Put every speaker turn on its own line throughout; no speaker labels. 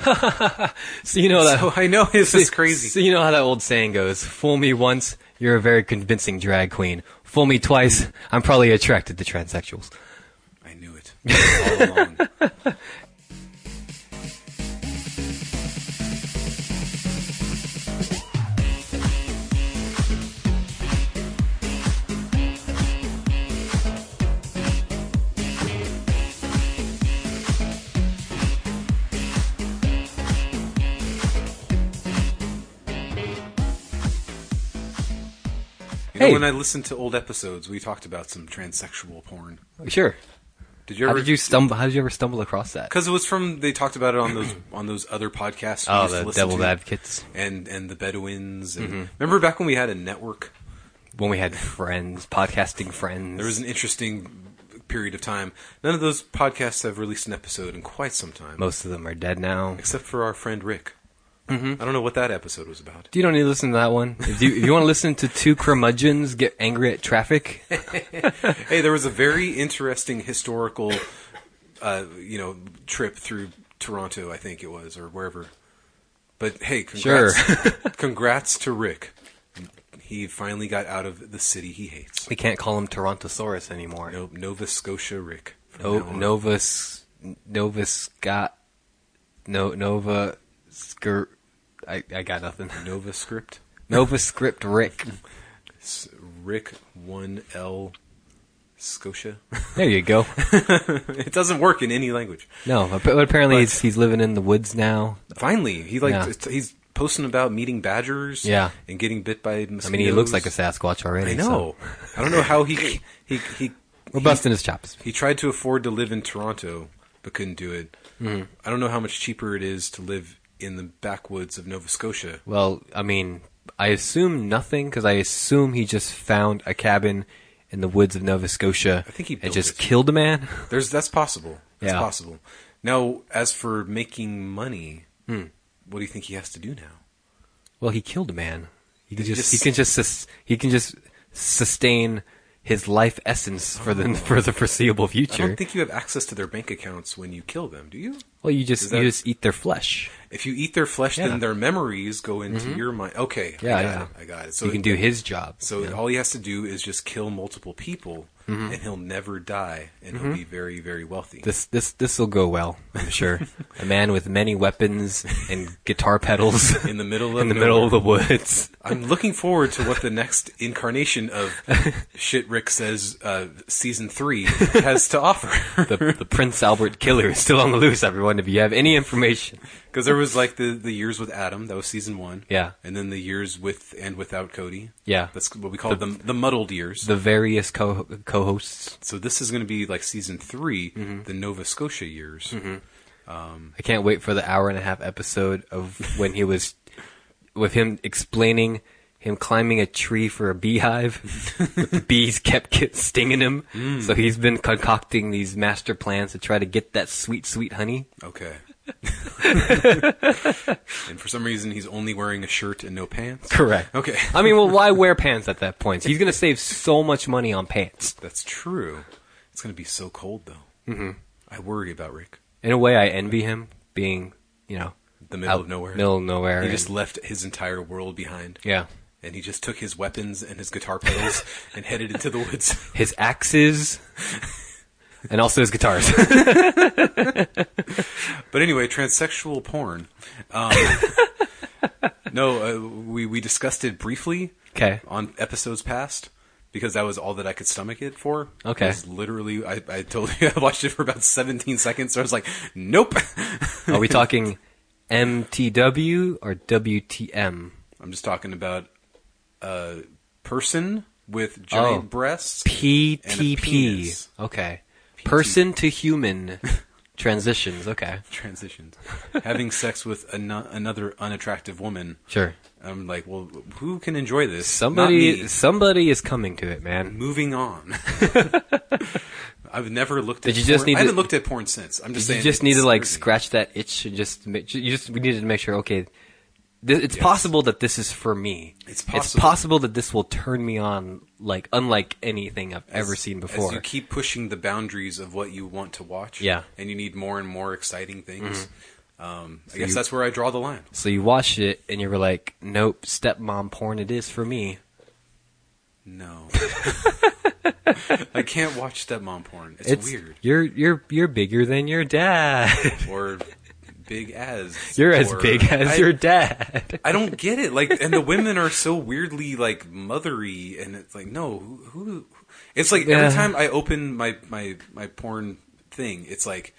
so you know that
I know this is crazy.
So you know how that old saying goes: "Fool me once, you're a very convincing drag queen. Fool me twice, I'm probably attracted to transsexuals."
I knew it all along. You know,
Hey.
when I listened to old episodes, we talked about some transsexual porn.
Sure.
Did you
How
ever?
did you stumble? How did you ever stumble across that?
Because it was from they talked about it on those on those other podcasts. we
Oh,
used to
the
listen
Devil's
to,
Advocates.
and and the Bedouins. And Remember back when we had a network?
When we had friends, podcasting friends.
There was an interesting period of time. None of those podcasts have released an episode in quite some time,
most of them are dead now.
except for our friend Rick. I don't know what that episode was about.
You don't need to listen to that one. If you, if you want to listen to two curmudgeons get angry at traffic,
Hey, there was a very interesting historical, uh, you know, trip through Toronto. I think it was or wherever. But hey, congrats, congrats to Rick. He finally got out of the city he hates.
we can't call him Torontosaurus anymore.
No, Nova Scotia Rick. from
No,
now on.
Nova, S- Nova Scott, no, Nova Skir. I, I got nothing.
Nova Script.
Nova Script Rick.
S- Rick One L Scotia.
There you go.
it doesn't work in any language.
No, but but apparently
But-
he's he's living in the woods now.
Finally, he like
Yeah.
it's- he's posting about meeting badgers.
Yeah.
and getting bit by mosquitoes.
I mean, he looks like a Sasquatch already.
I
so
know. I don't know how he he he
We're busting his chops.
he tried to afford to live in Toronto but couldn't do it.
Mm-hmm.
I don't know how much cheaper it is to live in the backwoods of Nova Scotia.
Well, I mean, I assume nothing because I assume he just found a cabin in the woods of Nova Scotia.
I think he
and
built
just
it.
killed a man.
There's that's possible. That's
Yeah.
possible. Now, as for making money,
Hmm.
what do you think he has to do now?
Well, he killed a man. He can
he
just,
just-
he can just sus- he can just sustain his life essence for the for the foreseeable
I
future.
don't think you have access to their bank accounts when you kill them, do you?
well, you just
Is that-
you just eat their flesh.
If you eat their flesh,
Yeah. Mm-hmm.
then their memories go into your mind. Okay,
Yeah,
I got
yeah.
it. I got it. So
you can
it-
do his job.
So
you know?
all he has to do is just kill multiple people,
Mm-hmm.
and he'll never die, and he'll be very, very wealthy.
this this this will go well, I'm sure. a man with many weapons and guitar pedals
in the middle of
in the middle of
nowhere.
the woods.
I'm looking forward to what the next incarnation of shit Rick says uh, season three has to offer.
the, the Prince Albert killer is still on the loose, everyone. If you have any information,
Because there was like the the years with Adam that was season one,
Yeah.
and then the years with and without Cody.
Yeah.
that's what we call them the muddled years.
the various co co-hosts,
so this is going to be like season 3
Mm-hmm.
the Nova Scotia years.
I can't wait for the hour and a half episode of when he was with him explaining him climbing a tree for a beehive. but the bees kept, kept stinging him,
Mm.
so he's been concocting these master plans to try to get that sweet, sweet honey.
Okay. and for some reason, he's only wearing a shirt and no pants.
Correct.
Okay.
I mean, well, why wear pants at that point? He's gonna save so much money on pants.
That's true. It's going to be so cold, though. Mm-hmm. I worry about Rick.
In a way, I envy him being, you know,
The middle
out-
of nowhere.
middle of nowhere.
He
and-
just left his entire world behind.
Yeah.
And he just took his weapons and his guitar pedals and headed into the woods.
His axes and also his guitars.
But anyway, transsexual porn. Um, no, uh, we, we discussed it briefly.
okay.
on episodes past because that was all that I could stomach it for.
Okay.
It was literally, I, I told you I watched it for about 17 seconds, so I was like, nope.
Are we talking MTW or WTM?
I'm just talking about a person with giant
Oh.
breasts.
PTP.
penis.
Okay. Person to human transitions. Okay.
Transitions, having sex with an- another unattractive woman.
Sure.
I'm like, well, who can enjoy this? Not
Somebody
me.
somebody is coming to it, man.
moving on. I've never looked. at
Did you just
porn-
need to-
I haven't looked at porn since. I'm just
You
saying.
just need to like
scratch.
scratch that itch and just make, you just we needed to make sure okay th- it's possible that this is for me. It's
It's possible.
possible that this will turn me on like unlike anything I've ever
as-
seen
as
before.
you keep pushing the boundaries of what you want to watch,
Yeah. Mm-hmm.
and you need more and more exciting things. Um, I guess that's where I draw the line.
So you watched it and you were like, nope, stepmom porn it is for me.
No, I can't watch stepmom porn. It's, weird
You're you're you're bigger than your dad.
or big as
You're as
or-
big as
I-
your dad.
I don't get it. Like, and the women are so weirdly like mothery, and it's like, no, who? who it's like
Yeah.
every time I open my my my porn thing, it's like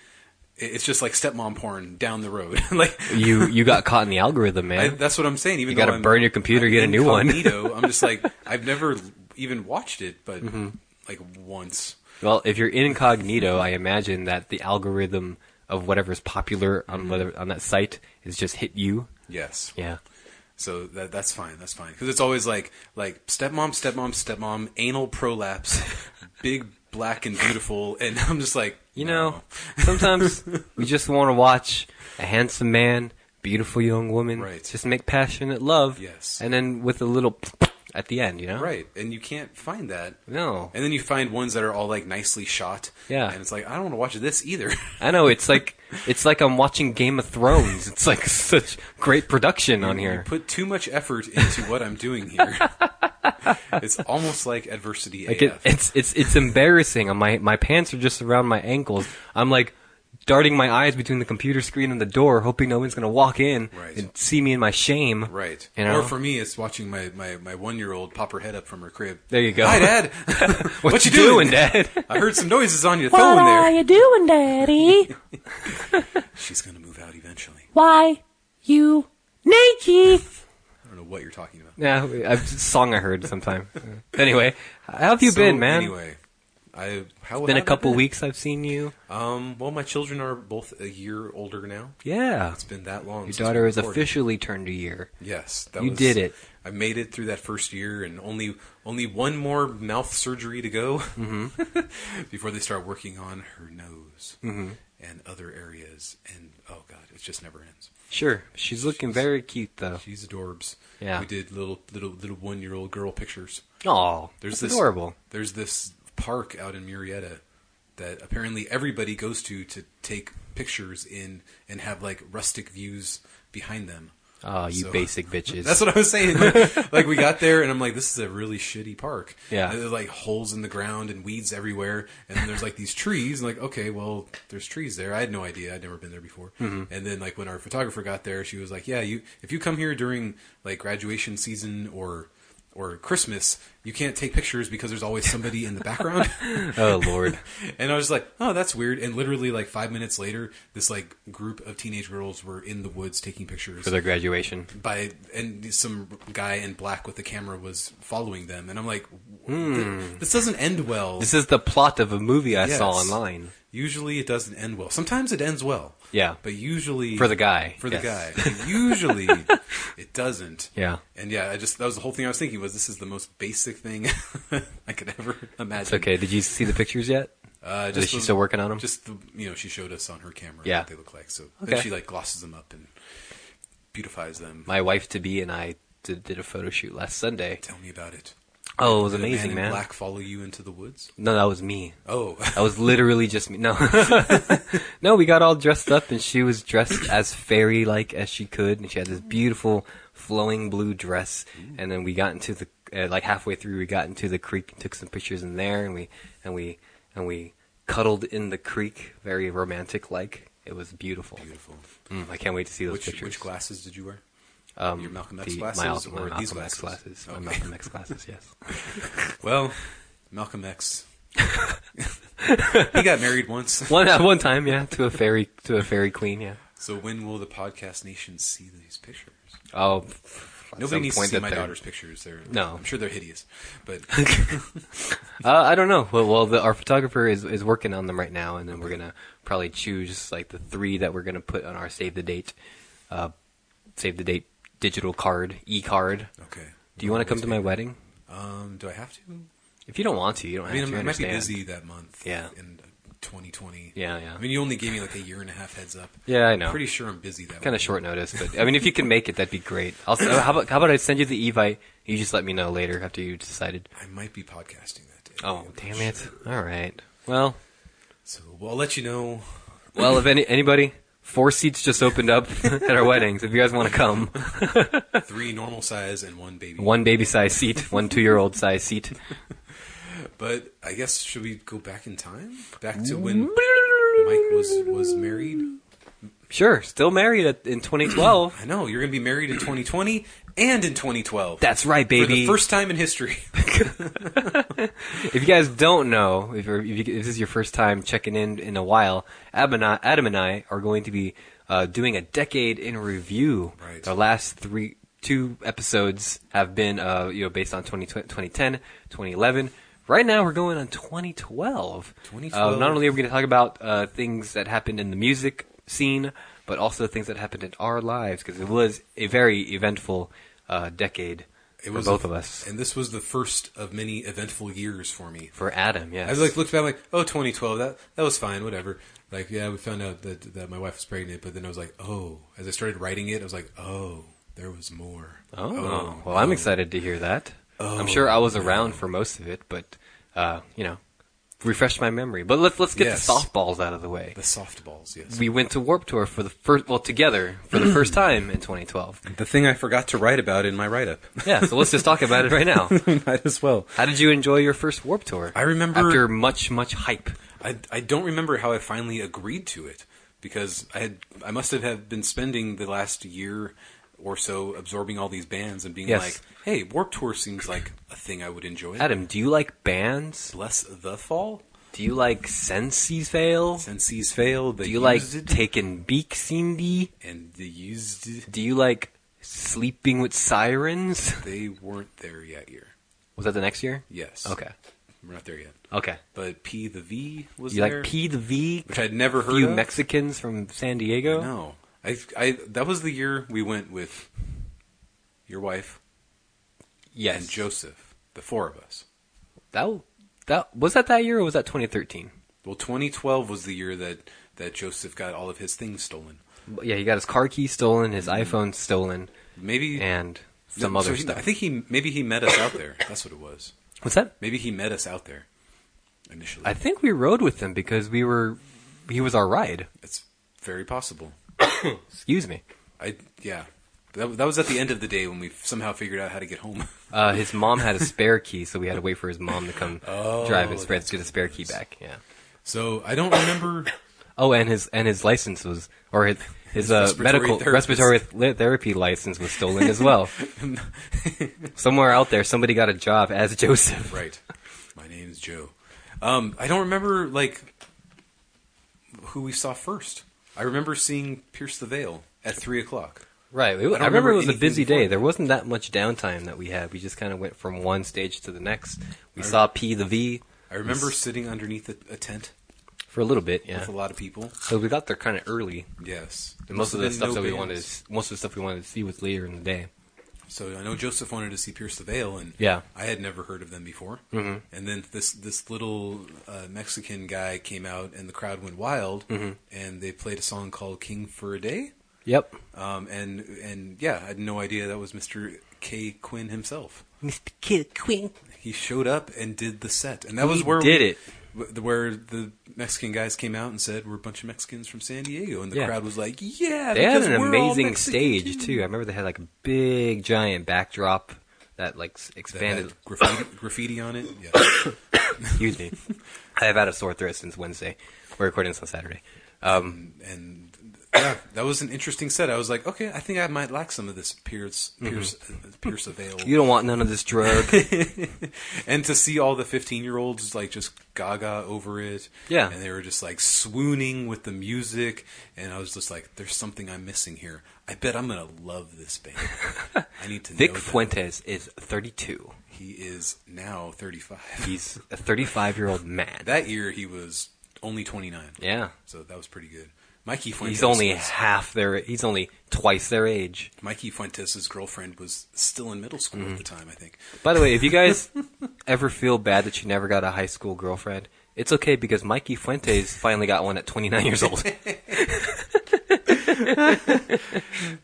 it's just like stepmom porn down the road. like
you you got caught in the algorithm,
I,
man.
that's what I'm saying. Even
You
though
gotta
I'm-
burn your computer,
I'm
get a new one.
incognito, I'm just like I've never even watched it, but
Mm-hmm.
like once.
well, if you're incognito, I imagine that the algorithm of whatever's popular on whatever on that site is just hit you.
Yes.
Mm-hmm. Yeah.
So that that's fine. That's fine because it's always like like stepmom, stepmom, stepmom, anal prolapse, big black and beautiful, and I'm just like
You know, sometimes we just want to watch a handsome man, beautiful young woman,
Right.
just make passionate love.
Yes.
And then with a little at the end, you know?
right, and you can't find that.
No.
And then you find ones that are all like nicely shot.
Yeah.
and it's like I don't want to watch this either.
I know it's like it's like I'm watching Game of Thrones. It's like such great production on
You
here.
put too much effort into what I'm doing here. it's almost like adversity
Like it,
AF.
it's it's it's embarrassing. My my pants are just around my ankles. I'm like darting my eyes between the computer screen and the door, hoping no one's gonna walk in
Right.
and see me in my shame.
Right.
You know?
Or for me, it's watching my, my, my one year old pop her head up from her crib.
There you go.
Hi, Dad.
what, you doing, Dad?
I heard some noises on your phone there.
you doing, Daddy?
She's going to move out eventually.
Why you naked?
I don't know what you're talking about.
Yeah, a song I heard sometime. anyway, how have you
So,
been, man?
Anyway, I how
Been a
have I
couple weeks I've seen you.
Um, well, my children are both a year older now.
Yeah,
It's been that long.
your
since we
daughter has
recorded.
officially turned a year.
Yes, that
You
was,
did it.
I made it through that first year, and only only one more mouth surgery to go
Mm-hmm.
before they start working on her nose and other areas. And oh god, it just never ends.
Sure, she's looking very cute though.
She's adorbs.
Yeah.
we did little little little one year old girl pictures.
Oh,
There's
that's
this
adorable.
There's this park out in Murrieta that apparently everybody goes to to take pictures in and have like rustic views behind them.
Oh, you
So- uh,
basic bitches.
That's what I was saying. Like, like, we got there, and I'm like, "This is a really shitty park."
Yeah.
And there's like holes in the ground and weeds everywhere, and then there's like these trees. And like, okay, well, there's trees there. I had no idea. I'd never been there before.
Mm-hmm.
And then like when our photographer got there, she was like, "Yeah, you if you come here during like graduation season or or Christmas, you can't take pictures because there's always somebody in the background."
oh lord.
and I was like, "Oh, that's weird." And literally like five minutes later, this like group of teenage girls were in the woods taking pictures
For their graduation.
by and some guy in black with the camera was following them and i'm like "Th- this doesn't end well
This Hmm. is the plot of a movie I saw
Yes.
online.
usually it doesn't end well sometimes it ends well
Yeah.
but usually
For the guy,
for the
yes.
guy But usually it doesn't
Yeah.
and yeah i just that was the whole thing i was thinking was this is the most basic thing i could ever imagine
It's okay. Did you see the pictures yet?
uh
Is she still working on 'em?
just the, you know she showed us on her camera
Yeah.
what they look like so
Okay.
then she like glosses them up and beautifies them
My wife to be and I did, did a photo shoot last Sunday.
tell me about it
Oh, it was
Did a
amazing,
man,
man.
In black follow you into the woods.
No, that was me.
Oh,
That was literally just me. No, no, we got all dressed up, and she was dressed as fairy like as she could, and she had this beautiful flowing blue dress. And then we got into the uh, like halfway through, we got into the creek and took some pictures in there, and we and we and we cuddled in the creek, very romantic like. It was beautiful.
beautiful.
Mm, I can't wait to see those
Which
pictures.
which glasses did you wear?
Um,
Your Malcolm X
the- my
glasses
Malcolm-
or
my
these
Malcolm X
glasses?
glasses? My
Okay.
Malcolm X glasses. Yes.
Well, Malcolm X. he got married once.
one at one time, yeah, to a fairy to a fairy queen, yeah.
So when will the podcast nation see these pictures?
Oh, at some
Nobody needs to
point
see
that
my
they're-
daughter's pictures. They're
No.
I'm sure they're hideous. But
Uh, I don't know. Well, well the, our photographer is, is working on them right now, and then we're gonna probably choose like the three that we're gonna put on our save the date, uh, save the date digital card, e card.
okay.
Do you want to come to my wedding?
Um, do I have to?
If you don't want to, you don't
I mean,
have
I'm-
to.
I might be
understand.
busy that month.
Yeah.
In 2020.
Yeah, yeah.
I mean, you only gave me like a year and a half heads up.
Yeah, I know.
Pretty sure I'm busy that.
Kind
week.
of short notice, but I mean, if you can make it, that'd be great. I'll, s- how about how about I send you the evite? You just let me know later after you decided.
I might be podcasting that day.
Oh,
I'm
damn
not
it!
sure.
All right. Well,
So well, I'll let you know
well, if any anybody Four seats just opened up at our weddings. If you guys want to come,
Three normal size and one baby.
one baby size seat, one two year old size seat.
But I guess should we go back in time, back to when
Mm-hmm.
Mike was was married?
Sure, still married at, in 2012.
I know you're going to be married in 2020 and in 2012.
That's right,
for
baby.
the first time in history.
if you guys don't know, if, you're, if, you, if this is your first time checking in in a while, Adam and I, Adam and I are going to be uh, doing a decade in review.
Right.
Our last three two episodes have been uh, you know based on 20, 2010, 2011. Right now, we're going on 2012.
2012.
Uh, not only are we going to talk about uh, things that happened in the music scene, but also things that happened in our lives because it was a very eventful uh, decade
It
for
was
both
a-
of us.
and this was the first of many eventful years for me.
For Adam, yes.
I like looked back like, oh, 2012, that that was fine, whatever. Like, yeah, we found out that that my wife was pregnant, but then I was like, oh, as I started writing it, I was like, oh, there was more.
Oh, well, I'm excited to hear that.
Oh,
I'm sure I was around for most of it, but uh, you know, refresh my memory. But let's let's get
Yes.
the softballs out of the way.
The softballs, yes.
We went to Warp Tour for the first, well, together for the first time in 2012.
the thing I forgot to write about in my write up.
Yeah, so let's just talk about it right now.
Might as well.
How did you enjoy your first Warp Tour?
I remember-
after much much hype.
I, I don't remember how I finally agreed to it because I had I must have, have been spending the last year or so absorbing all these bands and being
Yes.
like, hey, Warp Tour seems like a thing I would enjoy.
Adam, do you like bands?
Bless the fall.
Do you like Sensi Fail?
Senseis failed. They
Do you like
used it,
Taken Beak Cindy?
and they used it.
Do you like Sleeping with Sirens?
They weren't there yet. Year.
Was that the next year?
Yes.
Okay.
We're not there yet.
Okay.
But P the V was
You
there.
like P the V?
which I'd never heard
Few
of.
Mexicans from San Diego?
No, I I that was the year we went with your wife
Yes.
and Joseph, the four of us.
That that was that that year or was that 2013?
Well, 2012 was the year that that Joseph got all of his things stolen.
Yeah, he got his car key stolen, his iPhone stolen,
Maybe
and some
Mm-hmm. so
other
he-
stuff.
I think he maybe he met us out there. That's what it was.
What's that?
Maybe he met us out there initially.
I think we rode with him because we were he was our ride.
it's very possible.
Excuse me.
I yeah. That, that was at the end of the day when we somehow figured out how to get home.
Uh, his mom had a spare key, so we had to wait for his mom to come
Oh,
drive his friends
that's
get a spare key back. Yeah.
So I don't remember.
Oh, and his and his license was or his his uh,
Respiratory
medical
therapist.
respiratory th- therapy license was stolen as well. Somewhere out there, somebody got a job as Joseph.
right. My name's Joe. Um, I don't remember like who we saw first. I remember seeing Pierce the Veil at three o'clock.
Right. I,
don't
remember,
remember
it was a
anything
busy
before
day.
that.
There wasn't that much downtime that we had. We just kind of went from one stage to the next. We saw P the V
I remember sitting underneath a, a tent
for a little bit. Yeah.
with a lot of people.
So we got there kind of early.
Yes,
And most of the
Must
stuff
have been
that
no
we
bands.
wanted, to, s- most of the stuff we wanted to see was later in the day.
So I know Joseph wanted to see Pierce the Veil, and
Yeah.
I had never heard of them before.
Mm-hmm.
And then this this little uh, Mexican guy came out, and the crowd went wild,
Mm-hmm.
and they played a song called "King for a Day."
Yep.
Um, and and yeah, I had no idea that was Mr. K Quinn himself.
Mr. Kid Queen.
He showed up and did the set, and that was where
did
we-
it.
w- the- Where the Mexican guys came out and said, "We're a bunch of Mexicans from San Diego," and the
Yeah.
crowd was like, "Yeah!"
They had
because
an
we're all
amazing
Mexican
stage
too."
too. I remember they had like a big giant backdrop that like s-
That had
expanded.
graffiti, graffiti on it. Yeah.
excuse me, I have had a sore throat since Wednesday. We're recording this on Saturday. Um,
and yeah, that was an interesting set. I was like, okay, I think I might like some of this Pierce Pierce uh,
Mm-hmm.
Pierce Avail.
you don't want none of this drug.
and to see all the fifteen year olds like just gaga over it,
Yeah.
and they were just like swooning with the music, and I was just like, there's something I'm missing here. I bet I'm gonna love this band. I need to.
Vic
know them.
Fuentes is 32.
He is now 35.
He's a 35 year old man.
that year he was only 29.
yeah,
So that was pretty good. Mikey Fuentes.
he's only
was-
half their. He's only twice their age.
Mikey Fuentes' girlfriend was still in middle school
Mm-hmm.
at the time, I think.
By the way, if you guys ever feel bad that you never got a high school girlfriend, it's okay because Mikey Fuentes finally got one at 29 years old.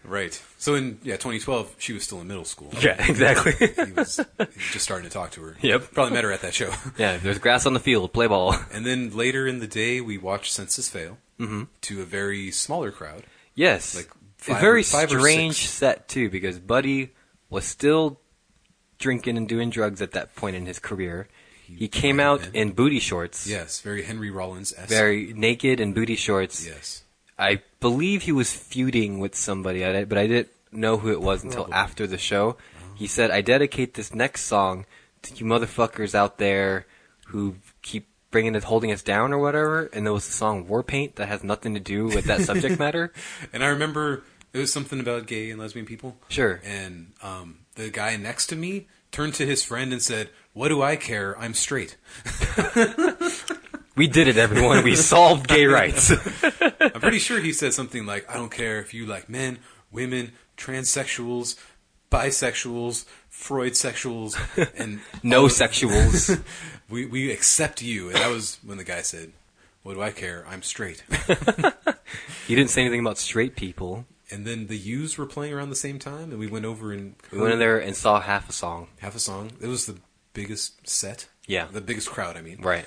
Right. So in yeah, 2012, she was still in middle school.
yeah, exactly.
He was he was just starting to talk to her.
Yep.
Probably met her at that show.
Yeah, if there's grass on the field, play ball.
And then later in the day, we watched Census Fail.
Mm-hmm.
to a very smaller crowd.
Yes.
Like
a
five
very
or- five or
strange
six.
set too, because Buddy was still drinking and doing drugs at that point in his career. He came out
man.
in booty shorts.
Yes, very Henry Rollins esque.
Very naked in booty shorts.
Yes.
I believe he was feuding with somebody, I- but I didn't know who it was until after the show.
Uh-huh.
He said, "I dedicate this next song to you motherfuckers out there who keep bringing it, holding us down, or whatever." And there was the song "War Paint" that has nothing to do with that subject matter.
And I remember it was something about gay and lesbian people.
Sure.
And um, the guy next to me turned to his friend and said, "What do I care? I'm straight."
We did it, everyone. We solved gay rights.
I'm pretty sure he said something like, "I don't care if you like men, women, transsexuals, bisexuals, Freud sexuals, and
No sexuals.
we we accept you." And that was when the guy said, "What do I care? I'm straight."
He didn't say anything about straight people.
and then the U's were playing around the same time, and we went over and
We went in there and saw half a song.
half a song. It was the biggest set.
Yeah.
the biggest crowd. I mean,
Right.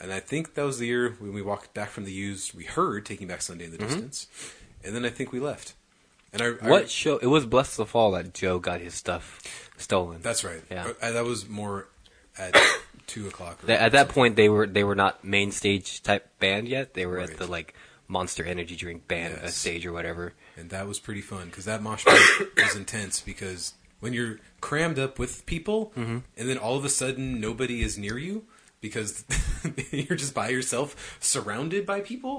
And I think that was the year when we walked back from the U's. We heard "Taking Back Sunday" in the distance, and then I think we left. And I, I-
Mm-hmm. What show? It was Bless the Fall that Joe got his stuff stolen.
That's right.
Yeah.
Uh, that was more at two o'clock. Or
Th- at that point they were they were not main stage type band yet. They were at
Right.
the like Monster Energy drink band uh,
Yes.
stage or whatever.
and that was pretty fun because that mosh pit was intense because when you're crammed up with people
Mm-hmm.
and then all of a sudden nobody is near you because you're just by yourself surrounded by people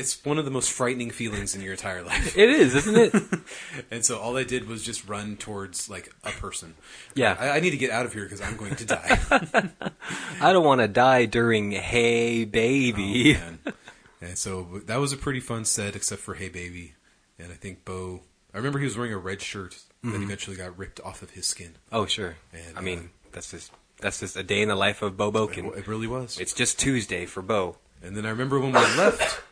it's one of the most frightening feelings in your entire life
It is, isn't it?
and so all i did was just run towards like a person
Yeah.
i, I need to get out of here because i'm going to die
I don't want to die during Hey Baby.
man. and so w- that was a pretty fun set, except for Hey Baby. And I think Bo, I remember he was wearing a red shirt
Mm-hmm.
that eventually got ripped off of his skin.
Oh, sure.
And,
I
uh,
mean, that's just that's just a day in the life of Bo Boken.
It, it really was.
It's just Tuesday for Bo.
and then I remember when we left,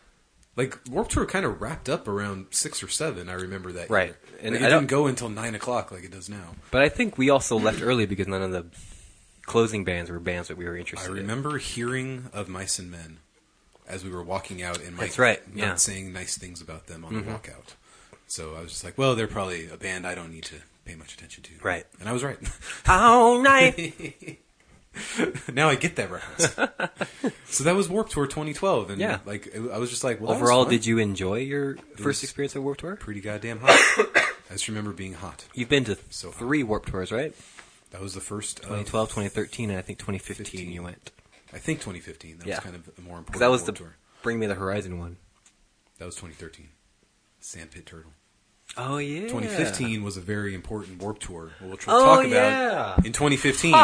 like Warped Tour kind of wrapped up around six or seven. I remember that.
Right.
year.
And
Like,
I
it
don't-
didn't go until nine o'clock like it does now.
But I think we also left early because none of the closing bands were bands that we were
I
interested in.
remember hearing of Mice and Men as we were walking out, and Mike
That's right,
not
yeah. Mm-hmm.
saying nice things about them on the walkout. So I was just like, well, they're probably a band I don't need to pay much attention to.
Right.
And I was right.
All night.
now I get that reference. so that was Warp Tour 2012, and
Yeah.
like it- I was just like, well, that was
Overall,
fun.
did you enjoy your first
was-
experience at Warped Tour?
pretty goddamn hot? I just remember being hot.
You've been to
So far.
three Warped Tours, right?
That was the first. of-
2012, 2013, and I think 2015 you
15.
went.
I think 2015. That
Yeah.
was kind of the more important.
Because that was the
Warped tour.
Bring Me the Horizon one.
That was 2013. Sandpit Turtle.
Oh yeah.
2015 was a very important Warp Tour, which we'll
Oh,
talk about
yeah.
in 2015.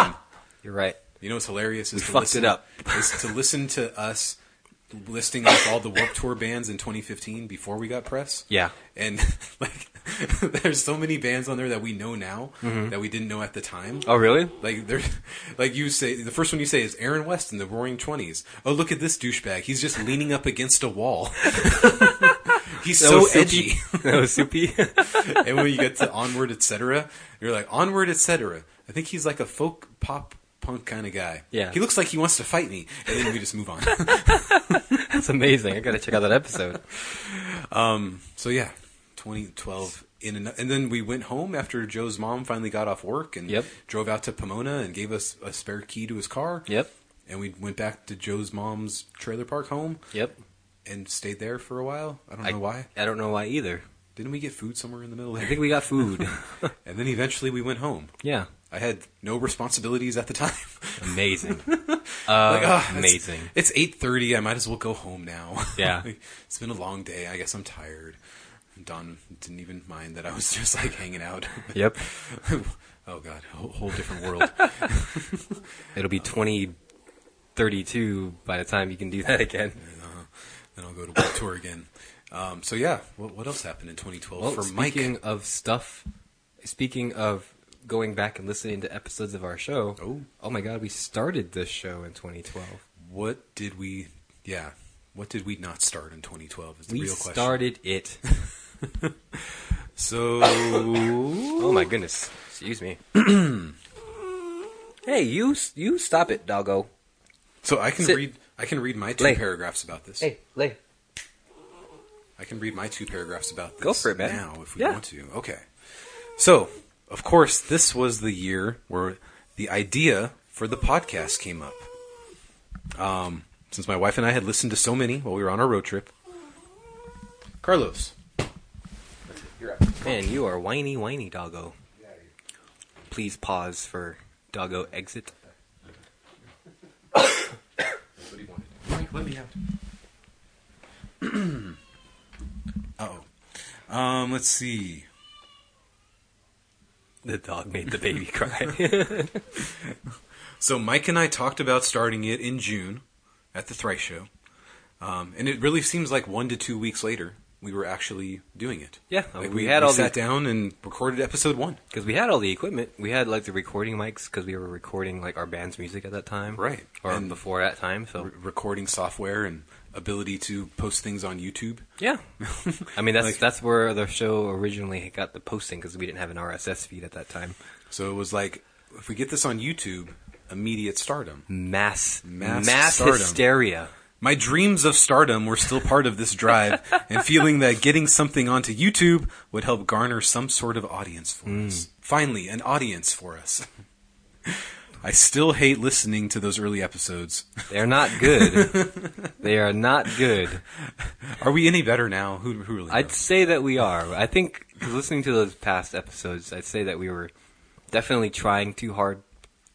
You're right.
You know what's hilarious is
We
to
fucked
listen,
it up.
is to listen to us listing off all the Warp Tour bands in 2015 before we got press.
Yeah.
and like there's so many bands on there that we know now that we didn't know at the time.
Mm-hmm. Oh really?
Like there, like you say, the first one you say is Aaron West in the Roaring Twenties. Oh, look at this douchebag! He's just leaning up against a wall. He's so edgy
that was soupy.
and when you get to onward etc you're like onward etc i think he's like a folk pop punk kind of guy
Yeah.
he looks like he wants to fight me and then we just move on
That's amazing. I gotta check out that episode.
Um, so yeah 2012 in an, and then we went home after joe's mom finally got off work and
Yep.
drove out to pomona and gave us a spare key to his car
Yep.
and we went back to joe's mom's trailer park home
Yep.
and stayed there for a while i don't know why
I don't know why either.
didn't we get food somewhere in the middle
I
there
think we got food.
and then eventually we went home
yeah.
i had no responsibilities at the time
Amazing.
Like, ah, it's-
Uh, amazing.
It's eight thirty. I might as well go home now.
Yeah.
Like, it's been a long day. I guess I'm tired. Don didn't even mind that I was just like hanging out.
Yep.
oh God, whole, whole different world. Uh-huh.
It'll be 2032 by the time you can do that again.
then I'll go to work tour again. Um, so yeah, what, what else happened in 2012
Well,
for Mike?
speaking of stuff, speaking of going back and listening to episodes of our show,
Oh.
my god, we started this show in 2012.
What did we? Yeah, what did we not start in 2012? Is the
We
real question.
started it.
so
Oh my goodness. Excuse me. hey, you you stop it, doggo.
so I can
Sit.
read. I can read my two
Lay.
paragraphs about this.
Hey, lay.
I can read my two paragraphs about this
Go for it, man.
now if we
Yeah.
want to. Okay. So, of course, this was the year where the idea for the podcast came up. Um, since my wife and I had listened to so many while we were on our road trip. Carlos.
Man, you are whiny, whiny, doggo. Please pause for doggo exit.
Let me out. oh. Um, let's see.
The dog made the baby cry.
So Mike and I talked about starting it in June at the Thrice Show, um, and it really seems like one to two weeks later we were actually doing it.
Yeah,
Like,
we had all
sat
the-
down and recorded episode one.
Because we had all the equipment. We had like the recording mics because we were recording like our band's music at that time.
Right.
Or
And-
before that time. So,
R- recording software and ability to post things on YouTube.
yeah. I mean, that's
Like-
that's where the show originally got the posting because we didn't have an RSS feed at that time.
So it was like, if we get this on YouTube, immediate stardom.
Mass,
Mass
mass,
stardom.
hysteria.
My dreams of stardom were still part of this drive, and feeling that getting something onto YouTube would help garner some sort of audience for
Mm.
us. Finally, an audience for us. I still hate listening to those early episodes.
They're not good. they are not good.
Are we any better now? Who, who really?
I'd
knows?
say that we are. I think 'cause listening to those past episodes, I'd say that we were definitely trying too hard.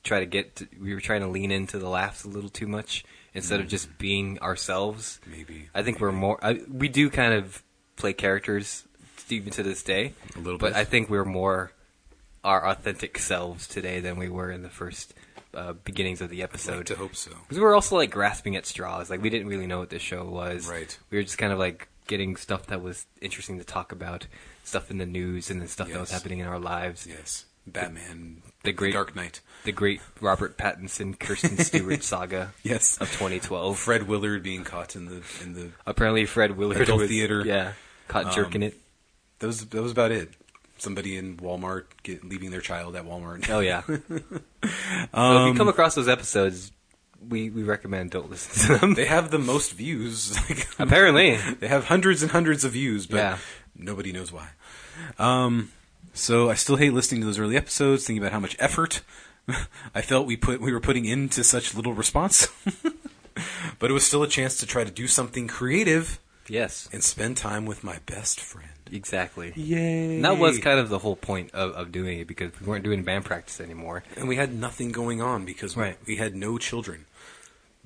Try to get. To, we were trying to lean into the laughs a little too much instead of just being ourselves.
Mm-hmm. Maybe.
I think we're more. I, we do kind of play characters even to this day
A little
but
bit.
I think we're more our authentic selves today than we were in the first uh, beginnings of the
I'd like
episode.
to hope so.
Because we were also like grasping at straws. Like we didn't really know what this show was.
Right.
We were just kind of like getting stuff that was interesting to talk about, stuff in the news, and then stuff that was
Yes.
happening in our lives.
Yes, Batman,
The great-
Dark Knight.
The great Robert Pattinson Kirsten Stewart saga
Yes,
of 2012.
Fred Willard being caught in the in the
Apparently, Fred Willard
Adult
was
theater. Um,
Yeah, caught jerking it.
that was that was about it. Somebody in Walmart get, leaving their child at Walmart.
Oh yeah. so
Um,
if you come across those episodes, we we recommend don't listen to them.
They have the most views. like-
Apparently,
They have hundreds and hundreds of views, but
Yeah.
nobody knows why. Um, so I still hate listening to those early episodes, thinking about how much effort I felt we put we were putting into such little response. but it was still a chance to try to do something creative
yes,
and spend time with my best friend.
exactly.
Yay!
And that was kind of the whole point of, of doing it because we weren't doing band practice anymore.
and we had nothing going on because we-
Right.
we had no children.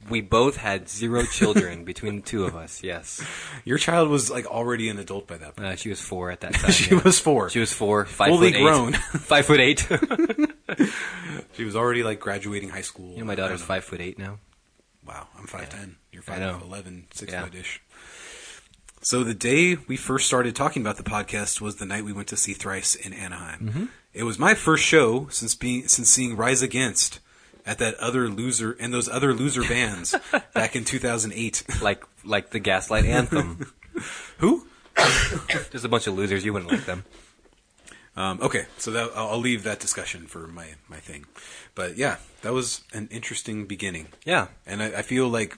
We both had zero children between the two of us. Yes,
Your child was like already an adult by that point.
uh, she was four at that time.
she
yeah.
was four.
She was four, five
Fully
foot eight,
grown.
five foot eight. you
She was already like graduating high school.
know, my daughter's five foot eight now.
Wow, I'm five ten. You're
I
five
know.
eleven, six
Yeah.
foot ish. So the day we first started talking about the podcast was the night we went to see Thrice in Anaheim.
Mm-hmm.
It was my first show since being since seeing Rise Against at that other loser and those other loser bands back in 2008.
Like like the Gaslight Anthem.
Who?
Just a bunch of losers. You wouldn't like them.
Um, okay, so that, I'll I'll leave that discussion for my my thing. But yeah, that was an interesting beginning.
Yeah,
And I, I feel like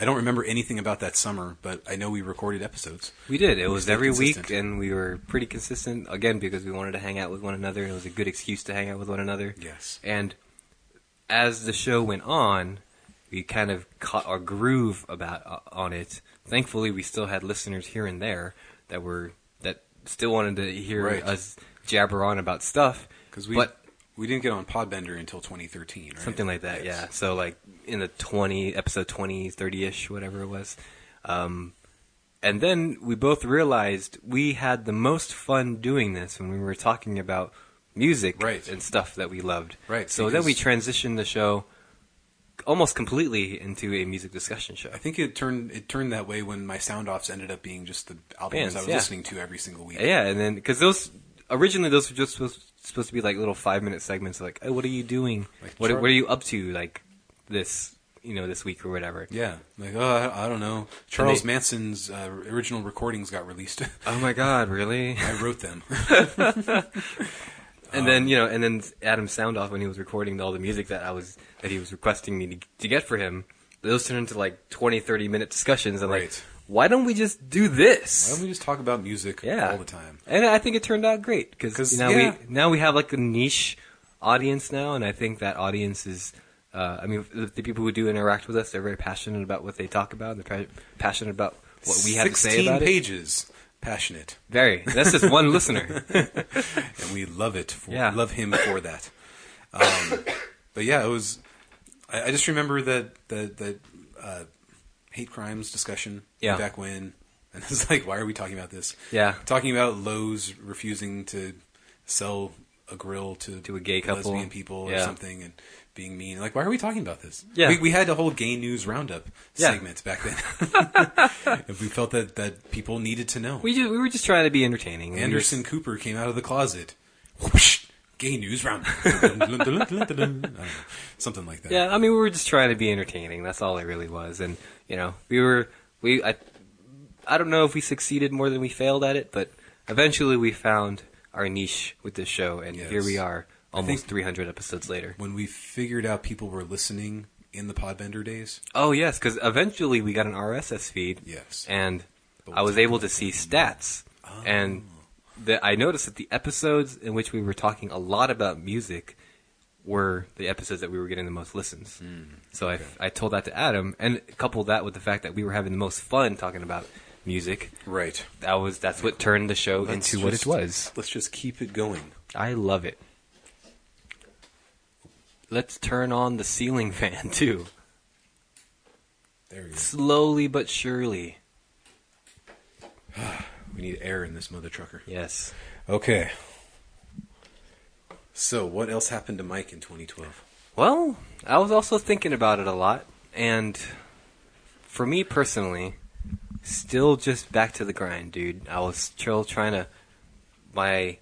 I don't remember anything about that summer, but I know we recorded episodes.
We did. It was
stayed
every week,
consistent.
and we were pretty consistent again because we wanted to hang out with one another. It was a good excuse to hang out with one another.
Yes.
And as the show went on, we kind of caught our groove about uh, on it. Thankfully, we still had listeners here and there that were that still wanted to hear
Right.
us jabber on about stuff.
Because we
but
we didn't get on Podbender until 2013, right?
something like that.
Yes.
Yeah. So like in the twenty episode 20, 30 ish, whatever it was. Um, and then we both realized we had the most fun doing this when we were talking about music
Right.
and stuff that we loved.
Right,
So then we
because-
transitioned the show almost completely into a music discussion show.
I think it turned it turned that way when my sound offs ended up being just the albums
Bands,
I was
yeah.
listening to every single week.
Yeah, and then because those originally those were just supposed, supposed to be like little five minute segments, like, oh, what are you doing?
Like
what,
Char-
what are you up to? Like this, you know, this week or whatever.
Yeah, like oh, I, I don't know. Charles
they-
Manson's uh, original recordings got released.
Oh my God, really?
I wrote them.
And
Um,
then you know, and then Adam Soundoff when he was recording all the music that I was that he was requesting me to, to get for him, those turned into like 20, 30 minute discussions. And like,
Right.
why don't we just do this?
Why don't we just talk about music
yeah,
all the time?
And I think it turned out great
'Cause,
because now
yeah.
we now we have like a niche audience now, and I think that audience is. Uh, I mean, the, the people who do interact with us, they're very passionate about what they talk about. They're very passionate about what we have to say
16
about it.
pages, passionate,
Very. That's just one listener.
and we love it. For,
Yeah.
love him for that. Um, but yeah, it was. I, I just remember that that that uh, hate crimes discussion
Yeah.
back when, and it's like, why are we talking about this?
Yeah.
talking about Lowe's refusing to sell a grill to
To a gay couple.
lesbian people or
Yeah.
something, and being mean. Like, why are we talking about this?
Yeah.
we, we had a whole gay news roundup
Yeah.
segment back then. If we felt that that people needed to know.
We just, we were just trying to be entertaining. We
Anderson Cooper came out of the closet. Whoosh, gay news round. Dun, dun, dun, dun, dun, dun. I don't know. Something like that.
just- yeah, I mean, we were just trying to be entertaining. That's all it really was. And you know, we were we I I don't know if we succeeded more than we failed at it, but eventually we found our niche with this show, and
Yes.
here we are, almost
think-
300 episodes later.
When we figured out people were listening in the Podbender days,
Oh yes, because eventually we got an RSS feed.
Yes.
and
But
I
we'll
was
talk
able to see stats, and the, I noticed that the episodes in which we were talking a lot about music were the episodes that we were getting the most listens. so I, I told that to Adam, and coupled that with the fact that we were having the most fun talking about music,
right?
that was that's what turned the show into what it was.
Let's just keep it going.
I love it. Let's turn on the ceiling fan too,
There we go.
slowly but surely.
We need air in this mother trucker.
Yes.
Okay. So, what else happened to Mike in 2012?
Well, I was also thinking about it a lot, and for me personally, still just back to the grind, dude. I was still trying to. My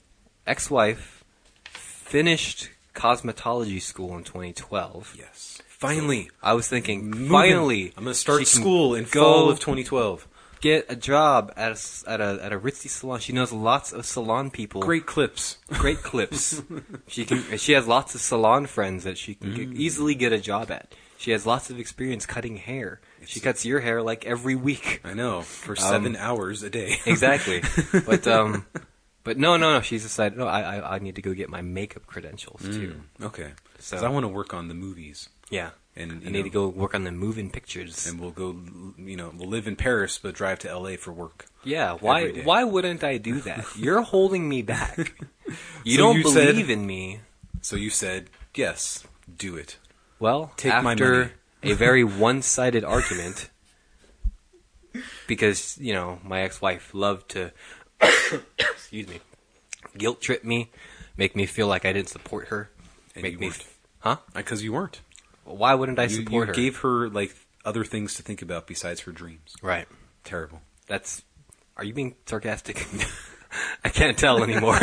ex-wife finished cosmetology school in 2012.
Yes. Finally.
I was thinking,
Moving.
finally,
I'm going to start
she can
school in
go
fall of 2012.
Get a job at a, s- at a at a ritzy salon. She knows lots of salon people.
Great clips.
great clips. she can. She has lots of salon friends that she can
Mm.
get, easily get a job at. She has lots of experience cutting hair. she cuts your hair like every week.
I know for seven hours a day.
Um, Exactly. but um, but no, no, no. She's decided. No, I, I I need to go get my makeup credentials
Mm.
too.
Okay.
So-
So I want to work on the movies,
Yeah.
And,
I
you
need
know-
to go work on the moving pictures.
and we'll go. You know, we'll live in Paris, but drive to L.A. for work.
yeah. Why
every day.
why wouldn't I do that? You're holding me back. You
So
don't
you said-
believe in me.
So you said yes, do it.
Well,
Take my money.
after a very one-sided argument, because you know my ex-wife loved to, excuse me, guilt trip me, make me feel like I didn't support her,
And
make
you
me,
weren't.
f- huh?
Because you weren't.
Why wouldn't I
You,
support
you
her?
gave her like other things to think about besides her dreams.
right.
Terrible.
That's. Are you being sarcastic? I can't tell anymore.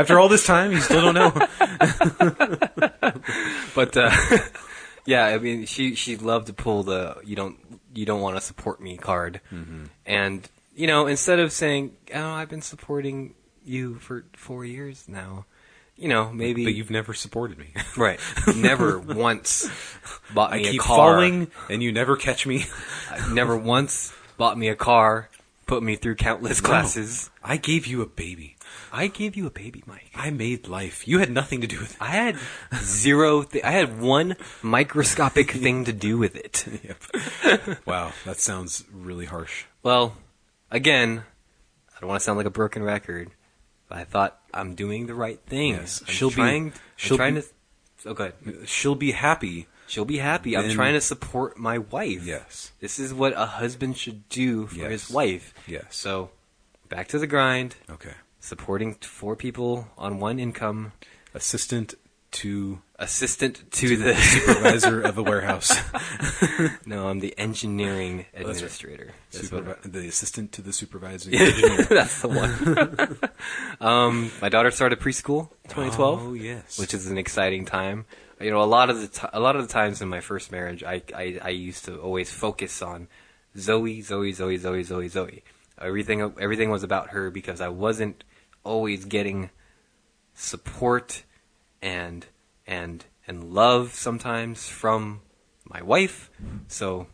After all this time, you still don't know.
but uh, yeah, I mean, she she loved to pull the you don't you don't want to support me card, and you know instead of saying oh I've been supporting you for four years now, you know maybe
but you've never supported me.
right never once bought
I
me
keep
a car,
falling, and you never catch me.
never once bought me a car, put me through countless classes.
I gave you a baby.
I gave you a baby, Mike.
I made life. You had nothing to do with it.
I had zero. Th- I had one microscopic thing to do with it.
Yep. wow, that sounds really harsh.
Well, again, I don't want to sound like a broken record, but I thought I'm doing the right thing.
Yes,
I'm
she'll be-
trying, I'm
she'll
trying
be-
to. Oh, good.
She'll be happy.
She'll be happy. I'm
Then-
trying to support my wife.
Yes.
This is what a husband should do for
Yes.
his wife.
Yes.
So, back to the grind.
Okay.
Supporting t- four people on one income.
Assistant to
Assistant to the.
supervisor of a warehouse.
no, I'm the engineering
right.
administrator. That's what-
Supervi- the assistant to the supervising engineer.
That's the one. um, my daughter started preschool, in 2012.
Oh, yes.
which is an exciting time. You know, a lot of the t- a lot of the times in my first marriage, I, I I used to always focus on Zoe, Zoe, Zoe, Zoe, Zoe, Zoe. Everything everything was about her because I wasn't always getting support and and and love sometimes from my wife. So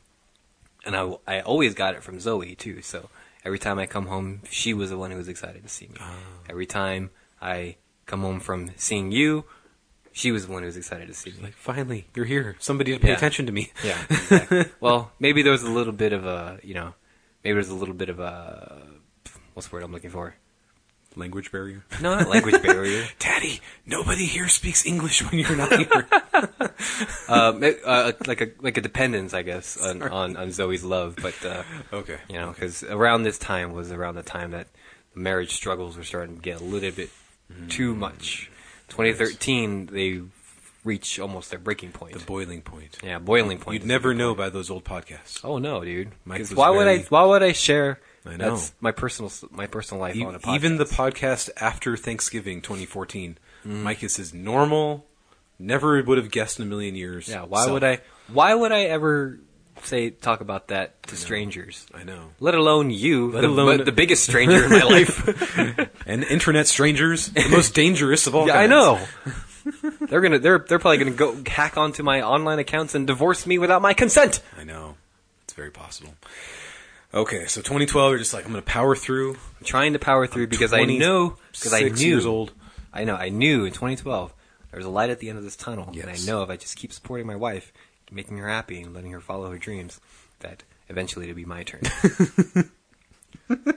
and I, I always got it from Zoe too. So every time I come home, she was the one who was excited to see me. Every time I come home from seeing you, she was the one who was excited to see me.
Like, finally, you're here. Somebody to pay
Yeah.
attention to me.
Yeah. Exactly. well, maybe there was a little bit of a, you know, maybe there was a little bit of a, what's the word I'm looking for?
Language barrier.
No, not language barrier.
Daddy, nobody here speaks English when you're not here.
Uh, ma- uh, like a like a dependence, I guess, on, on, on Zoe's love. But uh,
okay.
you know, because around this time was around the time that the marriage struggles were starting to get a little bit
Mm.
too much. 2013, they reach almost their breaking point.
The boiling point.
yeah, boiling point.
You'd
is-
never know by those old podcasts.
Oh no, dude!
Mike
'Cause
was
why would I?
very-
Why would I share?
I know.
That's my personal s- my personal life
E-
on a podcast.
Even the podcast Mm. after Thanksgiving 2014, Mike is his normal, never would have guessed in a million years.
yeah. Why
self.
would I? Why would I ever say talk about that to strangers?
I know.
Let alone you, the,
alone-
but the biggest stranger in my life.
And internet strangers, the most dangerous of all
Yeah, I
kinds.
know. they're gonna they're they're probably gonna go hack onto my online accounts and divorce me without my consent.
I know. It's very possible. Okay, so 2012, you're just like, I'm going to power through.
I'm trying to power through because I know because I
26
knew
years old.
I know I knew in 2012 there was a light at the end of this tunnel, and I
Yes.
know if I just keep supporting my wife, making her happy, and letting her follow her dreams, that eventually it'll be my turn.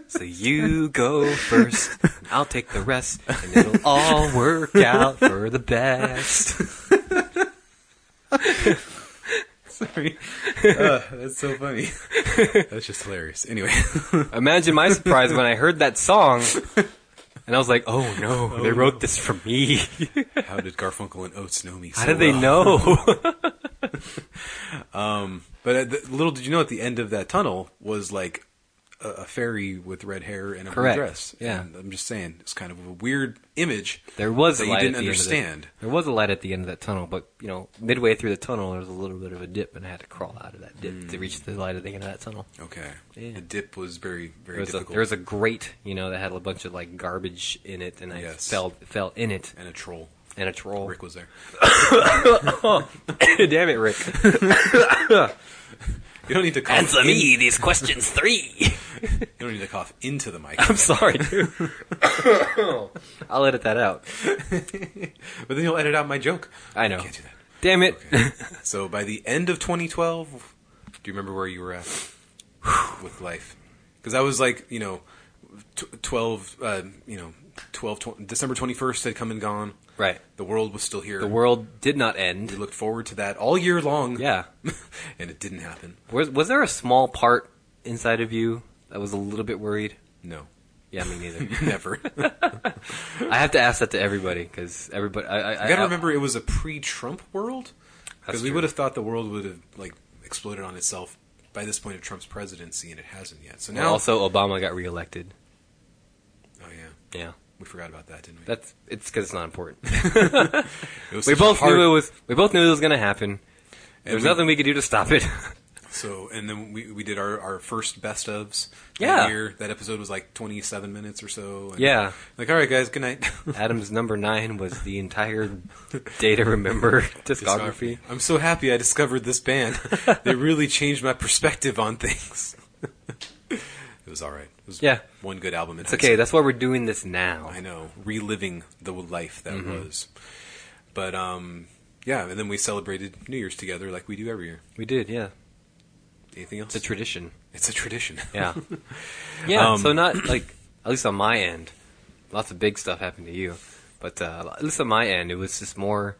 so you go first, and I'll take the rest, and it'll all work out for the best.
Sorry. Ah, that's so funny. that's just hilarious. Anyway,
Imagine my surprise when I heard that song. And I was like, "Oh no, they
no.
wrote this for me.
how did Garfunkel and Oates know me?
How
so
did they
well?
know?"
But at the, little did you know, at the end of that tunnel was like a, a fairy with red hair and a
Correct.
blue dress.
Yeah.
and I'm just saying, it's kind of a weird image.
There was
that
a
you
light
didn't
at the End
understand.
of the, there was a light at the end of that tunnel, but you know, midway through the tunnel, there was a little bit of a dip, and I had to crawl out of that dip
Hmm.
to reach the light at the end of that tunnel.
Okay,
Yeah.
the dip was very very
There was, a,
difficult.
there was a grate, you know, that had a bunch of like garbage in it, and I
Yes.
fell fell in it,
and a troll.
and a troll.
Rick was there.
Damn it, Rick!
You don't need to cough. in-
these questions three.
You don't need to cough into the mic.
I'm sorry, dude. I'll edit that out.
but then you'll edit out my joke.
I know.
Can't do that.
Damn it!
So by the end of 2012, do you remember where you were at with life? Because I was like, you know, tw- 12, uh, you know, 12, tw- December 21st had come and gone.
right.
The world was still here.
The world did not
We
end.
looked forward to that all year long.
Yeah.
and it didn't happen.
Was, was there a small part inside of you that was a little bit worried?
No,
Yeah, me neither.
never.
I have to ask that to everybody because everybody. I, I,
I gotta remember it was a pre-Trump world
That's
because we
true.
would have thought the world would have like exploded on itself by this point of Trump's presidency, and it hasn't yet. So now,
also, Obama got reelected.
oh yeah,
Yeah,
we forgot about that, didn't we?
that's it's because it's not important.
It was
we
such a
both
hard-
knew it was. We both knew it was going to happen.
and
There's
we-
nothing we could do to stop it.
So, and then we, we did our, our first best ofs. that
Yeah.
year. That episode was like 27 minutes or so. And
Yeah.
Like, all right, guys, good night.
Adam's number nine was the entire data remember discography.
I'm so happy I discovered this band. they really changed my perspective on things. it was all right. It was
Yeah.
one good album.
It's okay. That's why we're doing this now.
I know. Reliving the life that
Mm-hmm.
was. But, um, yeah, and then we celebrated New Year's together like we do every year.
We did. Yeah,
Anything else?
it's a tradition.
It's a tradition.
Yeah. Yeah.
Um,
so not like at least on my end, lots of big stuff happened to you, but uh, at least on my end, it was just more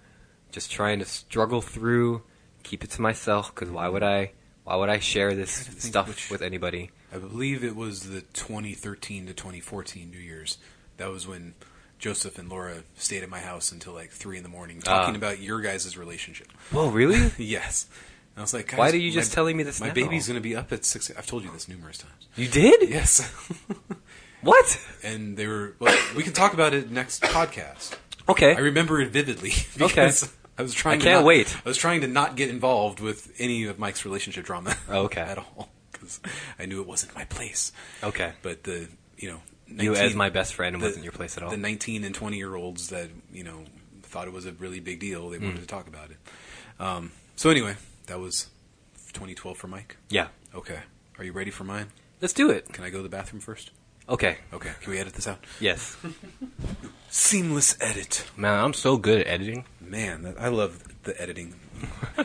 just trying to struggle through, keep it to myself. Because why would I? Why would I share this
to think
stuff
which-
with anybody?
I believe it was the 2013 to 2014 New Year's. That was when Joseph and Laura stayed at my house until like three in the morning, talking
Ah.
about your guys' relationship.
Whoa, really?
Yes, and I was like,
Why
"Guys,
are you just
my-
telling me this
My
now?"
baby's gonna be up at six. I've told you this numerous times.
You did?
Yes,
What?
and they were. Well, we can talk about it next podcast.
Okay.
I remember it vividly
Okay.
because I was trying.
I
to
can't
not-
wait.
I was trying to not get involved with any of Mike's relationship drama.
Oh, okay.
at all because I knew it wasn't my place.
okay.
But the you know 19,
You as my best friend
the-
wasn't your place at all.
The nineteen and twenty year olds that you know thought it was a really big deal.
Mm.
They wanted to talk about it. Um, so anyway, that was 2012 for Mike.
yeah.
Okay. Are you ready for mine?
Let's do it.
Can I go to the bathroom first?
Okay.
Okay. Can we edit this out?
Yes.
Seamless edit.
Man, I'm so good at editing.
Man, that, I love the editing.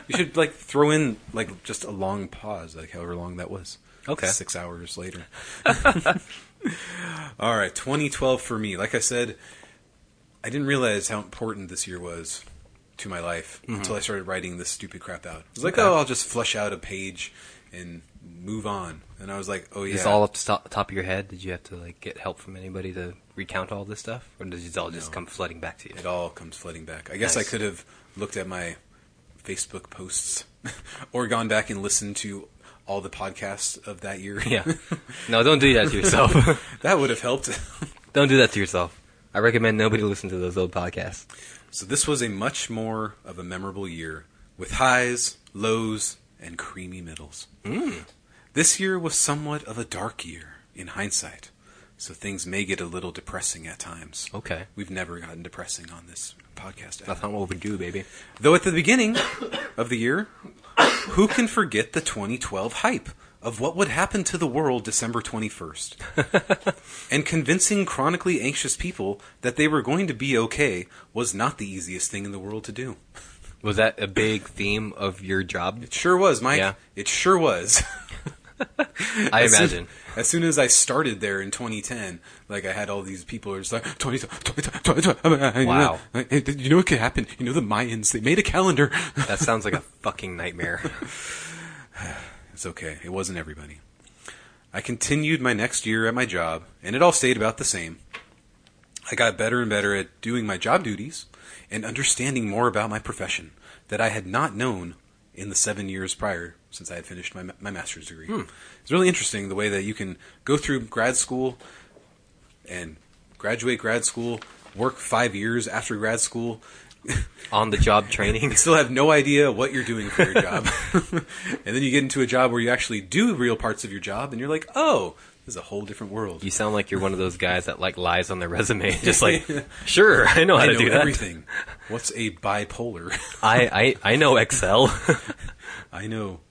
you should like throw in like just a long pause, like however long that was.
Okay.
Six hours later. All right, 2012 for me. Like I said, I didn't realize how important this year was to my life until I started writing this stupid crap out. It was like,
Mm-hmm. Okay.
oh, I'll just flush out a page and move on. And I was like, oh yeah,
Is this all up to top, top of your head? Did you have to like get help from anybody to recount all this stuff, or does it all just
No.
come flooding back to you?
it all comes flooding back. I guess
Nice.
I could have looked at my Facebook posts or gone back and listened to all the podcasts of that year.
Yeah. No, don't do that to yourself.
that would have helped.
don't do that to yourself. I recommend nobody listen to those old podcasts.
so this was a much more of a memorable year with highs, lows, and creamy middles.
Mm.
This year was somewhat of a dark year in hindsight. So things may get a little depressing at times.
Okay.
We've never gotten depressing on this podcast. ever.
That's not what we do, baby.
Though at the beginning of the year, who can forget the 2012 hype of what would happen to the world December 21st? and convincing chronically anxious people that they were going to be okay was not the easiest thing in the world to do.
Was that a big theme of your job?
It sure was, Mike.
Yeah.
It sure was.
I
As soon-
imagine.
as soon as I started there in 2010, like I had all these people who were just like 20, 20, 20, 20,
Wow.
You know what could happen? You know the Mayans? They made a calendar.
That sounds like a fucking nightmare.
It's okay. It wasn't everybody. I continued my next year at my job, and it all stayed about the same. I got better and better at doing my job duties and understanding more about my profession that I had not known in the seven years prior since I had finished my, my master's degree. It's really interesting the way that you can go through grad school and graduate grad school, work five years after grad school,
On the job training.
you still have no idea what you're doing for your job. and then you get into a job where you actually do real parts of your job and you're like, oh, this is a whole different world.
You sound like you're one of those guys that like lies on their resume. Just like, sure, I know how
I
to
know
do that.
everything. What's a bipolar?
I, I I know Excel.
I know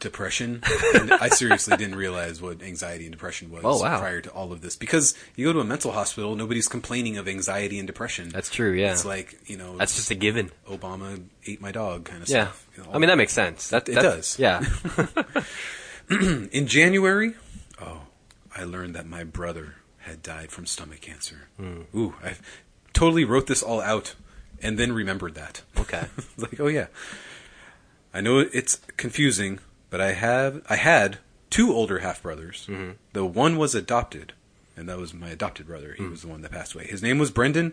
depression. And I seriously didn't realize what anxiety and depression was
Oh, wow.
prior to all of this. Because you go to a mental hospital, nobody's complaining of anxiety and depression.
That's true. Yeah,
It's like, you know,
that's just a given.
Obama ate my dog kind of
Yeah,
stuff. You know, all
I mean that makes sense. That
It
that's-
does.
Yeah,
In January, oh, I learned that my brother had died from stomach cancer. Ooh, I totally wrote this all out and then remembered that.
Okay.
like, oh yeah. I know it's confusing, but I have I had two older half brothers. mm The one was adopted, and that was my adopted brother. He was the one that passed away. His name was Brendan,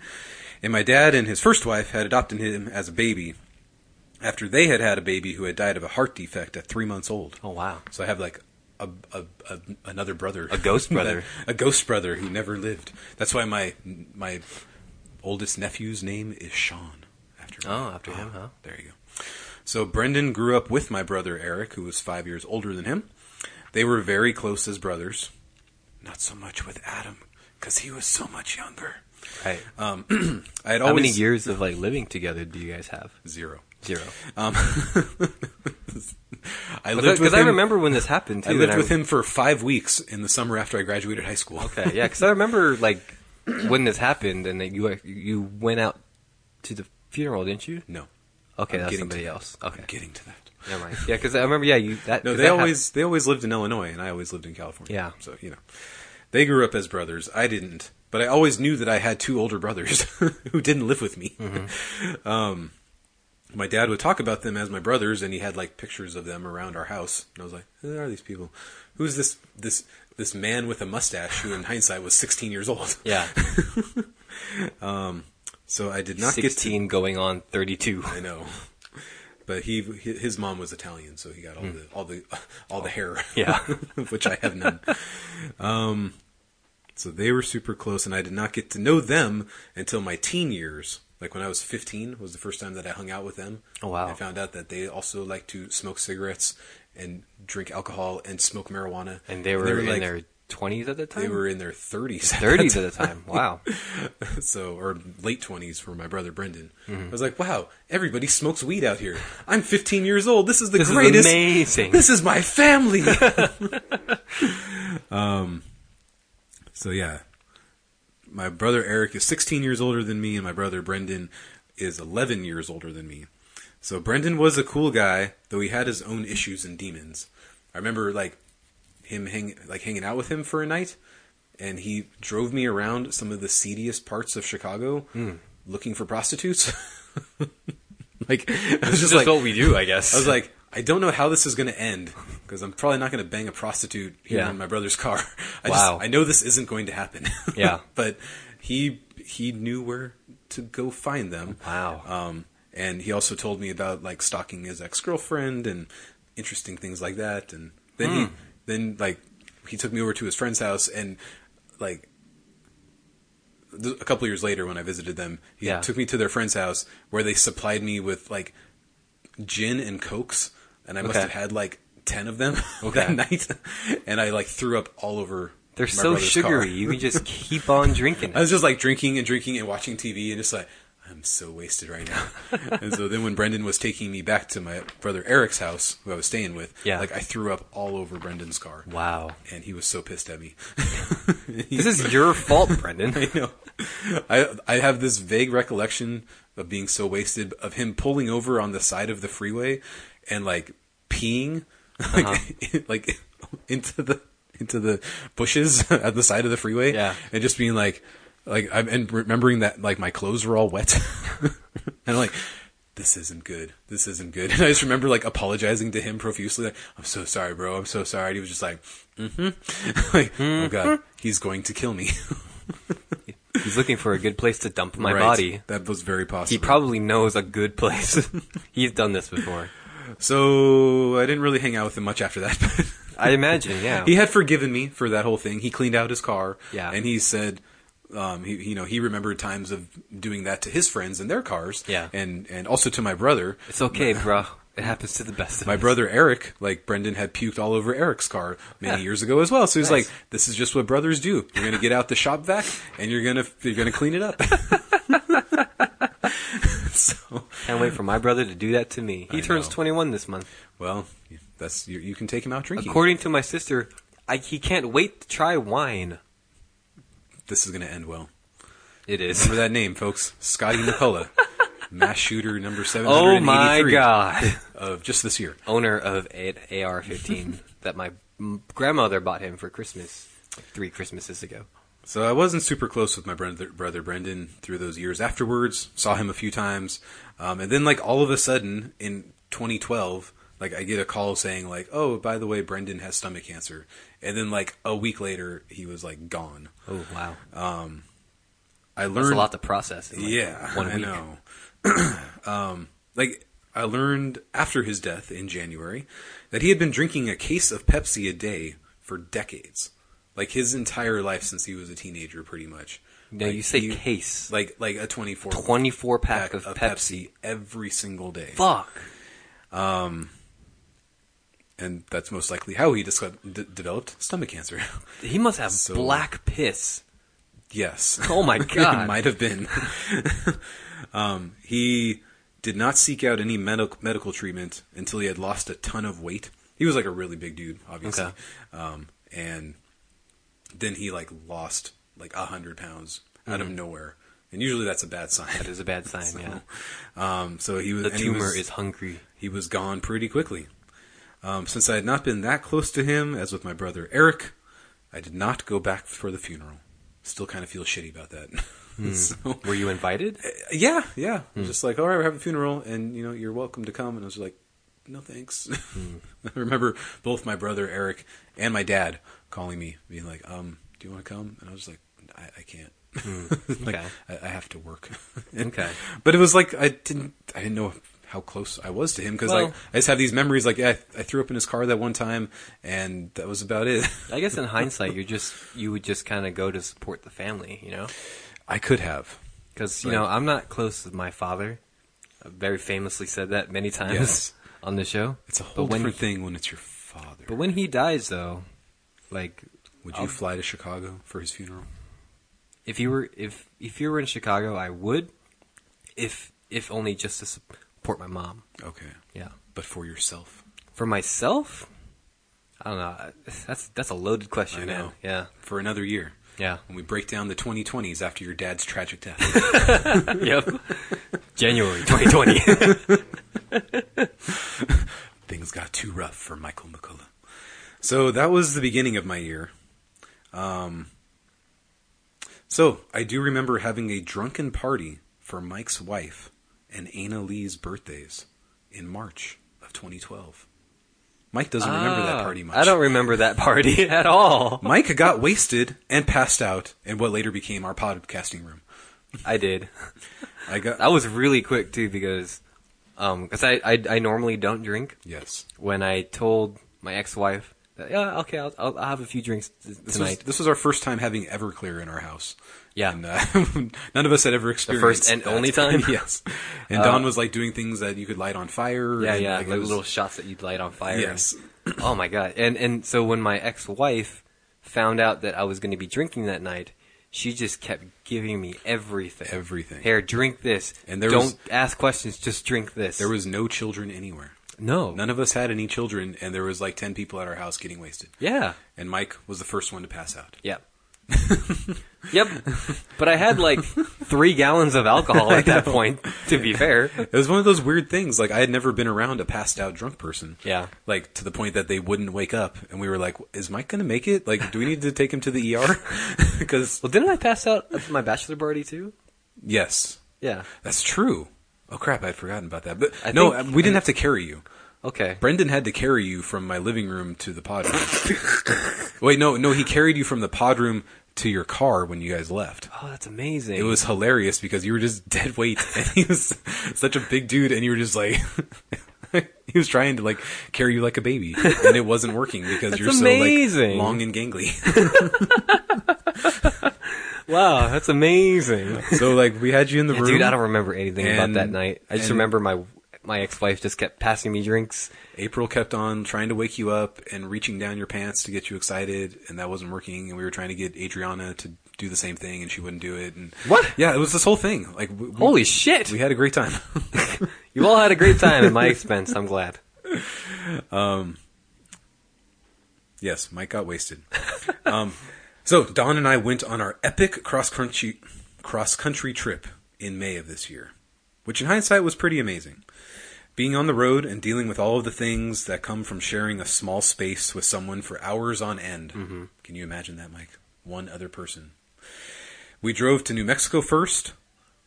and my dad and his first wife had adopted him as a baby after they had had a baby who had died of a heart defect at 3 months old.
Oh, wow.
So I have like a, a, a another brother,
A ghost brother.
a ghost brother who never lived. That's why my my oldest nephew's name is Sean. After
Oh, after him, huh?
There you go. So Brendan grew up with my brother Eric, who was five years older than him. They were very close as brothers. Not so much with Adam, because he was so much younger.
right.
I had
How
always
many years of like living together do you guys have?
zero.
Zero.
Um, I lived with
Because I
him.
remember when this happened too.
I lived
and
with him for five weeks in the summer after I graduated high school.
Okay, yeah, because I remember like when this happened, and that you you went out to the funeral, didn't you?
No,
Okay,
I'm
that's
getting
somebody
to that.
else. Okay,
I'm getting to that.
never mind. Yeah, because I remember. Yeah, you that.
No,
'cause
they
that hap-
always they always lived in Illinois, and I always lived in California.
Yeah.
so you know, they grew up as brothers. I didn't, but I always knew that I had two older brothers who didn't live with me. um, my dad would talk about them as my brothers, and he had like pictures of them around our house. And I was like, "Who are these people? Who's this this this man with a mustache who, in hindsight, was 16 years old?"
Yeah,
So I did not get to
sixteen going on thirty-two.
I know. But he, hi- his mom was Italian, so he got all the all the all the hair.
Hmm. Oh. Yeah.
of which I have none. Um, so they were super close, and I did not get to know them until my teen years. Like when I was 15 was the first time that I hung out with them.
Oh, wow.
I found out that they also like to smoke cigarettes and drink alcohol and smoke marijuana.
And they were in
like,
their 20s at the time?
They were in their 30s. at that
30s at the time. Wow.
so or late 20s for my brother Brendan.
Mm-hmm.
I was like, "Wow, everybody smokes weed out here. I'm 15 years old. This is the
This is
greatest.
amazing.
This is my family." um so yeah. My brother Eric is 16 years older than me and my brother Brendan is 11 years older than me. So Brendan was a cool guy, though he had his own issues and demons. I remember like him hang like hanging out with him for a night and he drove me around some of the seediest parts of Chicago
Hmm.
looking for prostitutes. like I was just, like
what we do, I guess.
I was like I don't know how this is going to end because I'm probably not going to bang a prostitute here
Yeah.
in my brother's car. I
Wow.
just I know this isn't going to happen.
Yeah.
but he he knew where to go find them.
wow.
Um, and he also told me about like stalking his ex girlfriend and interesting things like that. And then
Hmm.
he then like he took me over to his friend's house and like th- a couple years later when I visited them, he
Yeah.
took me to their friend's house where they supplied me with like gin and cokes, and I must
Okay.
have had like ten of them
Okay.
that night, and I like threw up all over.
They're
my
so
brother's
sugary.
car.
You can just keep on drinking
I
it.
was just like drinking and drinking and watching TV and just like I'm so wasted right now. and so then when Brendan was taking me back to my brother Eric's house, who I was staying with,
Yeah.
like I threw up all over Brendan's car.
Wow.
And he was so pissed at me.
This is your fault, Brendan.
I know. I I have this vague recollection of being so wasted of him pulling over on the side of the freeway and like peeing like, like into the into the bushes at the side of the freeway
Yeah.
and just being like like I'm and remembering that like my clothes were all wet and I'm like this isn't good. This isn't good. And I just remember like apologizing to him profusely. Like, I'm so sorry, bro. I'm so sorry. And he was just like, mm-hmm. like, oh god, he's going to kill me.
He's looking for a good place to dump my
Right.
body.
That was very possible.
He probably knows a good place. He's done this before.
so I didn't really hang out with him much after that. But
I imagine, yeah.
he had forgiven me for that whole thing. He cleaned out his car.
Oh. Yeah.
And he said, um, he you know he remembered times of doing that to his friends in their cars.
Yeah.
And and also to my brother.
It's okay, bro. It happens to the best of
My
us.
brother Eric, like Brendan, had puked all over Eric's car many
Yeah.
years ago as well. So he's
Nice.
like, "This is just what brothers do. You're gonna get out the shop vac and you're gonna you're gonna clean it up." so
Can't wait for my brother to do that to me. He
I
turns
know.
21 this month.
well, that's you, you can take him out drinking.
According to my sister, I, he can't wait to try wine.
this is gonna end well.
It is.
Remember that name, folks. Scotty McCullough, mass shooter number
Oh my
783
god.
of just this year.
Owner of an AR-15 that my m- grandmother bought him for Christmas like, three Christmases ago.
So I wasn't super close with my brother, brother Brendan through those years afterwards. Saw him a few times. Um, and then, like, all of a sudden in 2012, like, I get a call saying, like, oh, by the way, Brendan has stomach cancer. And then, like, a week later, he was, like, gone.
Oh wow.
I
That's
learned
a lot to process. in, like,
yeah,
one
I
week.
know. um, like I learned after his death in January that he had been drinking a case of Pepsi a day for decades, like his entire life since he was a teenager, pretty much.
Now
Like,
you say
he-
case. Like
like like a twenty four
24 pack, of, Pepsi.
every single day,
Fuck.
and that's most likely how he disco- d- developed stomach cancer.
He must have
So-
black piss.
Yes.
Oh my God.
it might have been. um, he did not seek out any medical medical treatment until he had lost a ton of weight. He was like a really big dude, obviously,
Okay.
um, and then he like lost like a hundred pounds out of nowhere. And usually that's a bad sign.
That is a bad sign. Mm-hmm. yeah.
Um, so he was
The
and he
tumor
was-
is hungry.
he was gone pretty quickly. Um, since I had not been that close to him as with my brother Eric, I did not go back for the funeral. Still kind of feel shitty about that. so,
Were you invited?
yeah, yeah.
Hmm.
Just like, all right, we're having a funeral, and you know, you're welcome to come. And I was like, no thanks.
Hmm.
I remember both my brother Eric and my dad calling me, being like, um, do you want to come? And I was like, I, I can't. like,
Hmm. Okay.
I, I have to work.
Okay.
But it was like I didn't I didn't know how close I was to him because
Well-
like I just have these memories like yeah, I, I threw up in his car that one time and that was about it.
I guess in hindsight, you're just you would just kind of go to support the family, you know.
I could have.
Because you
Right.
know, I'm not close with my father. I very famously said that many times
Yes.
on the show.
It's a whole
but when,
different thing when it's your father.
But when he dies, though, like
Would you fly to Chicago for his funeral?
If you were if if you were in Chicago, I would. If if only just to support my mom.
Okay,
Yeah.
but for yourself,
For myself, I don't know. I- That's that's a loaded question,
I know.
man. Yeah.
for another year.
Yeah.
When we break down the 2020s after your dad's tragic death,
yep. January 2020.
things got too rough for Michael McCullough. So that was the beginning of my year. Um, so I do remember having a drunken party for Mike's wife and Anna Lee's birthdays in March of 2012. Mike doesn't remember that
Ah,
party much.
I don't remember that party at all.
Mike got wasted and passed out in what later became our podcasting room.
I did.
I got
I was really quick too because um 'cause I, I I normally don't drink.
yes.
When I told my ex-wife that yeah, okay, I'll, I'll, I'll have a few drinks t-
This was,
tonight.
this was our first time having Everclear in our house.
Yeah.
And, uh, none of us had ever experienced
and
that.
only time?
yes. And Don was like doing things that you could light on fire.
yeah,
and,
yeah,
like,
like
it was-
little shots that you'd light on fire.
Yes.
oh my god. And and so when my ex-wife found out that I was going to be drinking that night, she just kept giving me everything.
Everything.
Here, drink this.
And there
don't
was-
ask questions. Just drink this.
There was no children anywhere.
no.
None of us had any children, and there was like ten people at our house getting wasted.
Yeah.
And Mike was the first one to pass out.
Yep. yep. But I had like three gallons of alcohol at that point, to be fair.
It was one of those weird things. Like I had never been around a passed out drunk person.
Yeah.
Like to the point that they wouldn't wake up, and we were like, "Is Mike going to make it? Like, do we need to take him to the ER?" Because
Well, didn't I pass out at my bachelor party too?
yes,
Yeah.
That's true. Oh crap, I'd forgotten about that. But
I
no,
think-
we didn't have to carry you.
Okay.
Brendan had to carry you from my living room to the pod room. Wait, no, no, he carried you from the pod room to your car when you guys left.
Oh, that's amazing.
It was hilarious because you were just dead weight and he was such a big dude and you were just like he was trying to like carry you like a baby and it wasn't working because you're so
amazing.
like long and gangly.
wow, that's amazing.
so like we had you in the room.
Dude, I don't remember anything about
And-
that night. I just
and-
remember my my ex-wife just kept passing me drinks.
April kept on trying to wake you up and reaching down your pants to get you excited, and that wasn't working. And we were trying to get Adriana to do the same thing, and she wouldn't do it. And
What?
Yeah, it was this whole thing. Like, we, we-
Holy shit.
we had a great time.
You all had a great time at my expense. I'm glad.
yes, Mike got wasted. um, so Don and I went on our epic cross country cross country trip in May of this year, which in hindsight was pretty amazing. Being on the road and dealing with all of the things that come from sharing a small space with someone for hours on end. Can you imagine that, Mike? One other person. We drove to New Mexico first,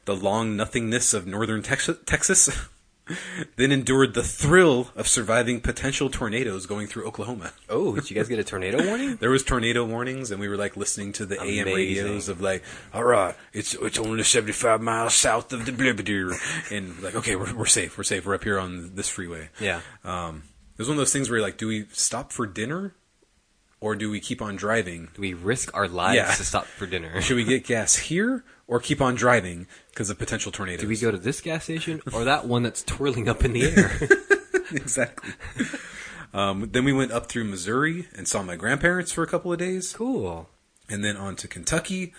the long nothingness of northern Tex- Texas, then endured the thrill of surviving potential tornadoes going through Oklahoma.
Oh, did you guys get a tornado warning?
There was tornado warnings, and we were like listening to the AM
Amazing.
radios of like, all right, it's it's only seventy five miles south of the Blibbidir, and like, okay, we're we're safe, we're safe, we're up here on this freeway.
Yeah.
Um, it was one of those things where you're like, do we stop for dinner, or do we keep on driving?
Do we risk our lives
Yeah.
to stop for dinner?
Should we get gas here, or keep on driving because of potential tornadoes?
Do we go to this gas station or that one that's twirling up in the air?
exactly? um, then we went up through Missouri and saw my grandparents for a couple of days.
cool.
and then on to Kentucky.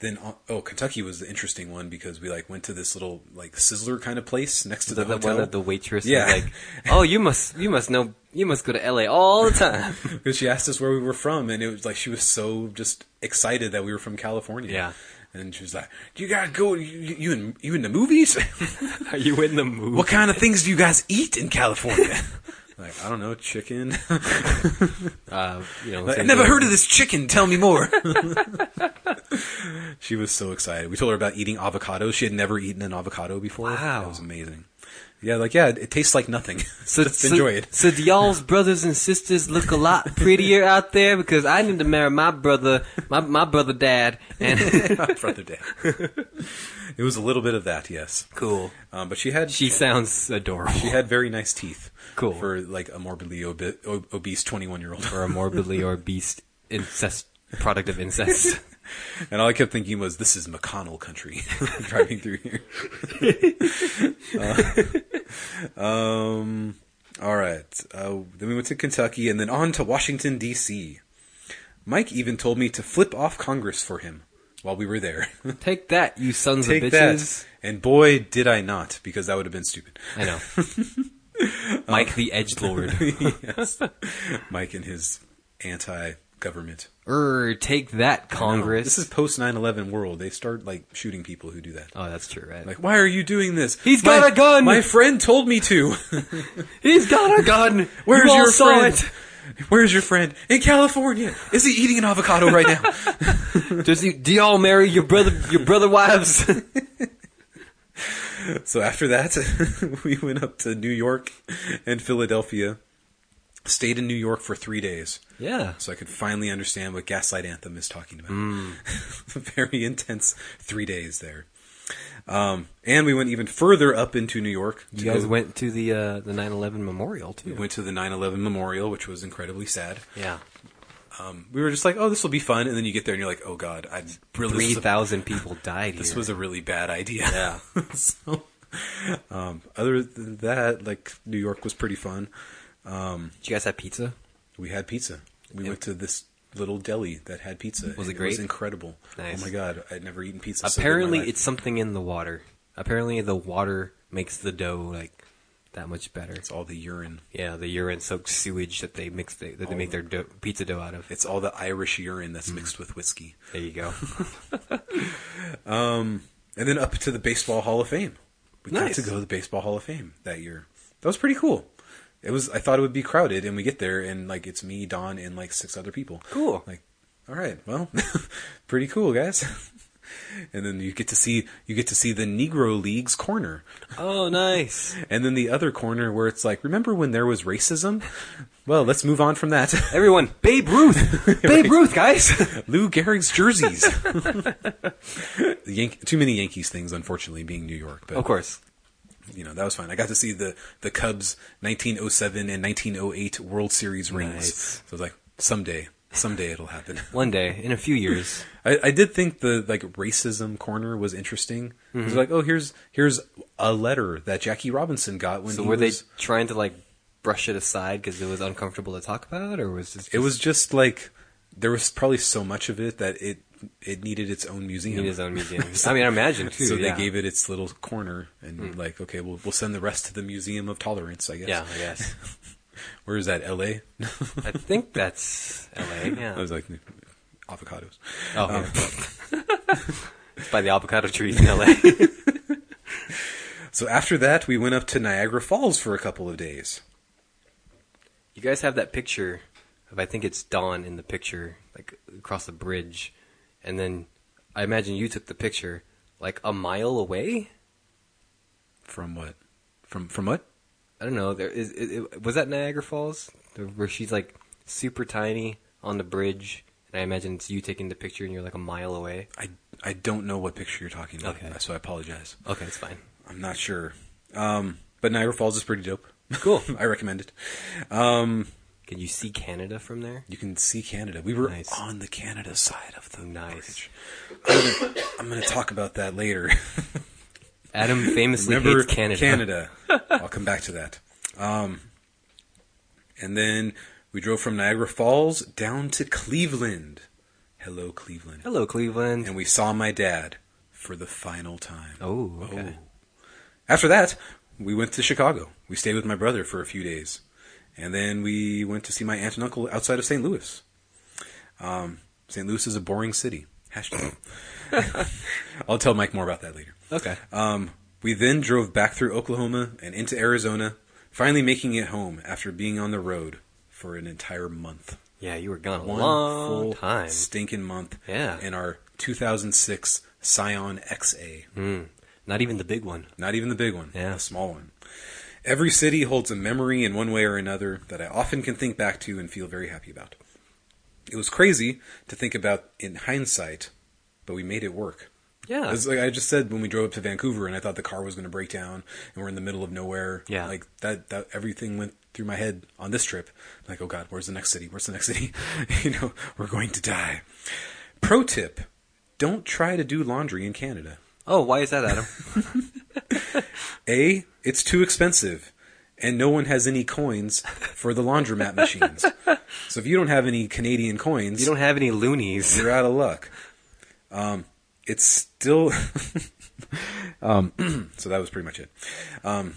Then on, oh, Kentucky was the interesting one because we like went to this little like sizzler kind of place next to the,
The, the
hotel
one that the waitress
Yeah.
was like, "Oh, you must, you must know, you must go to L.A. all the time."
because she asked us where we were from and it was like she was so just excited that we were from California.
Yeah.
And she was like, "Do you gotta go? You, you- you in you in the movies?
Are you in the movie?
what kind of things do you guys eat in California?" like I don't know, chicken.
Uh, you know,
I never heard of this chicken. Tell me more. she was so excited. We told her about eating avocados. She had never eaten an avocado before.
Wow.
That was amazing. Yeah, like, yeah, it, it tastes like nothing. so just
so,
enjoy it.
So do y'all's brothers and sisters look a lot prettier out there because I need to marry my brother, my my brother dad, and
Brother Dad. it was a little bit of that, yes.
cool.
Um, but she had she,
She sounds adorable.
had very nice teeth.
Cool.
For like a morbidly obi- o- obese 21 year old.
or a morbidly or beast incest product of incest.
And all I kept thinking was, this is McConnell country driving through here. Uh, um, all right. Uh, then we went to Kentucky and then on to Washington, D.C. Mike even told me to flip off Congress for him while we were there.
Take that, you sons
Take
of bitches.
that. And boy, did I not, because that would have been stupid.
I know. Mike the Edge Lord.
yes. Mike and his anti government.
er, take that, Congress.
This is post 9 11 world. They start, like, shooting people who do that.
oh, that's true, right?
Like, why are you doing this?
He's
My-
got a gun!"
My friend told me to.
He's got a gun.
Where's
You all
your
saw
friend? Where's your friend? In California. Is he eating an avocado right now?
it? Does he, do y'all marry your brother? Your brother wives?
So after that, we went up to New York and Philadelphia. Stayed in New York for three days,
yeah.
so I could finally understand what Gaslight Anthem is talking about. Very intense three days there. Um, and we went even further up into New York. to
You guys
go-
went to the uh, the 9/11 memorial
we
too.
went to the 9/11 memorial, which was incredibly sad.
yeah,
We were just like, "Oh, this will be fun," and then you get there and you're like, "Oh God, I really
three thousand people died.
this
here.
was a really bad idea. Yeah. so, um, other than that, like New York was pretty fun.
Did you guys have pizza?
We had pizza. We went to this little deli that had
Was
pizza.
it
and It was
great?
incredible.
Nice.
Oh my god, I'd never eaten pizza. so good in my
Apparently,
life.
it's something in the water. Apparently, the water makes the dough like that much better.
it's all the urine.
Yeah, the urine-soaked sewage that they mix the, that they make their dough, pizza dough out of.
It's all the Irish urine
Mm.
that's mixed with whiskey.
There you go.
And then up to the Baseball Hall of Fame. We
Nice.
got to go to the Baseball Hall of Fame that year. That was pretty cool. It was. I thought it would be crowded, and we get there, and like it's me, Don, and like six other people.
Cool.
Like, all right, well, pretty cool, guys. and then you get to see you get to see the Negro League's corner.
oh, nice.
And then the other corner where it's like, remember when there was racism? Well, let's move on from that.
Everyone, Babe Ruth, Babe Ruth, guys.
Lou Gehrig's jerseys. The Yan- too many Yankees things, unfortunately, being New York. But
of course.
you know that was fine. I got to see the the Cubs 1907 and 1908 World Series rings.
Nice.
So I was like, someday, someday it'll happen.
One day, in a few years,
I, I did think the like racism corner was interesting. It
Mm-hmm.
was like, oh, here's here's a letter that Jackie Robinson got when
so
he
were
was-
they trying to like brush it aside because it was uncomfortable to talk about, or was just
it was just like there was probably so much of it that it it needed its own museum.
in his own museum? I mean, I imagine too.
so
yeah. Mm.
they gave it its little corner, and like, okay, we'll we'll send the rest to the Museum of Tolerance, I guess.
Yeah, yes.
Where is that? L.A.
I think that's L.A. Yeah.
I was like, avocados.
oh, yeah. it's by the avocado trees in L.A.
So after that, we went up to Niagara Falls for a couple of days.
You guys have that picture of I think it's Dawn in the picture, like across the bridge, and then I imagine you took the picture like a mile away.
From what? From from what?
I don't know. There is it, it, was that Niagara Falls The- where she's like super tiny on the bridge, and I imagine it's you taking the picture, and you're like a mile away.
I I don't know what picture you're talking about.
Okay.
So I apologize.
Okay, it's fine.
I'm not sure. Um, but Niagara Falls is pretty dope.
Cool.
I recommend it. Um,
Can you see Canada from there?
You can see Canada. We were
Nice.
on the Canada side of the
Nice.
bridge. I'm gonna- I'm going to talk about that later.
Adam famously
Remember
hates Canada.
Canada. I'll come back to that. Um, and then we drove from Niagara Falls down to Cleveland. Hello, Cleveland.
Hello, Cleveland.
And we saw my dad for the final time.
oh, okay.
After that, we went to Chicago. We stayed with my brother for a few days. And then we went to see my aunt and uncle outside of St. Louis. Um, St. Louis is a boring city. Hashtag. I'll tell Mike more about that later.
Okay.
Um, we then drove back through Oklahoma and into Arizona, finally making it home after being on the road for an entire month.
Yeah, you were gone a
One
long
full
time.
stinking month.
Yeah.
In our 2006 Scion XA.
Mm. Not even the big one.
Not even the big one.
Yeah.
The small one. Every city holds a memory in one way or another that I often can think back to and feel very happy about. It was crazy to think about in hindsight, but we made it work.
Yeah.
It's like I just said when we drove up to Vancouver and I thought the car was going to break down and we're in the middle of nowhere.
Yeah.
Like that, that everything went through my head on this trip. Like, oh God, where's the next city? Where's the next city? you know, we're going to die. Pro tip don't try to do laundry in Canada.
Oh, why is that, Adam?
A, it's too expensive. and no one has any coins for the laundromat machines. So if you don't have any Canadian coins,
You don't have any loonies.
you're out of luck. Um, it's still. um, so that was pretty much it. Um,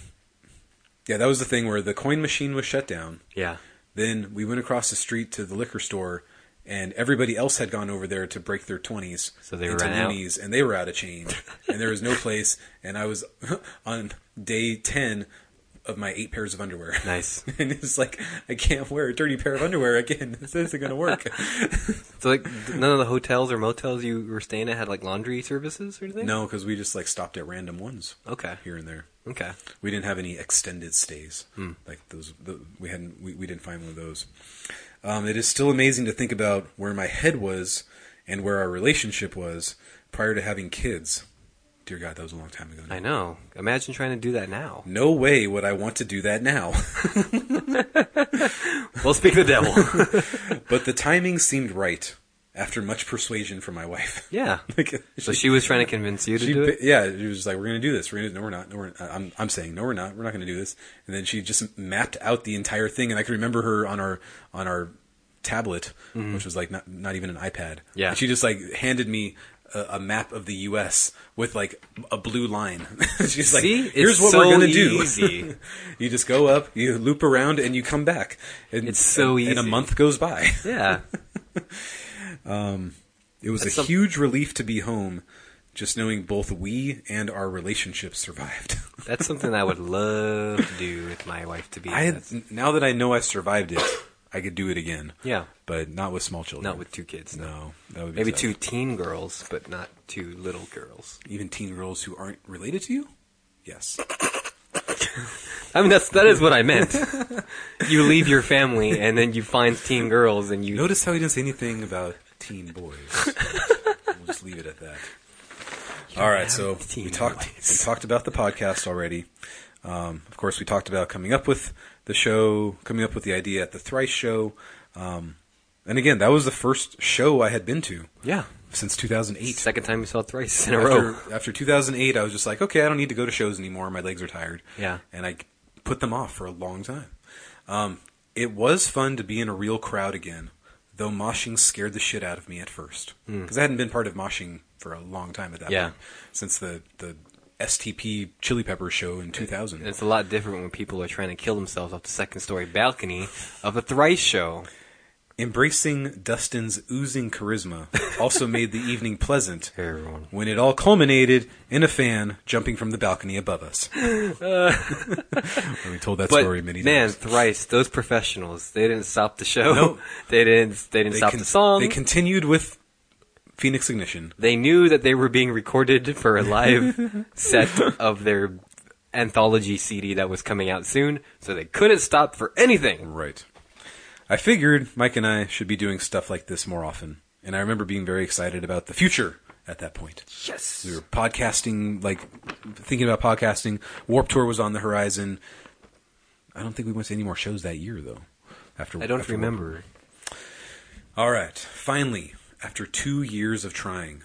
yeah, that was the thing where the coin machine was shut down.
Yeah.
Then we went across the street to the liquor store, and everybody else had gone over there to break their twenties.
So they ran out.
and they were out of change, and there was no place. And I was on day ten of my eight pairs of underwear.
Nice.
and it's like I can't wear a dirty pair of underwear again. This isn't going to work.
So like none of the hotels or motels you were staying at had like laundry services or anything?
no, because we just like stopped at random ones
Okay.
here and there.
Okay.
We didn't have any extended stays
Hmm.
like those. The, we hadn't. We, we didn't find one of those. Um, it is still amazing to think about where my head was and where our relationship was prior to having kids. Dear God, that was a long time ago. now.
I know. Imagine trying to do that now.
No way would I want to do that now.
Well, speak the devil.
but the timing seemed right after much persuasion from my wife.
yeah.
Like,
So she was trying to convince you to
She,
do
ba-
it.
yeah, she was like, "We're gonna do this. We're gonna no, we're not. No, we're, I'm, I'm saying no, we're not. We're not gonna do this." And then she just mapped out the entire thing, and I can remember her on our on our tablet, which was like not not even an iPad.
Mm-hmm. Yeah.
and she just like handed me a, a map of the U.S. with like a blue line. She's like,
See? It's
"Here's what
so
we're gonna do."
easy.
you just go up, you loop around, and you come back. And,
It's so
And a
easy.
month goes by.
Yeah.
It was
That's
a
some-
huge relief to be home, just knowing both we and our relationship survived.
That's something I would love to do with my wife to be.
I
That's-
n- now that I know I survived it, I could do it again.
Yeah.
but not with small children.
Not with two kids. No.
no, that would be
Maybe
tough.
two teen girls, but not two little girls.
even teen girls who aren't related to you. Yes,
I mean, that's that is what I meant. you leave your family and then you find teen girls and you.
notice how he doesn't say anything about teen boys. we'll just leave it at that. All right,
have
so
teen
we talked
boys.
we talked about the podcast already. Um, of course, we talked about coming up with the show, coming up with the idea at the Thrice show. Um, and again, that was the first show I had been to
Yeah.
since 2008.
Second time you saw it thrice in a row.
after, after 2008, I was just like, okay, I don't need to go to shows anymore. My legs are tired.
Yeah.
And I put them off for a long time. Um, it was fun to be in a real crowd again, though moshing scared the shit out of me at first. Because I hadn't been part of moshing for a long time at that
Hmm. Yeah.
point. Since the, the STP Chili Peppers show in 2000.
And it's a lot different when people are trying to kill themselves off the second story balcony of a thrice show.
Embracing Dustin's oozing charisma also made the evening pleasant.
Everyone.
When it all culminated in a fan jumping from the balcony above us. we told that
But
story many
man,
times.
thrice those professionals—they didn't stop the show.
Nope.
They didn't. They didn't
They,
stop
con-
the song.
they continued with Phoenix Ignition.
they knew that they were being recorded for a live set of their anthology CD that was coming out soon, so they couldn't stop for anything.
Right. I figured Mike and I should be doing stuff like this more often, and I remember being very excited about the future at that point.
Yes.
We were podcasting, like thinking about podcasting. Warp Tour was on the horizon. I don't think we went to any more shows that year, though. After
I don't
after Warped
remember.
All right, finally, after two years of trying,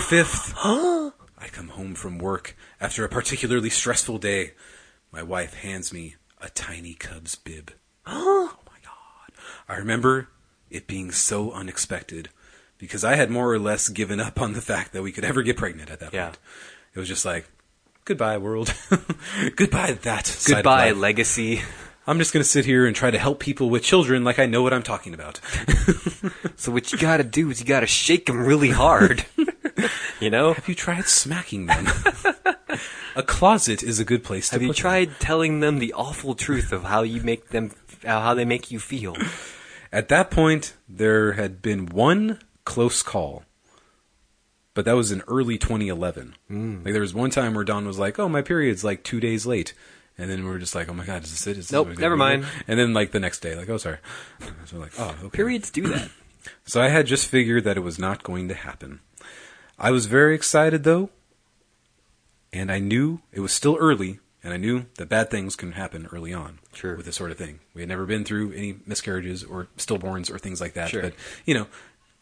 5th, I come home from work after a particularly stressful day. My wife hands me a tiny Cubs bib. oh my God. I remember it being so unexpected because I had more or less given up on the fact that we could ever get pregnant at that
Yeah.
point. It was just like, goodbye, world. goodbye, that. side of
Goodbye,
life.
legacy.
I'm just going to sit here and try to help people with children like I know what I'm talking about.
So what you gotta do is you gotta shake them really hard. you know?
Have you tried smacking them? a closet is a good place to
Have you
put them.
tried telling them the awful truth of how you make them, how they make you feel?
At that point, there had been one close call, but that was in early 2011.
Mm.
Like there was one time where Don was like, "Oh, my period's like two days late," and then we were just like, "Oh my god, is this it?" Is this
Nope,
what we-
never mind.
And then like the next day, like, "Oh, sorry." So like, "Oh, okay."
Periods do that.
So I had just figured that it was not going to happen. I was very excited though, and I knew it was still early, and I knew that bad things can happen early on
Sure.
with this sort of thing. We had never been through any miscarriages or stillborns or things like that,
Sure.
but you know,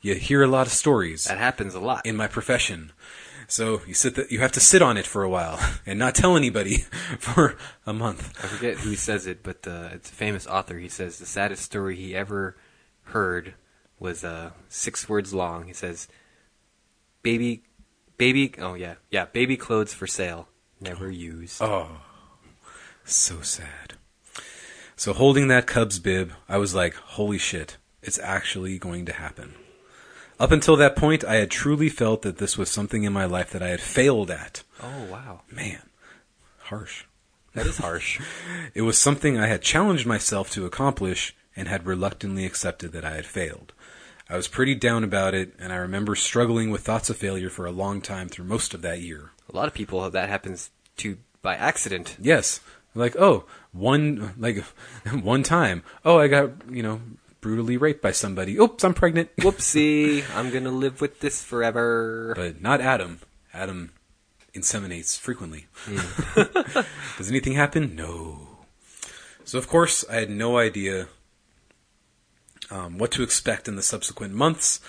you hear a lot of stories
That happens a lot.
in my profession. So you sit the, you have to sit on it for a while and not tell anybody for a month.
I forget who says it, but uh, it's a famous author. He says the saddest story he ever heard was uh, six words long. He says, "Baby, baby, oh yeah, yeah, baby clothes for sale, never used."
Oh, so sad. So holding that Cubs bib, I was like, "Holy shit, it's actually going to happen." Up until that point, I had truly felt that this was something in my life that I had failed at.
Oh wow,
Man, harsh.
that is harsh.
It was something I had challenged myself to accomplish and had reluctantly accepted that I had failed. I was pretty down about it, and I remember struggling with thoughts of failure for a long time through most of that year.
a lot of people that happens to by accident.
Yes, like oh, one like one time, oh, I got you know brutally raped by somebody. Oops, I'm pregnant.
Whoopsie, I'm gonna live with this forever.
but not Adam. Adam inseminates frequently. Does anything happen? No. So, of course, I had no idea um, what to expect in the subsequent months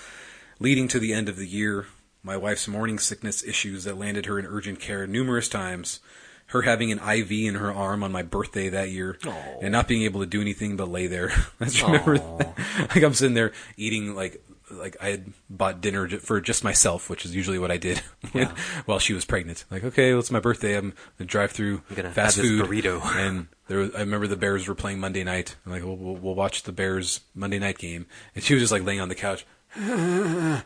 leading to the end of the year. My wife's morning sickness issues that landed her in urgent care numerous times. Her having an IV in her arm on my birthday that year,
Aw.
and not being able to do anything but lay there. I just remember
Aw.
like I'm sitting there eating like like I had bought dinner ju- for just myself, which is usually what I did when-
Yeah.
while she was pregnant. Like, okay, well, it's my birthday. I'm gonna drive through
I'm gonna
fast
have this
food
burrito.
and there was, I remember the Bears were playing Monday night. I'm like, we'll, we'll, we'll watch the Bears Monday night game, and she was just like laying on the couch.
and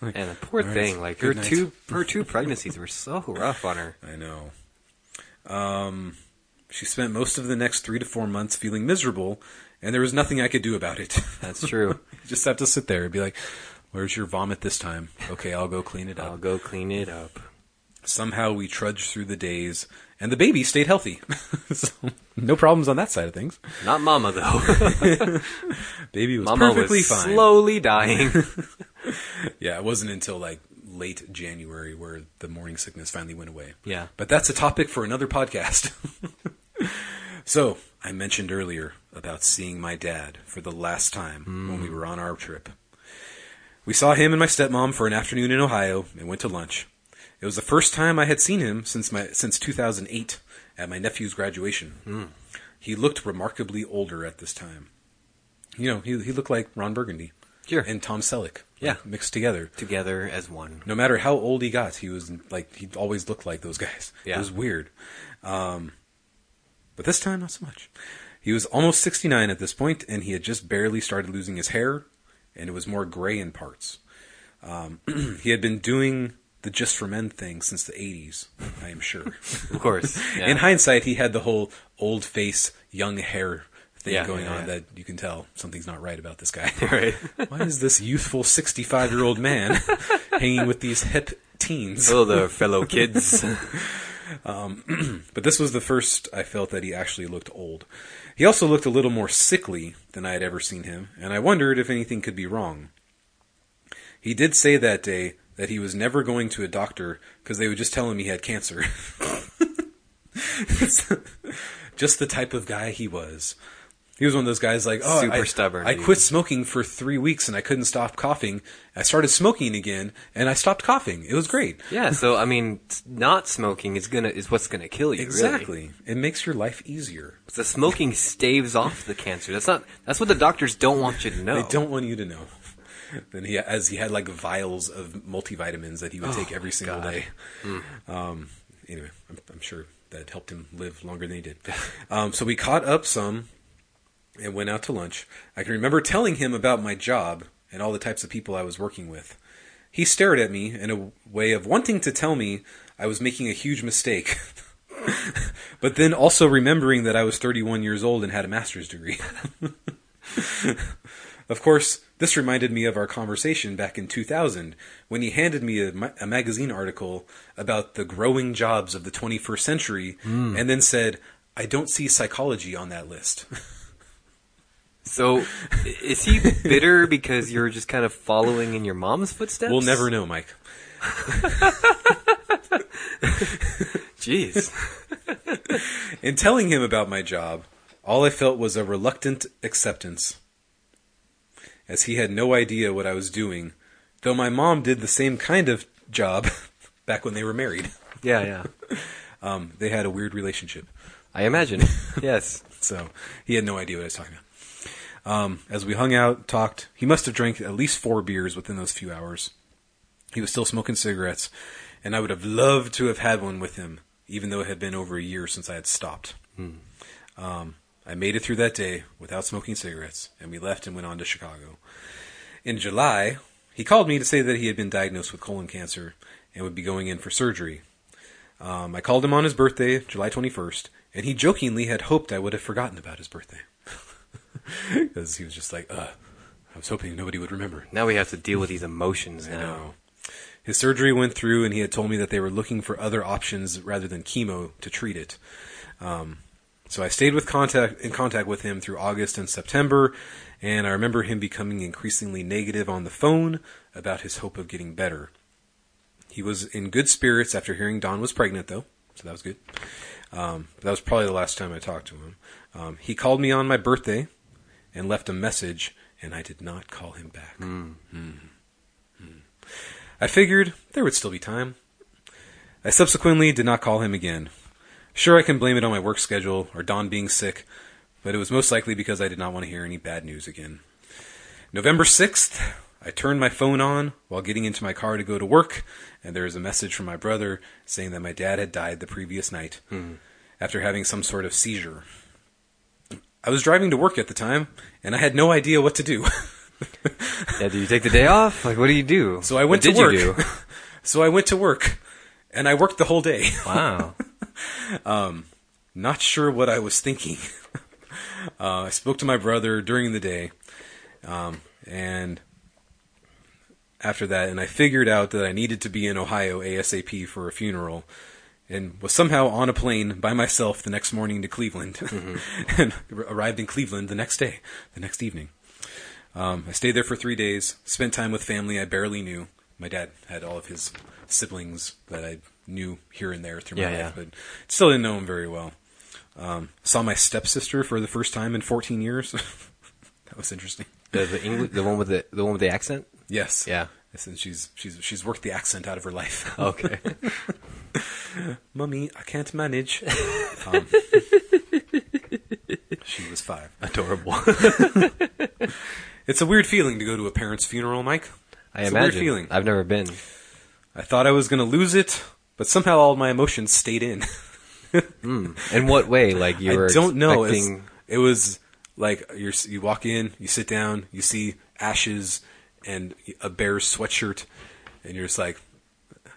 the poor
Alright,
thing, like her
good night.
two her two pregnancies were so rough on her.
I know. Um, she spent most of the next three to four months feeling miserable, and there was nothing I could do about it.
That's true.
You just have to sit there and be like, "Where's your vomit this time?" Okay, I'll go clean it up.
I'll go clean it up.
somehow we trudged through the days and the baby stayed healthy. so, no problems on that side of things.
Not Mama though.
Baby was
Mama
perfectly
was
fine.
slowly dying.
Yeah, it wasn't until like late January where the morning sickness finally went away.
Yeah.
But that's a topic for another podcast. so, I mentioned earlier about seeing my dad for the last time
Hmm.
when we were on our trip. We saw him and my stepmom for an afternoon in Ohio and went to lunch. It was the first time I had seen him since my since 2008 at my nephew's graduation.
Hmm.
He looked remarkably older at this time. You know, he, he looked like Ron Burgundy
Sure.
and Tom Selleck, like,
Yeah.
mixed together
Together as one.
no matter how old he got, he was like he always looked like those guys.
Yeah.
It was weird. Um, but this time, not so much. He was almost 69 at this point, and he had just barely started losing his hair, and it was more gray in parts. Um, he had been doing the Just for Men thing since the 80s, I am sure.
Of course. Yeah.
In hindsight, he had the whole old face, young hair thing
Yeah,
going
yeah,
on
yeah.
that you can tell something's not right about this guy.
Right.
Why is this youthful 65 year old man hanging with these hip teens?
Hello there, fellow kids.
But this was the first I felt that he actually looked old. He also looked a little more sickly than I had ever seen him, and I wondered if anything could be wrong. He did say that day that he was never going to a doctor because they would just tell him he had cancer. just the type of guy he was. He was one of those guys like, oh,
Super
I,
stubborn,
I
dude.
quit smoking for three weeks and I couldn't stop coughing. I started smoking again and I stopped coughing. It was great.
yeah, so I mean s- not smoking is gonna is what's gonna kill you, really.
Exactly. It makes your life easier.
The smoking staves off the cancer. That's not. That's what the doctors don't want you to know.
They don't want you to know. Then he, as he had like vials of multivitamins that he would take every single
Oh, God. Hmm.
day. Um, anyway, I'm, I'm sure that helped him live longer than he did. Um, so we caught up some and went out to lunch. I can remember telling him about my job and all the types of people I was working with. He stared at me in a way of wanting to tell me I was making a huge mistake, but then also remembering that I was 31 years old and had a master's degree. Of course, this reminded me of our conversation back in 2000 when he handed me a, ma- a magazine article about the growing jobs of the 21st century and then said, I don't see psychology on that list.
So, i- is he bitter because you're just kind of following in your mom's footsteps?
We'll never know, Mike.
Jeez.
In telling him about my job, all I felt was a reluctant acceptance, as he had no idea what I was doing, though my mom did the same kind of job back when they were married.
Yeah, yeah.
Um, they had a weird relationship.
I imagine. yes.
So he had no idea what I was talking about. Um, as we hung out, talked, he must have drank at least four beers within those few hours. He was still smoking cigarettes, and I would have loved to have had one with him, even though it had been over a year since I had stopped. Um, I made it through that day without smoking cigarettes, and we left and went on to Chicago. In July, he called me to say that he had been diagnosed with colon cancer and would be going in for surgery. Um, I called him on his birthday, July 21st, and he jokingly had hoped I would have forgotten about his birthday. Because he was just like, uh, I was hoping nobody would remember.
Now we have to deal with these emotions
I
now.
know. His surgery went through, and he had told me that they were looking for other options rather than chemo to treat it. Um, so I stayed with contact in contact with him through August and September, and I remember him becoming increasingly negative on the phone about his hope of getting better. He was in good spirits after hearing Dawn was pregnant, though, so that was good. Um, that was probably the last time I talked to him. Um, he called me on my birthday and left a message, and I did not call him back. I figured there would still be time. I subsequently did not call him again. Sure, I can blame it on my work schedule or Don being sick, but it was most likely because I did not want to hear any bad news again. November 6th, I turned my phone on while getting into my car to go to work, and there is a message from my brother saying that my dad had died the previous night after having some sort of seizure. I was driving to work at the time, and I had no idea what to do.
Yeah, do you take the day off? Like, what do you do?
So I went
what
to
did
work.
You do?
so I went to work, and I worked the whole day.
Wow.
Not sure what I was thinking. uh, I spoke to my brother during the day, um, and after that, and I figured out that I needed to be in Ohio ASAP for a funeral, and was somehow on a plane by myself the next morning to Cleveland,
Mm-hmm.
and arrived in Cleveland the next day, the next evening. Um, I stayed there for three days, spent time with family I barely knew. My dad had all of his siblings that I knew here and there through my
Yeah,
life,
yeah.
but still didn't know him very well. Um, saw my stepsister for the first time in 14 years. that was interesting.
The, the English, the one with the the one with the accent.
Yes.
Yeah.
Since she's she's she's worked the accent out of her life.
Okay.
Mummy, I can't manage. Um, she was five.
Adorable.
It's a weird feeling to go to a parent's funeral, Mike.
I
it's
imagine.
A weird feeling.
I've never been.
I thought I was going to lose it, but somehow all my emotions stayed in.
In what way? Like you were
I don't know. It's-
expecting-
It was like you are you walk in, you sit down, you see ashes and a Bears sweatshirt, and you're just like,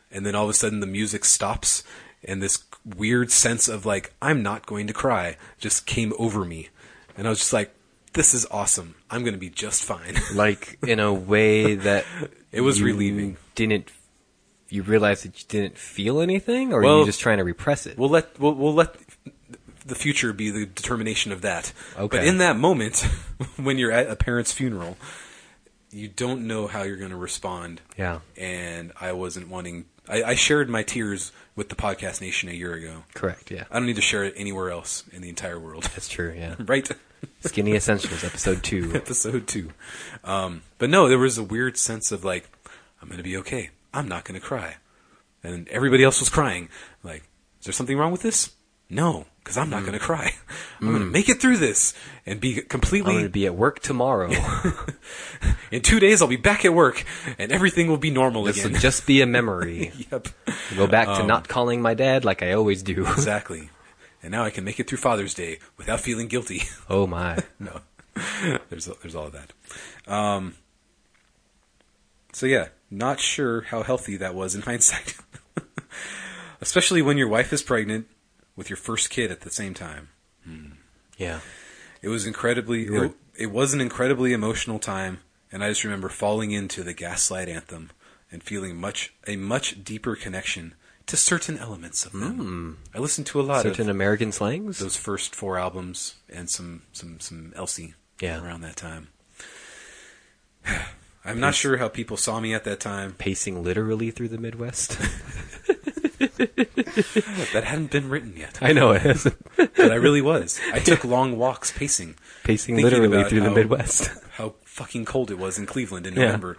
and then all of a sudden the music stops, and this weird sense of like I'm not going to cry just came over me, and I was just like, this is awesome. I'm going to be just fine.
like in a way that
It was
you
relieving.
Didn't you realize that you didn't feel anything, or were
Well-
you just trying to repress it?
We'll let we'll, we'll let the future be the determination of that.
Okay.
But in that moment, when you're at a parent's funeral, you don't know how you're going to respond.
Yeah.
And I wasn't wanting. I, I shared my tears with the podcast nation a year ago.
Correct. Yeah,
I don't need to share it anywhere else in the entire world.
that's true. Yeah,
right.
Skinny Essentials, episode two.
Episode two. Um, but no, there was a weird sense of like, I'm going to be okay. I'm not going to cry. And everybody else was crying. Like, is there something wrong with this? No, because I'm not going to cry. I'm going to make it through this and be
I'm
completely.
going to be at work tomorrow.
in two days, I'll be back at work and everything will be normal
this will
again. Um,
just be a memory.
yep.
Go back to not calling my dad like I always do.
Exactly. And now I can make it through Father's Day without feeling guilty.
oh my.
no, there's there's all of that. Um, so yeah, not sure how healthy that was in hindsight, especially when your wife is pregnant with your first kid at the same time.
Yeah.
It was incredibly.
were-
It, it was an incredibly emotional time, and I just remember falling into the Gaslight Anthem and feeling much a much deeper connection to certain elements of them. I listened to a lot of
Hmm. Certain American slangs.
those first four albums and some some some Elsie
Yeah.
around that time. I'm not sure how people saw me at that time.
Pacing literally through the Midwest.
That hadn't been written yet,
I know it.
but I really was. I took long walks pacing,
Pacing
thinking
literally
about
through the
how-
Midwest.
How fucking cold it was in Cleveland in
Yeah.
November.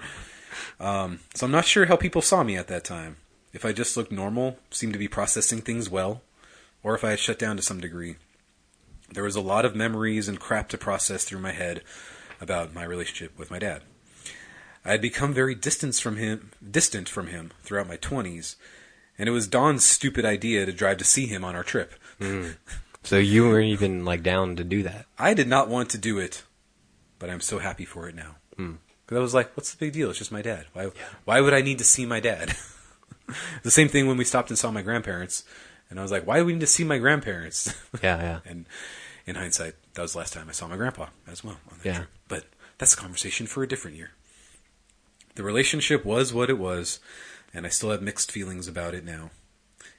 Um, so I'm not sure how people saw me at that time. if I just looked normal, seemed to be processing things well, or if I had shut down to some degree. There was a lot of memories and crap to process through my head about my relationship with my dad. I had become very distant from him, distant from him throughout my 20s, and it was Don's stupid idea to drive to see him on our trip.
So you weren't even like down to do that.
I did not want to do it, but I'm so happy for it now. Because I was like, what's the big deal? It's just my dad. Why, why would I need to see my dad? the same thing when we stopped and saw my grandparents. And I was like, why do we need to see my grandparents?
Yeah, yeah.
and in hindsight, that was the last time I saw my grandpa as well on that
Yeah.
trip. But that's a conversation for a different year. The relationship was what it was, and I still have mixed feelings about it now,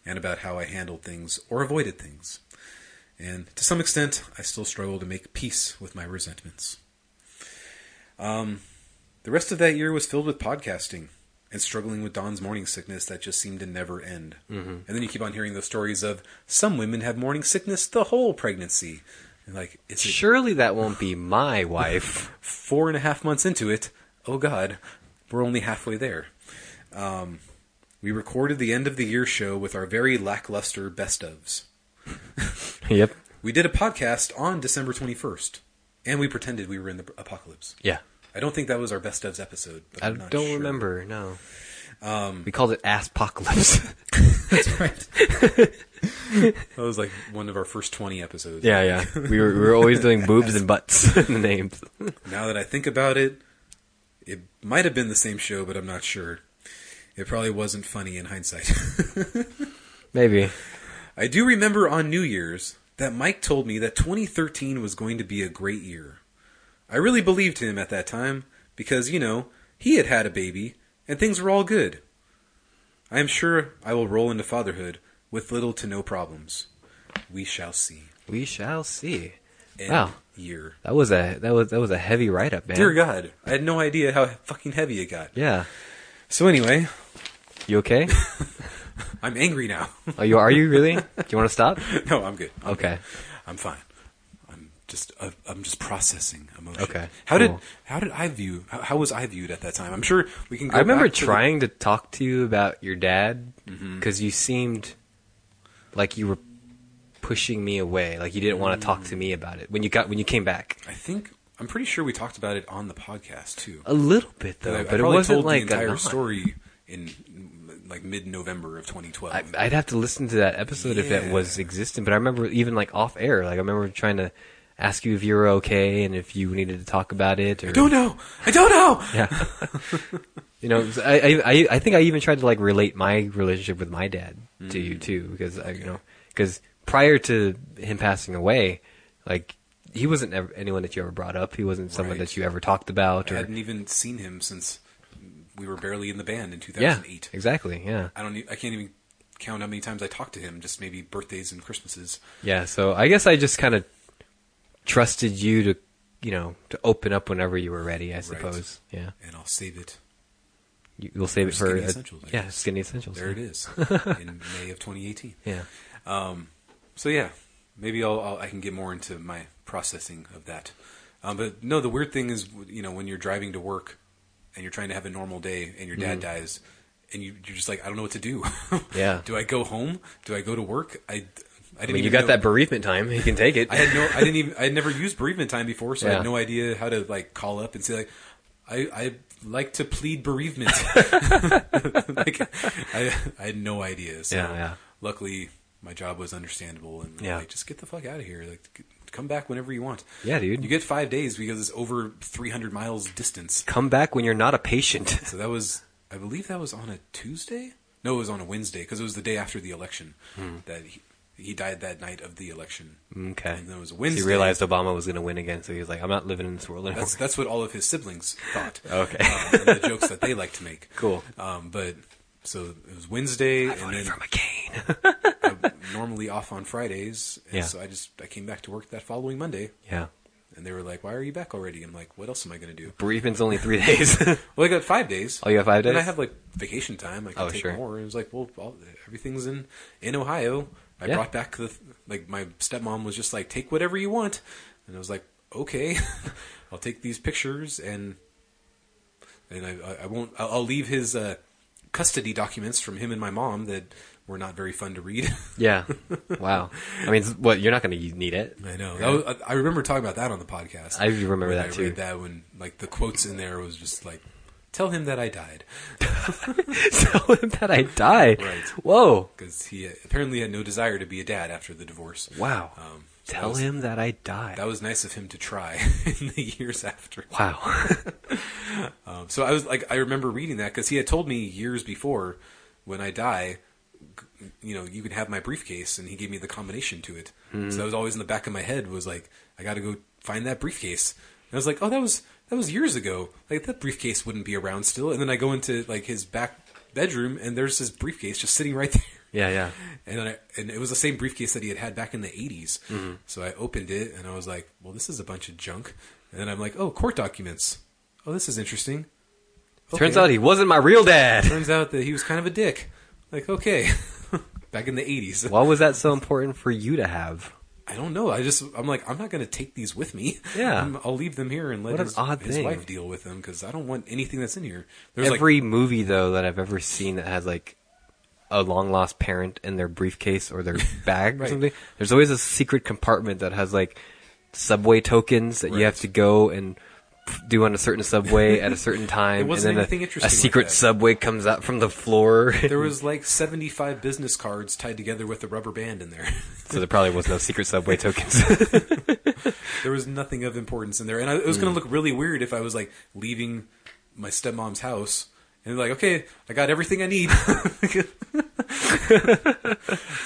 and about how I handled things or avoided things. And to some extent, I still struggle to make peace with my resentments. Um, the rest of that year was filled with podcasting and struggling with Don's morning sickness that just seemed to never end. Mm-hmm. And then you keep on hearing those stories of some women have morning sickness the whole pregnancy. And like, is it
Surely that won't be my wife.
four and a half months into it, oh God, we're only halfway there. Um, we recorded the end of the year show with our very lackluster best ofs.
yep.
We did a podcast on December 21st, and we pretended we were in the apocalypse.
Yeah.
I don't think that was our best ofs episode. But
I
I'm not
don't
sure.
remember. No. Um, we called it Aspocalypse.
That's right. that was like one of our first 20 episodes.
yeah, yeah. We were we were always doing boobs and butts in the names.
Now that I think about it, it might have been the same show, but I'm not sure. It probably wasn't funny in hindsight.
Maybe.
I do remember on New Year's that Mike told me that 2013 was going to be a great year. I really believed him at that time because, you know, he had had a baby and things were all good. I am sure I will roll into fatherhood with little to no problems. We shall see.
We shall see.
End
Wow.
Year.
That was a that was that was a heavy write up, man.
Dear God, I had no idea how fucking heavy it got.
Yeah.
So anyway,
You okay?
I'm angry now.
Are you are you really? Do you want to stop?
no, I'm good. I'm
Okay.
I'm fine. I'm just uh, I'm just processing emotion.
Okay,
How did
cool.
how did I view how, how was I viewed at that time? I'm sure we can. Go
I remember
back to the- Mm-hmm.
trying to talk to you about your dad because you seemed like you were pushing me away, like you didn't want to talk to
Mm.
me about it when you got when you came back.
I think I'm pretty sure we talked about it on the podcast too.
A little bit
And
though,
I, I
but it
probably
wasn't
told
like
the
a
entire
lot.
story in like mid November of 2012.
I, I'd have to listen to that episode if it
Yeah.
was existent. But I remember even like off air, like I remember trying to ask you if you were okay and if you needed to talk about it. Or,
I don't know. I don't know.
Yeah. you know, so I, I- I I think I even tried to like relate my relationship with my dad to
Mm.
you too, because I you know because prior to him passing away, like he wasn't ever, anyone that you ever brought up. He wasn't someone
Right.
that you ever talked about.
I
Or
hadn't even seen him since we were barely in the band in
yeah,
2008.
exactly. Yeah,
I don't. e- I can't even count how many times I talked to him. Just maybe birthdays and Christmases.
yeah. So I guess I just kind of trusted you to you know to open up whenever you were ready. I suppose. Yeah,
And I'll save it
you, you'll save it for
Skinny
a-
Essentials, I
yeah,
guess.
skinny essentials.
There it is in May of 2018.
Yeah.
So yeah, maybe I'll, I'll I can get more into my processing of that. Um, but no, the weird thing is, you know, when you're driving to work and you're trying to have a normal day, and your dad dies, and you, you're just like, I don't know what to do.
Mm-hmm. Yeah.
do I go home? Do I go to work? I, I didn't.
I mean,
even
you got
know-
that bereavement time. You can take it.
I had no. I didn't even. I had never used bereavement time before, so I
Yeah.
had no idea how to like call up and say like, I I like to plead bereavement. like, I I had no idea. So
Yeah, yeah.
Luckily, my job was understandable, and
Yeah.
like, just get the fuck out of here. Like, c- come back whenever you want.
Yeah, dude.
You get five days because it's over three hundred miles distance.
Come back when you're not a patient.
So that was, I believe that was on a Tuesday. No, it was on a Wednesday because it was the day after the election that he, he died that night of the election.
Hmm. Mm, Okay.
And then it was
So
Wednesday.
he realized Obama was going to win again, so he was like, "I'm not living in this world anymore."
That's that's what all of his siblings thought.
Okay.
uh, and the jokes that they like to make.
Cool.
Um, but so it was Wednesday, and then
McCain.
I'm normally off on Fridays, and
Yeah.
so I just I came back to work that following Monday,
yeah,
and they were like, "Why are you back already?" I'm like, "What else am I going to do?"
bereavement's only three days.
Well, I got five days.
Oh, you got five
And I
days?
have like vacation time. I can
Oh,
take
sure.
more. And it was like, well, all, everything's in in Ohio. I
Yeah.
brought back the like my stepmom was just like, take whatever you want, and I was like, okay, I'll take these pictures and and I I- I won't. I'll, I'll leave his uh, custody documents from him and my mom that were not very fun to read.
Yeah. Wow. I mean, what you're not going to need it.
I know. That was, I I remember talking about that on the podcast.
I remember
When
that
I
too.
read that when like the quotes in there was just like, "Tell him that I died,"
Tell him that I died.
Right.
Whoa.
because he apparently had no desire to be a dad after the divorce.
Wow.
Um, so that
Tell
was-
him that I died.
That was nice of him to try in the years after.
wow.
Um, so I was like, I remember reading that because he had told me years before, when I die, g- you know, you can have my briefcase, and he gave me the combination to it.
Hmm.
So that was always in the back of my head was like, I got to go find that briefcase. And I was like, oh, that was that was years ago. Like that briefcase wouldn't be around still. And then I go into like his back bedroom, and there's his briefcase just sitting right there.
yeah, yeah.
And then I, and it was the same briefcase that he had had back in the 80s.
Mm-hmm.
So I opened it and I was like, well, this is a bunch of junk. And then I'm like, oh, court documents. Oh, this is interesting.
Turns
Okay.
out he wasn't my real dad.
turns out that he was kind of a dick. Like, okay, back in the 80s.
Why was that so important for you to have?
I don't know. I just I'm like I'm not going to take these with me.
Yeah.
i will leave them here and let
What an
his,
odd
his
thing.
wife deal with them because I don't want anything that's in here. There's like
Every movie though that I've ever seen that has like a long lost parent in their briefcase or their bag or
Right.
something. There's always a secret compartment that has like subway tokens that you have
Right.
to go and do on a certain subway at a certain time.
wasn't
and then
anything
a,
interesting
a
like
secret
that.
subway comes out from the floor.
there was like 75 business cards tied together with a rubber band in there.
so there probably was no secret subway tokens.
there was nothing of importance in there, and I, it was
Hmm.
going to look really weird if I was like leaving my stepmom's house and like, okay, I got everything I need. so I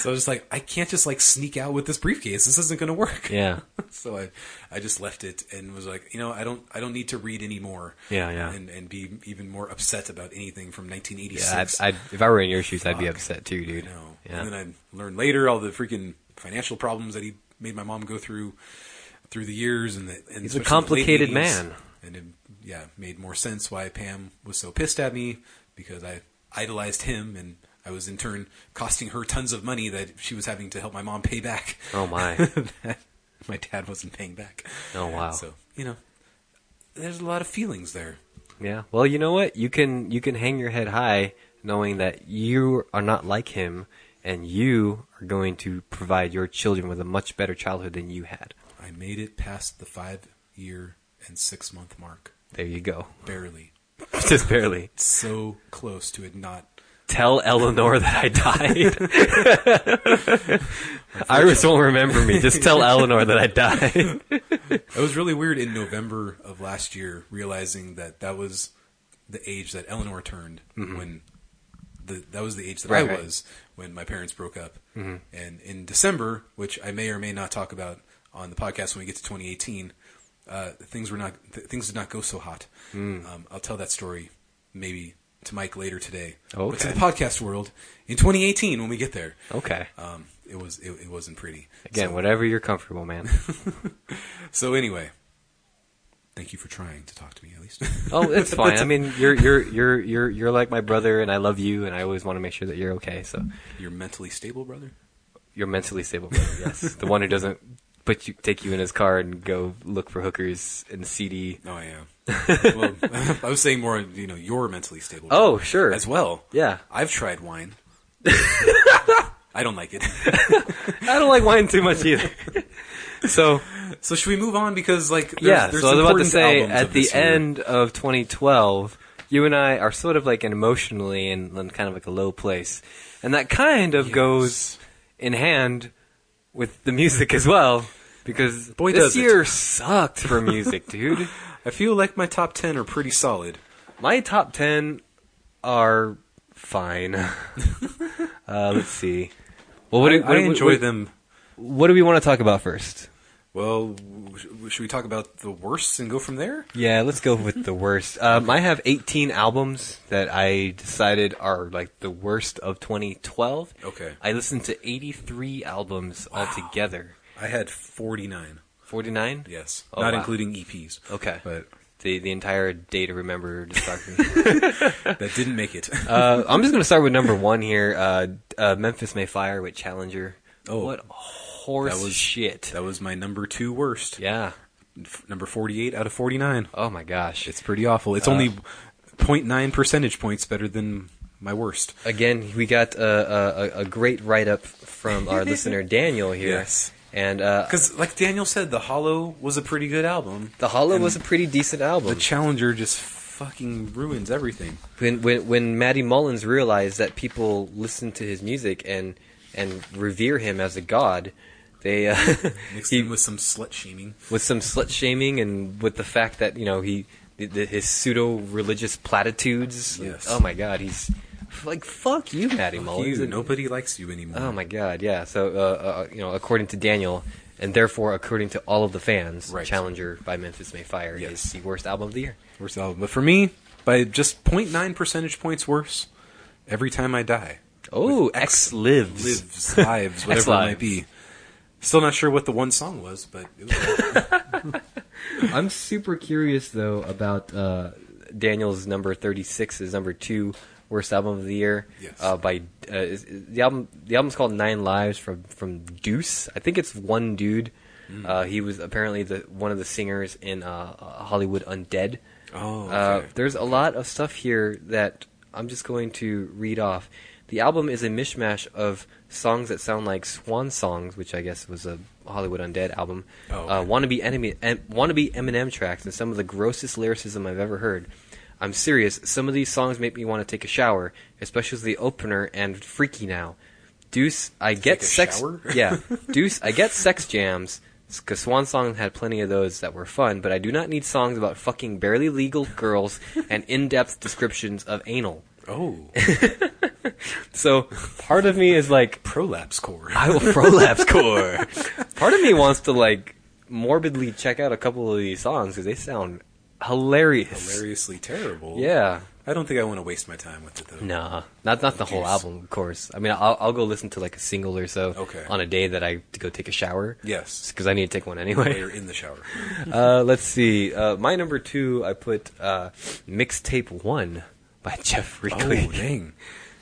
was just like, I can't just like sneak out with this briefcase. This isn't going to work.
yeah.
so I, I just left it and was like, you know, I don't, I don't need to read anymore.
Yeah, yeah.
And and be even more upset about anything from
Yeah,
1986.
I'd, I'd, if I were in your shoes, I'd be
Fuck.
upset too, dude.
No.
Yeah.
And then I learned later all the freaking financial problems that he made my mom go through through the years, and, the, and
He's a
especially the late
complicated
80s.
man.
And it, yeah, made more sense why Pam was so pissed at me because I idolized him, and I was in turn costing her tons of money that she was having to help my mom pay back.
Oh my.
that my dad wasn't paying back.
Oh wow.
So you know, there's a lot of feelings there.
Yeah. Well, you know what? You can you can hang your head high knowing that you are not like him and you are going to provide your children with a much better childhood than you had.
I made it past the five year and six month mark,
There you go.
barely.
Just barely.
so close to it not.
Tell Eleanor that I died. Iris won't remember me. Just tell Eleanor that I died.
It was really weird in November of last year realizing that that was the age that Eleanor turned when the that was the age that
Mm-hmm. Right,
I
right. Mm-hmm.
was when my parents broke up. And in December, which I may or may not talk about on the podcast when we get to 2018, uh, things were not th- things did not go so hot.
Mm.
Um, I'll tell that story maybe to Mike later today. But to
Okay.
the podcast world in 2018 when we get there.
Okay.
Um, it was it, it wasn't pretty.
Again,
So-
whatever you're comfortable, man.
So anyway, thank you for trying to talk to me at least.
Oh, it's fine. I mean, you're you're you're you're you're like my brother and I love you and I always want to make sure that you're okay. So
You're mentally stable, brother.
your mentally stable brother, yes. the one who doesn't put you take you in his car and go look for hookers and CD.
Oh, I am. well, I was saying more, you know, you're mentally stable.
Oh, sure.
as well.
Yeah.
I've tried wine. I don't like it.
I don't like wine too much either. so,
So should we move on? Because like, there's,
yeah,
there's
so I was about to
important
say
albums
at
of
the
this year.
end of 2012, you and I are sort of like an emotionally in, in kind of like a low place. And that kind of goes in hand with the music as well because
Boy,
this
does it.
year sucked for music, dude.
I feel like my top ten are pretty solid.
My top ten are fine. uh, let's see. Well, what do, what,
I
do-
enjoy
what-
them.
What do we want to talk about first?
Well, sh- should we talk about the worst and go from there?
Yeah, let's go with the worst. Um, I have 18 albums that I decided are like the worst of 2012.
Okay.
I listened to 83 albums altogether.
I had forty nine.
49?
Yes,
Oh,
not
wow.
including EPs.
Okay.
but
The the entire day to remember discography.
that didn't make it.
Uh, I'm just going to start with number one here. Uh, uh, Memphis May Fire with Challenger.
Oh.
what horse
That was-
shit!
that was my number two worst.
yeah.
F- number forty-eight out of forty-nine.
Oh my gosh.
It's pretty awful. It's only 0.9 percentage points better than my worst.
Again, we got a, a, a great write up from our listener Daniel here.
Yes.
And uh,
Because, like Daniel said, The Hollow was a pretty good album.
The Hollow
And
was a pretty decent
The
album.
Challenger just fucking ruins everything.
when, when when Matty Mullins realized that people listened to his music and and revere him as a god, they uh,
Mixed
he
in with some slut shaming.
with some slut shaming and with the fact that you know he the, the, his pseudo religious platitudes.
Yes.
Oh my God, he's like fuck you, Matty Mullins.
You,
and-
nobody likes you anymore.
Oh my God, yeah. So uh, uh, you know, according to Daniel, and therefore according to all of the fans,
Right.
Challenger by Memphis Mayfire
Yes.
is the worst album of the year.
Worst album. But for me, by just 0.9 percentage points worse, Every Time I Die.
Oh, X lives.
Lives, lives, whatever it might
Lives.
be. Still not sure what the one song was, but it was
I'm super curious though about uh, Daniel's number 36 is number two worst album of the year.
Yes.
Uh, by uh, is, is- the album the album's called Nine Lives from from Deuce. I think it's one dude. Uh, he was apparently the one of the singers in uh, uh, Hollywood Undead.
Oh,
Uh,
okay.
there's a lot of stuff here that I'm just going to read off. The album is a mishmash of songs that sound like swan songs, which I guess was a Hollywood Undead album.
Oh, okay.
uh, wannabe enemy, em, wannabe Eminem tracks, and some of the grossest lyricism I've ever heard. I'm serious. Some of these songs make me want to take a shower, especially the opener and "Freaky Now." Deuce, I get
a
sex.
shower?
yeah, Deuce, I get sex jams. Because Swan Song had plenty of those that were fun, but I do not need songs about fucking barely legal girls and in-depth descriptions of anal.
oh,
So part of me is like,
Prolapse Core.
I will prolapse core. Part of me wants to like morbidly check out a couple of these songs because they sound hilarious.
Hilariously terrible.
Yeah.
I don't think I want to waste my time with it though.
Nah, not not the whole
Jeez.
album, of course. I mean, I'll I'll go listen to like a single or so
Okay.
on a day that I to go take a shower.
Yes.
because I need to take one anyway.
Later in the shower.
Uh, let's see. Uh, my number two, I put uh, mixtape one by Jeff
Oh
Rickley.
dang,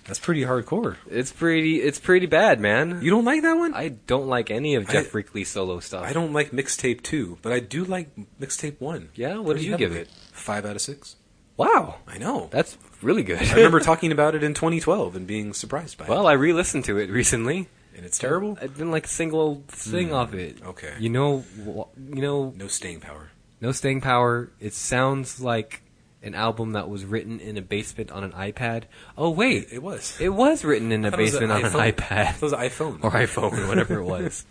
that's pretty hardcore.
It's pretty. It's pretty bad, man.
Oh. You don't like that one?
I don't like any of
I-
Jeff Rickley's solo stuff.
I don't like mixtape two, but I do like mixtape one.
Yeah? What did
Pretty
you give
heavily.
it?
Five out of six.
Wow,
I know.
that's really good.
I remember talking about it in 2012 and being surprised by
Well,
it.
I re-listened to it recently.
and it's terrible.
I didn't like a single thing off it.
Hmm. okay.
You know, wh- you know,
no staying power.
no staying power. It sounds like an album that was written in a basement on an iPad. Oh wait,
It, it was.
it was written in a
I thought it was
basement on
iPhone.
an
It
iPad
was iPhone.
or iPhone, whatever it was.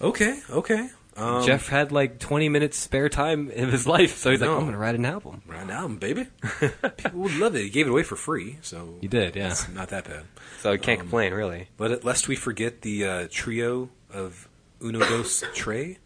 Okay. Okay. Um,
Jeff had like 20 minutes spare time in his life, so he's
No.
like, I'm gonna write an album.
Right now, baby. People would love it. He gave it away for free, so
He did, yeah.
It's not that bad.
So I can't complain, really.
But lest we forget the uh, trio of Uno Dos Trey.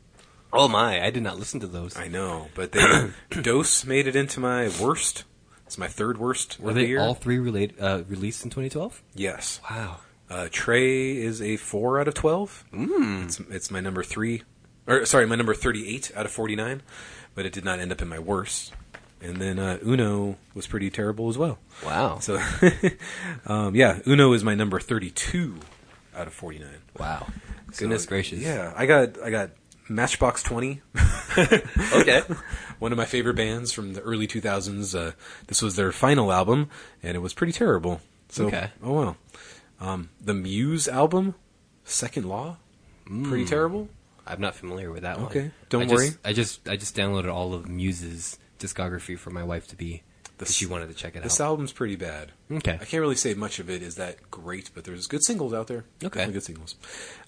Oh my, I did not listen to those.
I know, but they Dos made it into my worst. It's my third worst
Were
of the
they
year.
all three relate, uh, released in 2012?
yes.
Wow.
Uh, Trey is a four out of twelve. Mm. It's it's my number three, or sorry, my number thirty-eight out of forty-nine. But it did not end up in my worst. And then uh, Uno was pretty terrible as well.
Wow.
So, um, yeah, Uno is my number thirty-two out of forty-nine.
wow.
So,
Goodness gracious.
Yeah, I got I got Matchbox Twenty,
Okay.
one of my favorite bands from the early two thousands. Uh, this was their final album, and it was pretty terrible. So,
Okay.
oh well. Um, the Muse album, Second Law, pretty
Mm.
terrible.
I'm not familiar with that one.
Okay, don't
I just-
worry.
I just I just downloaded all of Muse's discography for my wife to be. Because
This-
she wanted to check it
This
out.
album's pretty bad.
Okay.
I can't really say much of it is that great, but there's good singles out there.
Okay.
Definitely good singles.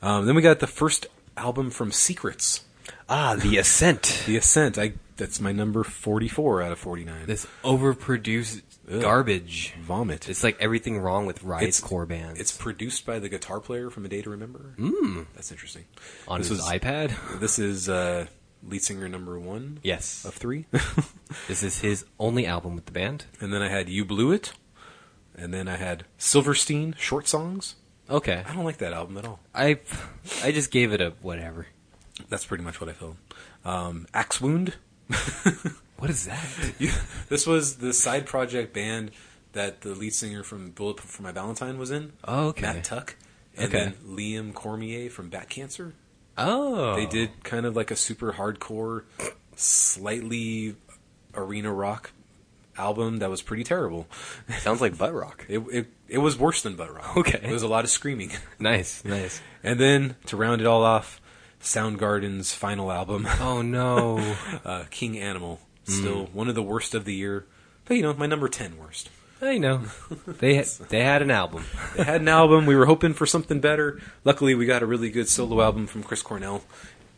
Um, then we got the first album from Secrets,
Ah, The Ascent.
The Ascent. I that's my number forty-four out of forty-nine.
this overproduced garbage.
vomit.
It's like everything wrong with Riot's
It's-
core bands.
It's produced by the guitar player from A Day to Remember. That's interesting.
Hmm. on
this
his
is-
iPad.
This is uh, lead singer number one
Yes.
of three.
This is his only album with the band.
and then I had You Blew It. And then I had Silverstein short songs.
Okay.
I don't like that album at all.
I I just gave it a whatever.
That's pretty much what I feel. Um, Axe Wound.
What is that?
You- this was the side project band that the lead singer from Bullet for My Valentine was in.
Oh, okay.
Matt Tuck. And
Okay.
then Liam Cormier from Bat Cancer.
Oh.
They did kind of like a super hardcore, slightly arena rock album that was pretty terrible.
Sounds like butt rock.
It it, it was worse than butt rock.
Okay.
it was a lot of screaming.
Nice, nice.
And then to round it all off, Soundgarden's final album,
Oh no.
uh, King Animal,
Mm.
still one of the worst of the year. But you know, my number ten worst.
I know. They had, they had an album.
They had an album. We were hoping for something better. Luckily, we got a really good solo album from Chris Cornell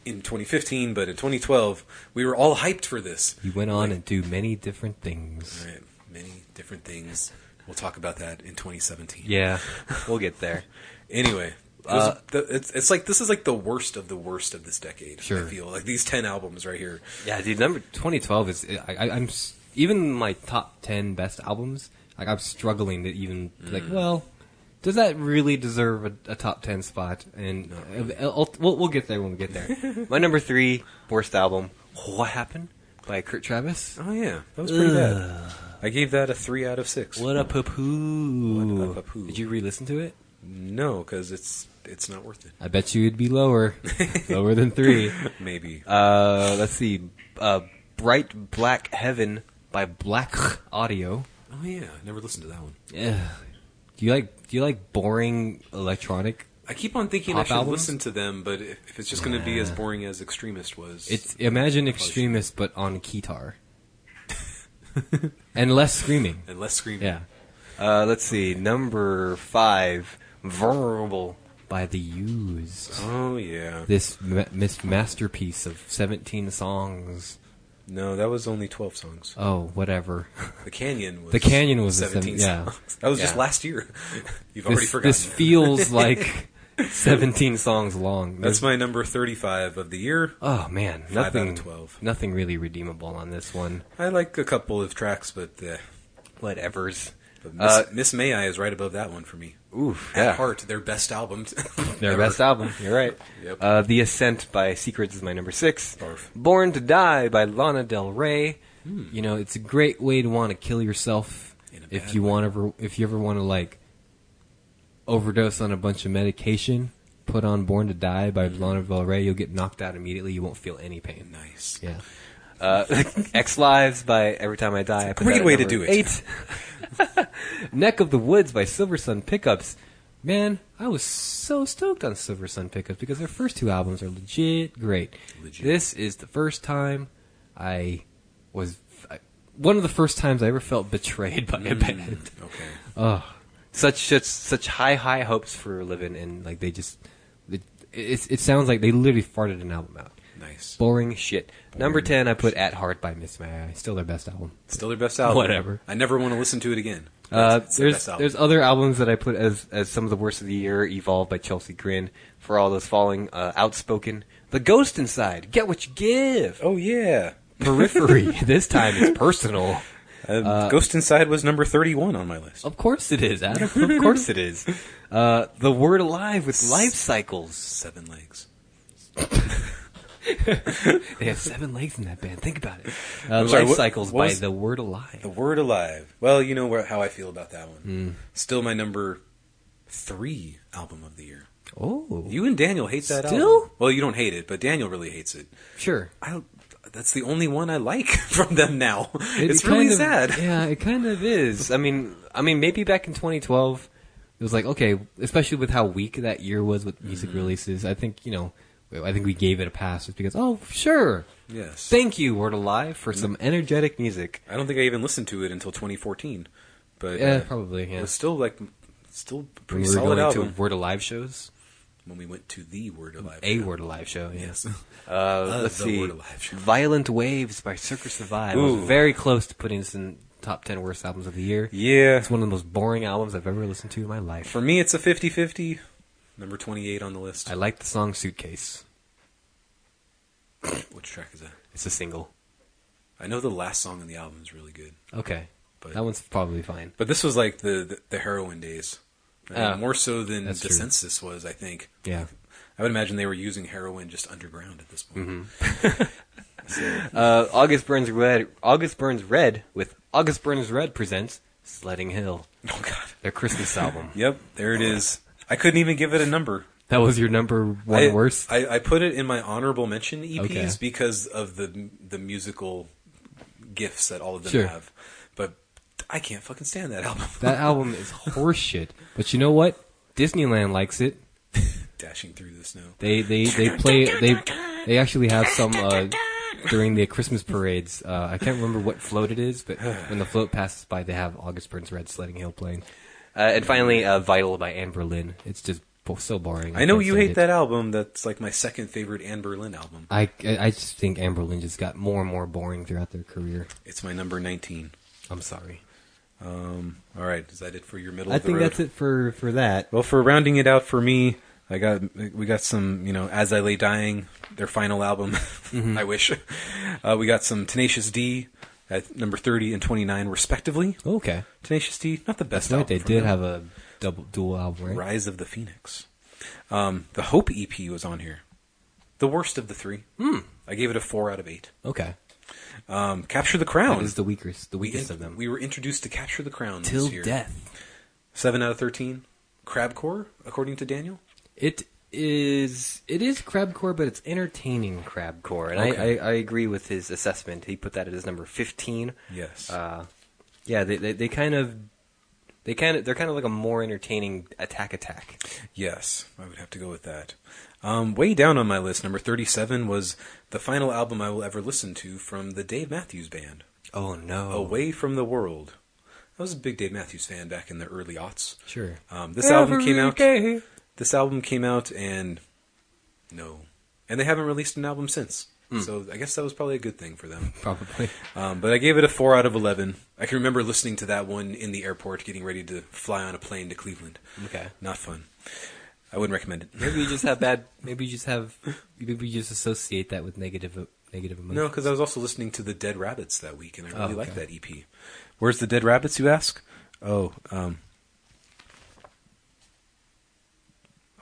in 2015. But in 2012, we were all hyped for this.
You went on and do many different things.
All right, many different things. We'll talk about that in 2017.
Yeah, we'll get there.
Anyway, it was the, it's, it's like this is like the worst of the worst of this decade.
Sure.
I feel like these ten albums right here.
Yeah, dude, number 2012 is I, I, I'm s- even my top 10 best albums. Like I'm struggling to even
Mm.
like. Well, does that really deserve a, a top 10 spot? And uh, I'll, I'll- we'll, we'll get there when we get there. my number three worst album, What Happened by Kurt Travis.
Oh yeah, that was pretty bad. I gave that a three out of six.
What a poo!
What a poo-poo.
Did you re-listen to it?
No, because it's it's not worth it.
I bet you it'd be lower, lower than three.
Maybe.
Uh, let's see. Uh, Bright Black Heaven by Black Audio.
oh yeah, I never listened to that one.
Ugh. Do you like do you like boring electronic?
I keep on thinking I
Pop
should
albums?
listen to them, but if, if it's just going to be as
Nah.
boring as Extremist was,
It's imagine extremist but on guitar. and less screaming.
and less screaming.
Yeah. Uh, let's see. Number 5, Vulnerable by The Used.
Oh yeah.
This ma- this masterpiece of 17 songs.
No, that was only twelve songs.
Oh, whatever.
The Canyon was
The Canyon was the
seventeen.
seven- yeah.
songs. That was just
Yeah.
last year. You've already
This,
forgotten.
this feels like 17 songs long.
That's
There's-
my number thirty-five of the year.
Oh man,
out of
nothing
12.
nothing really redeemable on this one.
I like a couple of tracks, but, uh,
Whatevers.
but Miss,
Uh,
Miss May I is right above that one for me.
Oof,
At
yeah.
Heart, their best album.
Their
ever.
best album. You're right.
Yep.
Uh, the Ascent by Secrets is my number six.
Barf.
Born to Die by Lana Del Rey. You know, it's a great way to want to kill yourself
In Hmm. a
if
bad
you
way.
want ever if you ever want to like overdose on a bunch of medication. Put on Born to Die by
Hmm.
Lana Del Rey. You'll get knocked out immediately. You won't feel any pain.
Nice.
Yeah. Uh, X Lives by Every Time I Die. I put
great
that at
way to
number
do it.
Eight. Neck of the Woods by Silver Sun Pickups. Man, I was so stoked on Silver Sun Pickups because their first two albums are legit great.
Legit.
This is the first time I was I, one of the first times I ever felt betrayed by
Mm.
a band.
Hmm. Okay.
Such such such high high hopes for living and like they just it, it, it sounds like they literally farted an album out.
Nice.
Boring shit. Number 10, I put At Heart by Miss May. I. Still their best album.
Still their best album.
Whatever.
I never want to listen to it again.
Uh,
It's their
there's
best album.
there's other albums that I put as as some of the worst of the year. Evolved by Chelsea Grin. For all those falling, uh, outspoken. The Ghost Inside. Get what you give.
Oh, yeah.
Periphery. this time it's personal.
Um,
Uh,
Ghost Inside was number 31 on my list.
Of course it is, Adam. Of course it is. Uh, the Word Alive with Life Cycles.
Seven legs.
They have seven legs in that band. Think about it. Uh,
I'm sorry,
Life
what-
Cycles
what
by
was-
The Word Alive.
The Word Alive. Well, you know where, how I feel about that
Hmm.
one. Still my number three album of the year.
Oh,
You and Daniel hate that
Still?
album. Well, you don't hate it, but Daniel really hates it.
sure.
I don't, that's the only one I like from them now.
It
it's really
kind of-
sad.
Yeah, it kind of is. I mean, I mean, maybe back in 2012, it was like okay, especially with how weak that year was with music releases. I think you know, I think we gave it a pass just because. Oh, sure,
Yes.
thank you, Word Alive, for some energetic music.
I don't think I even listened to it until 2014. But
Yeah,
uh,
probably. Yeah,
It was still like still a
when
pretty
we were
solid
going
album
to Word Alive shows,
when we went to the Word Alive.
a
show.
Word Alive show. Yeah.
Yes.
Uh, let's
the
see,
Word Alive show.
Violent Waves by Circus Survive. I
Ooh.
was very close to putting this in top ten worst albums of the year.
Yeah.
It's one of the most boring albums I've ever listened to in my life.
For me, it's a 50-50. Number 28 on the list.
I like the song Suitcase.
Which track is that?
It's a single.
I know the last song on the album is really good,
Okay.
But-
that one's probably fine.
but this was like the the, the heroin days. I mean,
Ah,
more so than the
that's true.
census was, I think.
Yeah.
I would imagine they were using heroin just underground at this point.
Uh, August Burns Red August Burns Red with August Burns Red presents Sledding Hill,
Oh God. Oh,
their Christmas album.
Yep, there it is. I couldn't even give it a number.
That was your number one
I,
worst.
I, I put it in my honorable mention E EPs
Okay.
because of the the musical gifts that all of them
Sure.
have. But I can't fucking stand that album.
That album is horseshit. But you know what? Disneyland likes it.
Dashing through the snow.
They they they play they they actually have some uh, during the Christmas parades. Uh, I can't remember what float it is, but when the float passes by, they have August Burns Red Sledding Hill playing. Uh, and finally, uh, Vital by Anne Berlin. It's just bo- so boring.
I know
can't
you
stand
hate
it.
that album. That's like my second favorite Anne Berlin album.
I, I I just think Anne Berlin just got more and more boring throughout their career.
It's my number 19.
I'm sorry.
All right, is that it for your middle
I
of the
think
road?
that's it for for that.
Well, for rounding it out for me, I got we got some you know as I lay dying their final album.
Mm-hmm.
I wish uh, we got some Tenacious D at number thirty and twenty nine respectively.
Okay.
Tenacious D, not the best.
That's right.
album
They
from
did
them.
have a double dual album, right?
Rise of the Phoenix. Um, the Hope EP was on here, the worst of the three.
Hmm.
I gave it a four out of eight.
Okay.
Um, Capture the Crown
That is the weakest, the
we
weakest
in-
of them.
We were introduced to Capture the Crown this
Till
year.
death.
Seven out of thirteen. Crabcore, according to Daniel.
It is it is crabcore, but it's entertaining crabcore, and
Okay.
I, I, I agree with his assessment. He put that at his number fifteen.
Yes.
Uh, yeah, they, they they kind of they kind of they're kind of like a more entertaining attack attack.
Yes, I would have to go with that. Um, way down on my list, number 37 was the final album I will ever listen to from the Dave Matthews Band,
Oh no!
Away from the World. I was a big Dave Matthews fan back in the early aughts.
Sure.
Um, this album came out. This album came out, and no, and they haven't released an album since.
Hmm.
So I guess that was probably a good thing for them.
probably.
Um, but I gave it a four out of eleven. I can remember listening to that one in the airport, getting ready to fly on a plane to Cleveland.
Okay.
Not fun. I wouldn't recommend it.
Maybe you just have bad. Maybe you just have. Maybe you just associate that with negative negative emotions.
No, because I was also listening to the Dead Rabbits that week, and I really
Oh,
like
okay.
that EP. Where's the Dead Rabbits, you ask? Oh, um,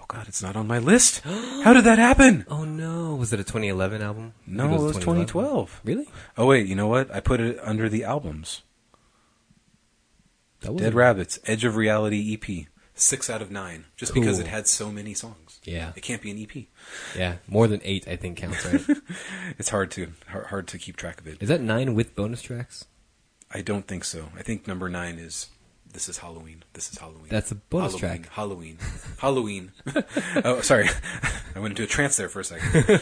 oh God, it's not on my list. How did that happen?
Oh no! Was it a 2011 album? I
No,
think
it was 2012.
Really?
Oh wait, you know what? I put it under the albums.
That was
Dead
a-
Rabbits, Edge of Reality EP, six out of nine, just because
Cool.
it had so many songs.
Yeah.
it can't be an E EP.
Yeah, more than eight, I think counts. Right?
It's hard to hard, hard to keep track of it.
Is that nine with bonus tracks?
I don't think so. I think number nine is this is Halloween. This is Halloween.
That's a bonus
Halloween,
track.
Halloween. Halloween. oh, sorry. I went into a trance there for a second.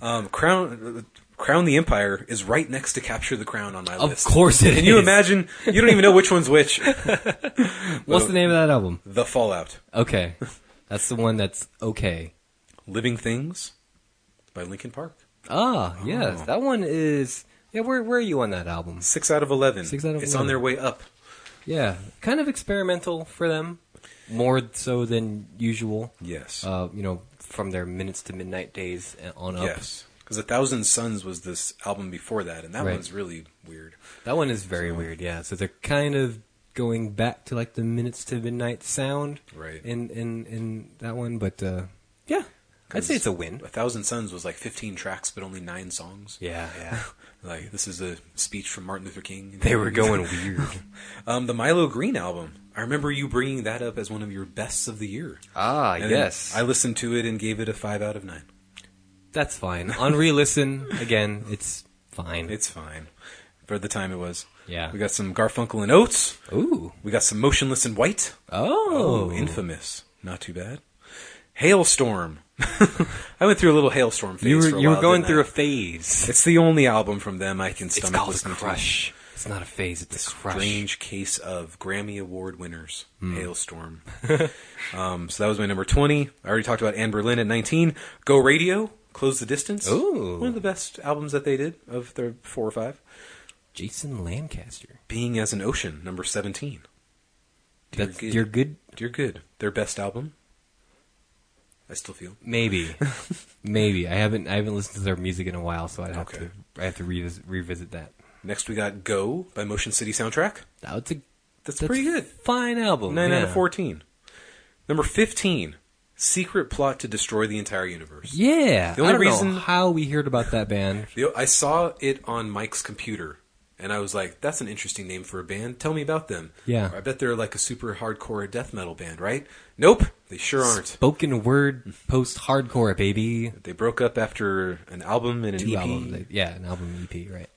Um, Crown. Crown the Empire is right next to Capture the Crown on my
Of
list.
course it
Can you
is.
imagine? You don't even know which one's which.
What's the name of that album?
The Fallout.
Okay, that's the one that's okay.
Living Things by Linkin Park.
Ah, yes,
Oh.
that one is. Yeah, where where are you on that album?
Six out of eleven.
Six out of
It's
11.
on their way up.
Yeah, kind of experimental for them, more so than usual.
Yes.
Uh, you know, from their minutes to midnight days and on up.
yes. Because A Thousand Suns was this album before that, and that
Right.
one's really weird.
That one is very weird, yeah. So they're kind of going back to like the minutes to midnight sound,
Right.
In in in that one, but uh, yeah, I'd say it's a win.
A Thousand Suns was like 15 tracks, but only nine songs.
Yeah, yeah.
Like, this is a speech from Martin Luther King.
they were going weird.
um, the Milo Green album. I remember you bringing that up as one of your bests of the year.
Ah,
And
yes,
I listened to it and gave it a 5 out of 9.
that's fine. On re-listen again, it's fine.
It's fine. For the time it was.
Yeah.
We got some Garfunkel and Oates.
Ooh,
We got some Motionless in White.
oh,
infamous. Not too bad. Hailstorm. I went through a little hailstorm phase.
you
for
were
a
you were
while,
going
didn't
through
I?
a phase.
It's the only album from them I can
It's
stomach
called
listening
crush. It's not a phase. It's a
to.
crush. Hmm.
Strange case of Grammy Award winners. Hailstorm. um, so that was my number twenty. I already talked about Anne Berlin at nineteen. Go Radio. Close the distance.
Ooh.
one of the best albums that they did of their four or five.
Jason Lancaster.
Being as an ocean, number seventeen. Dear
That's
good.
you're good.
Dear good, their best album. I still feel.
Maybe, maybe I haven't I haven't listened to their music in a while, so I'd have
Okay.
to I have to revisit, revisit that.
Next, we got Go by Motion City Soundtrack.
Now it's a
That's,
that's
pretty
a
good.
Fine album.
9 out of
yeah.
14. Number 15, Secret Plot to Destroy the Entire Universe.
Yeah.
The only
I don't
reason-
know how we heard about that band.
You know, I saw it on Mike's computer, and I was like, that's an interesting name for a band. Tell me about them.
Yeah.
I bet they're like a super hardcore death metal band, right? Nope, they sure aren't.
Spoken word post hardcore baby.
They broke up after an album and an
Two
EP.
album. Yeah, an album EP. E Right.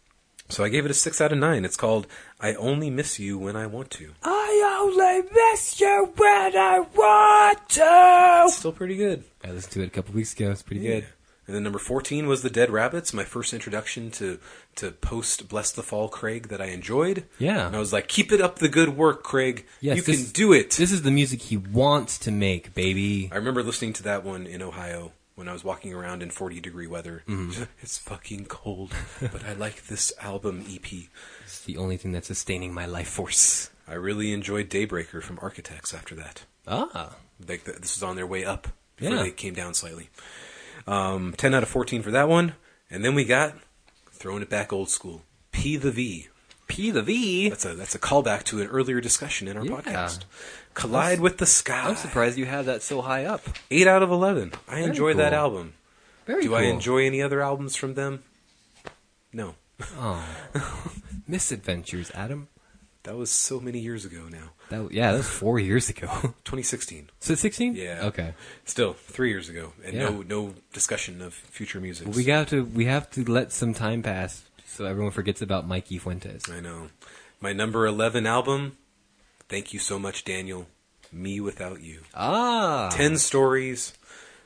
So I gave it a six out of nine. It's called "I Only Miss You When I Want to."
I only miss you when I want to.
It's still pretty good.
I listened to it a couple weeks ago. It's pretty
Yeah.
good.
And then number 14 was The Dead Rabbits, my first introduction to, to post Bless the Fall Craig that I enjoyed.
Yeah.
And I was like, keep it up the good work, Craig.
Yes,
you
this-
can do it.
This is the music he wants to make, baby.
I remember listening to that one in Ohio when I was walking around in 40 degree weather.
Mm-hmm.
It's fucking cold, but I like this album E EP.
It's the only thing that's sustaining my life force.
I really enjoyed Daybreaker from Architects after that.
Ah,
Like th this was on their way up before
Yeah.
they came down slightly. Um, 10 out of 14 for that one. And then we got throwing it back old school. P the V.
P the V.
That's a that's a callback to an earlier discussion in our
Yeah.
podcast. Collide with the sky.
I'm surprised you had that so high up.
Eight out of eleven. I enjoy that
cool.
album.
Very
Do
cool.
I enjoy any other albums from them? No.
Oh. Misadventures, Adam?
That was so many years ago now.
That yeah, that was four years ago.
2016.
so sixteen?
Yeah.
Okay.
Still three years ago, and no
Yeah.
no discussion of future music.
We have to we have to let some time pass so everyone forgets about Mikey Fuentes.
I know. My number eleven album. Thank you so much, Daniel. Me without you.
Ah,
Ten stories.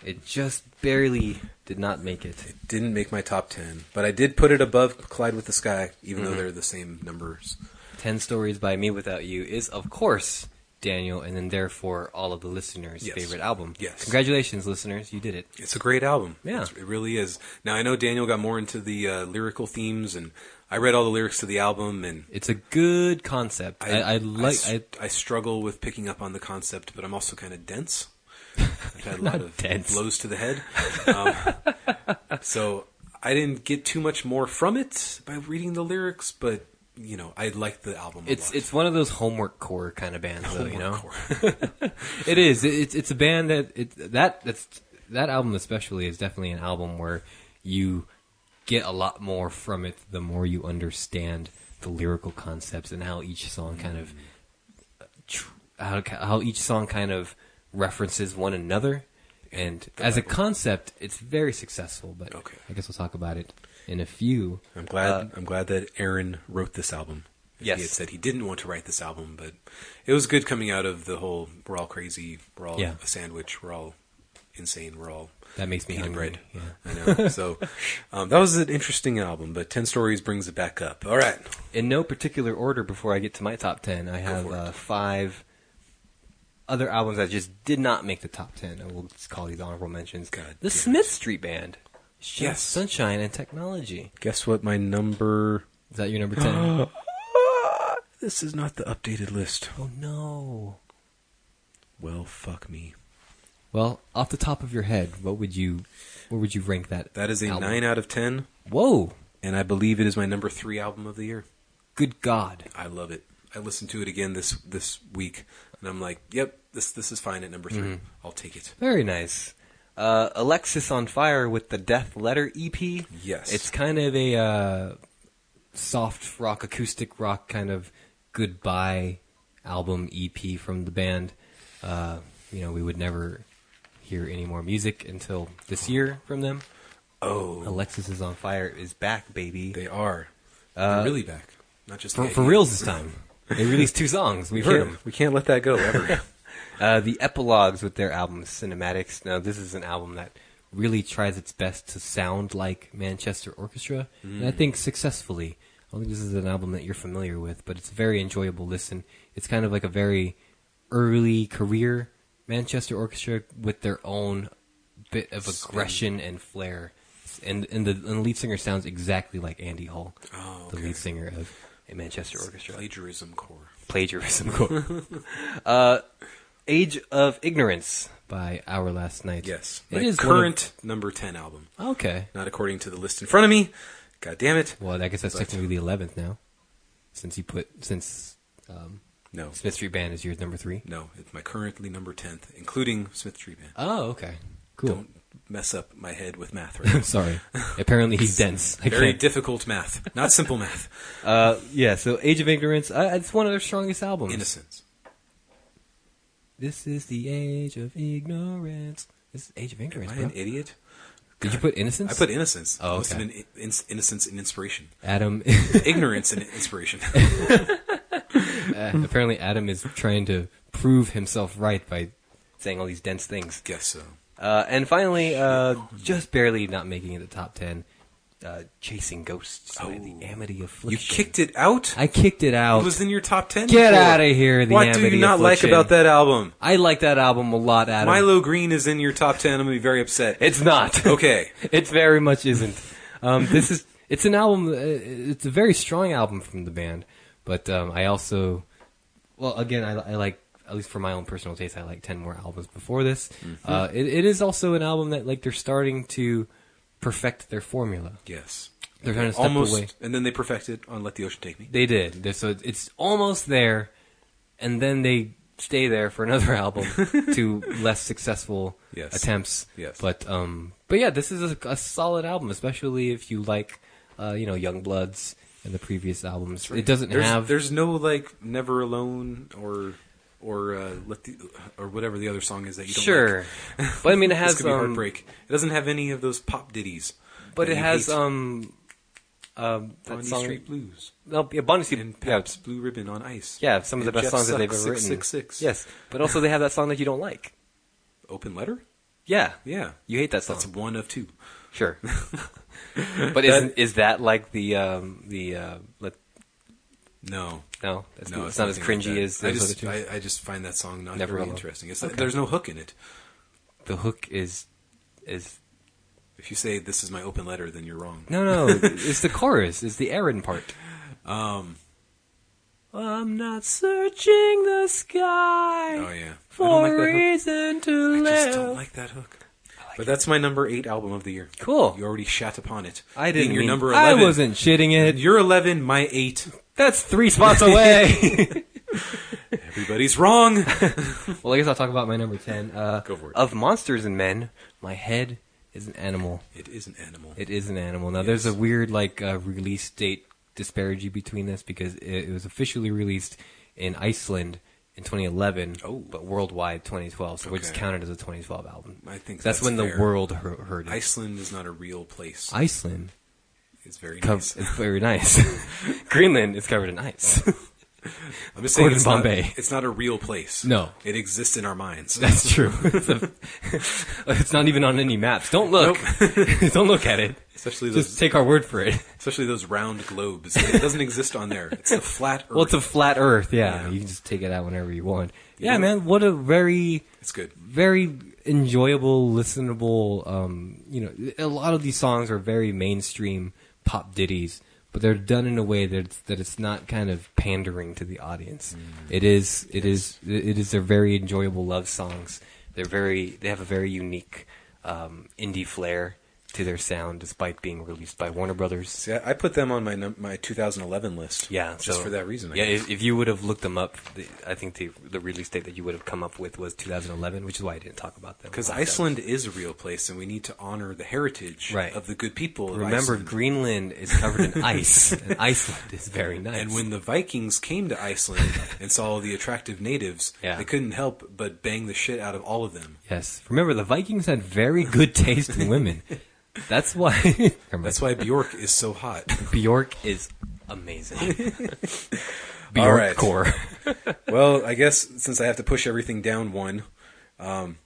it just barely did not make it.
Didn't make my top ten, but I did put it above Collide with the Sky, even
Mm-hmm.
though they're the same numbers.
Ten stories by me without you is of course Daniel, and then therefore all of the listeners'
Yes.
favorite album.
Yes.
Congratulations, listeners! You did it.
It's a great album.
Yeah.
It's- it really is. Now I know Daniel got more into the uh, lyrical themes, and I read all the lyrics to the album, and
It's a good concept. I, I, like.
s-
I,
I struggle with picking up on the concept, but I'm also kind of dense. I've had a
Not
lot of
dense.
blows to the head, um, so I didn't get too much more from it by reading the lyrics. But you know, I like the album. a
it's
lot.
it's one of those homework core kind of bands, though. You know,
Homework core.
It is. It, it's it's a band that it that that's that album especially is definitely an album where you get a lot more from it the more you understand the lyrical concepts and how each song kind of uh, tr- how how each song kind of references one another. And as a concept, it's very successful. But
Okay.
I guess we'll talk about it in a few.
I'm glad. I'm glad that Aaron wrote this album. If
Uh, Yes.
he had said he didn't want to write this album, but it was good coming out of the whole "we're all crazy, we're all
Yeah.
a sandwich, we're all insane, we're all
That makes me
pita
hungry.
bread."
Yeah.
I know. So um, that was an interesting album, but Ten Stories brings it back up. All right,
in no particular order before I get to my top 10. I have
for it.
uh, five other albums that just did not make the top 10. I will just call these honorable mentions.
God
the
damn
Smith Street Band. Shout
Yes.
Sunshine and Technology.
guess what? My number.
Is that your number 10?
This is not the updated list.
oh, no.
Well, fuck me.
Well, off the top of your head, what would you what would you rank that?
That is a
album?
nine out of ten,
Whoa.
and I believe it is my number three album of the year.
Good God.
I love it. I listened to it again this this week, and I'm like, yep, this this is fine at number 3 i I'll take it.
Very nice. Uh, Alexis on Fire with the Death Letter EP.
Yes.
It's kind of a uh, soft rock, acoustic rock kind of goodbye album EP from the band. Uh, you know, we would never hear any more music until this year from them.
Oh,
Alexis is on Fire is back, baby.
they are They're really back, not just
for,
the
for
idea.
reals this time. They released two songs. We've
We
heard them.
can't, we can't let that go ever.
Uh, the epilogues with their album Cinematics. Now, this is an album that really tries its best to sound like Manchester Orchestra, and I
Mm.
think successfully. I don't think this is an album that you're familiar with, but it's a very enjoyable listen. It's kind of like a very early career Manchester Orchestra with their own bit of aggression and flair. And and the, and the lead singer sounds exactly like Andy Hall,
Oh,
the
okay.
lead singer of Manchester Orchestra
Plagiarism core.
plagiarism uh, Age of Ignorance by Our Last Night.
Yes,
it
my
is one of-
current number ten album,
okay.
not according to the list in front of me. God damn it!
Well, I guess that's
But-
technically the eleventh now, since you put since um,
No,
Smith Street Band is your number three.
no, it's my currently number tenth, including Smith Tree Band.
Oh, okay, cool.
Don't mess up my head with math right now.
Sorry. Apparently he's dense. I
Very
can't-
difficult math, not simple math.
uh, yeah. So Age of Ignorance, uh, it's one of their strongest albums.
Innocence.
This is the age of ignorance. This is Age of
Am
Ignorance.
I
Bro.
an idiot?
Did you put innocence?
I put innocence.
Oh,
Must have
okay.
been in- in- innocence and inspiration.
Adam.
Ignorance and inspiration.
apparently, Adam is trying to prove himself right by saying all these dense things.
Guess so.
Uh, and finally, uh, just barely not making it to top ten. Uh, Chasing Ghosts by the
Oh.
Amity Affliction.
You kicked it out.
I kicked it out.
It was in your top ten.
Get
before.
outta here, the
what do
Amity
you not like
Affliction.
about that album?
I like that album a lot, Adam.
Milo Green is in your top ten. I'm gonna be very upset.
It's not.
Okay.
it very much isn't. Um, this is it's an album. uh, It's a very strong album from the band, but um, I also, well, again, I, I like at least for my own personal taste, I like ten more albums before this.
Mm-hmm.
Uh, it, it is also an album that like they're starting to perfect their formula.
Yes.
They're trying to step
Almost,
away.
and then they perfected on "Let the Ocean Take Me."
They did. They're- so it's almost there, and then they stay there for another album to less successful
Yes.
attempts.
Yes.
But um, but yeah, this is a, a solid album, especially if you like, uh, you know, Young Bloods and the previous albums. It doesn't
there's,
have.
There's no like "Never Alone" or or uh, "Let the" or whatever the other song is that you don't like.
sure, but I mean, it
This
has
could be
um,
heartbreak. It doesn't have any of those pop ditties.
but
that
it
you
has
hate.
um, um, that
Bonnie
song.
Street Blues
Well, yeah, Bonnie Street.
and
yeah,
Pabst Blue Ribbon on Ice.
yeah, some of the
And
best
Jeff
songs that
Sucks
they've ever written.
666.
Yes, but also they have that song that you don't like.
Open Letter.
Yeah,
Yeah,
you hate that song.
that's one of two.
Sure. but isn't is that like the um the uh let
No,
no, that's
no,
it's, not as
nothing like
cringy
that.
as
I
those
just
other two.
I, I just find that song not
Never
very
Alone.
interesting. It's there's no hook in it.
the hook is is
If you say this is my open letter, then you're wrong.
no no it's the chorus it's the Aaron part.
Um.
I'm not searching the sky
Oh yeah. I
for
don't like that hook.
reason to
I
live.
just don't like that hook. but that's my number eight album of the year.
Cool.
You already shat upon it.
I
Being
didn't.
your
mean-
number
I
eleven.
wasn't shitting it.
You're eleven. My eight.
That's three spots away.
Everybody's wrong.
well, I guess I'll talk about my number ten. Uh,
Go for it.
Of monsters and men, my head is an animal.
it is an animal.
It is an animal. Now there's a
Yes.
weird like uh, release date disparity between this because it, it was officially released in Iceland in 2011,
Oh.
but worldwide 2012. So we're just
Okay.
counted as a 2012 album.
I think
that's,
that's
when
fair.
the world heard, heard it.
Iceland is not a real place.
Iceland
It's very
comes.
nice.
It's very nice. Greenland is covered in ice.
I'm just saying,
Gordon
it's
Bombay.
Not, it's not a real place.
No.
it exists in our minds.
That's true. it's, a- it's not even on any maps. Don't look. Don't look at it.
Especially those,
Just take our word for it.
especially those round globes. It doesn't exist on there. It's a flat earth.
Well, it's a flat Earth. Yeah,
Yeah.
you can just take it out whenever you want. yeah
Yeah.
man. What a very
It's good.
very enjoyable, listenable. Um, you know, a lot of these songs are very mainstream pop ditties, but they're done in a way that it's, that it's not kind of pandering to the audience.
Mm.
It is, it is, it is. They're very enjoyable love songs. They're very, they have a very unique um, indie flair to their sound, despite being released by Warner Brothers.
See, I, I put them on my num- my 2011 list.
Yeah,
just
so-
for that reason. I
yeah,
guess.
if, if you would have looked them up, the, I think the the release date that you would have come up with was 2011, which is why I didn't talk about them. uh,
Because
Well, that-
Iceland is a real place, and we need to honor the heritage
Right.
of the good people. Of
Remember,
Iceland.
Greenland is covered in ice, and Iceland is very nice.
and when the Vikings came to Iceland and saw the attractive natives,
Yeah.
they couldn't help but bang the shit out of all of them.
yes, remember the Vikings had very good taste in women. That's why. Never mind.
That's why Bjork is so hot.
Bjork is amazing.
All right.
Bjork core.
well, I guess since I have to push everything down one, um,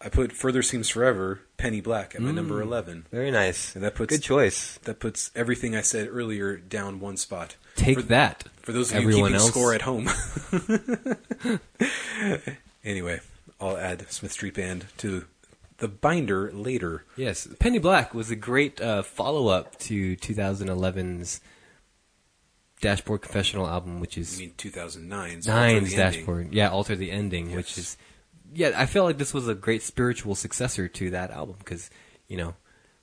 I put Further Seems Forever, Penny Black at my number 11.
Very nice.
And that puts-
good choice.
That puts everything I said earlier down one spot.
Take
for,
that.
For those of
everyone
you keeping
else.
score at home. anyway, I'll add Smith Street Band to the binder later.
Yes, Penny Black was a great uh, follow-up to 2011's Dashboard Confessional album, which is
I mean, 2009's.
Nine's
Alter the Ending.
dashboard. Yeah, alter the ending, which
Yes.
is yeah. I feel like this was a great spiritual successor to that album because you know,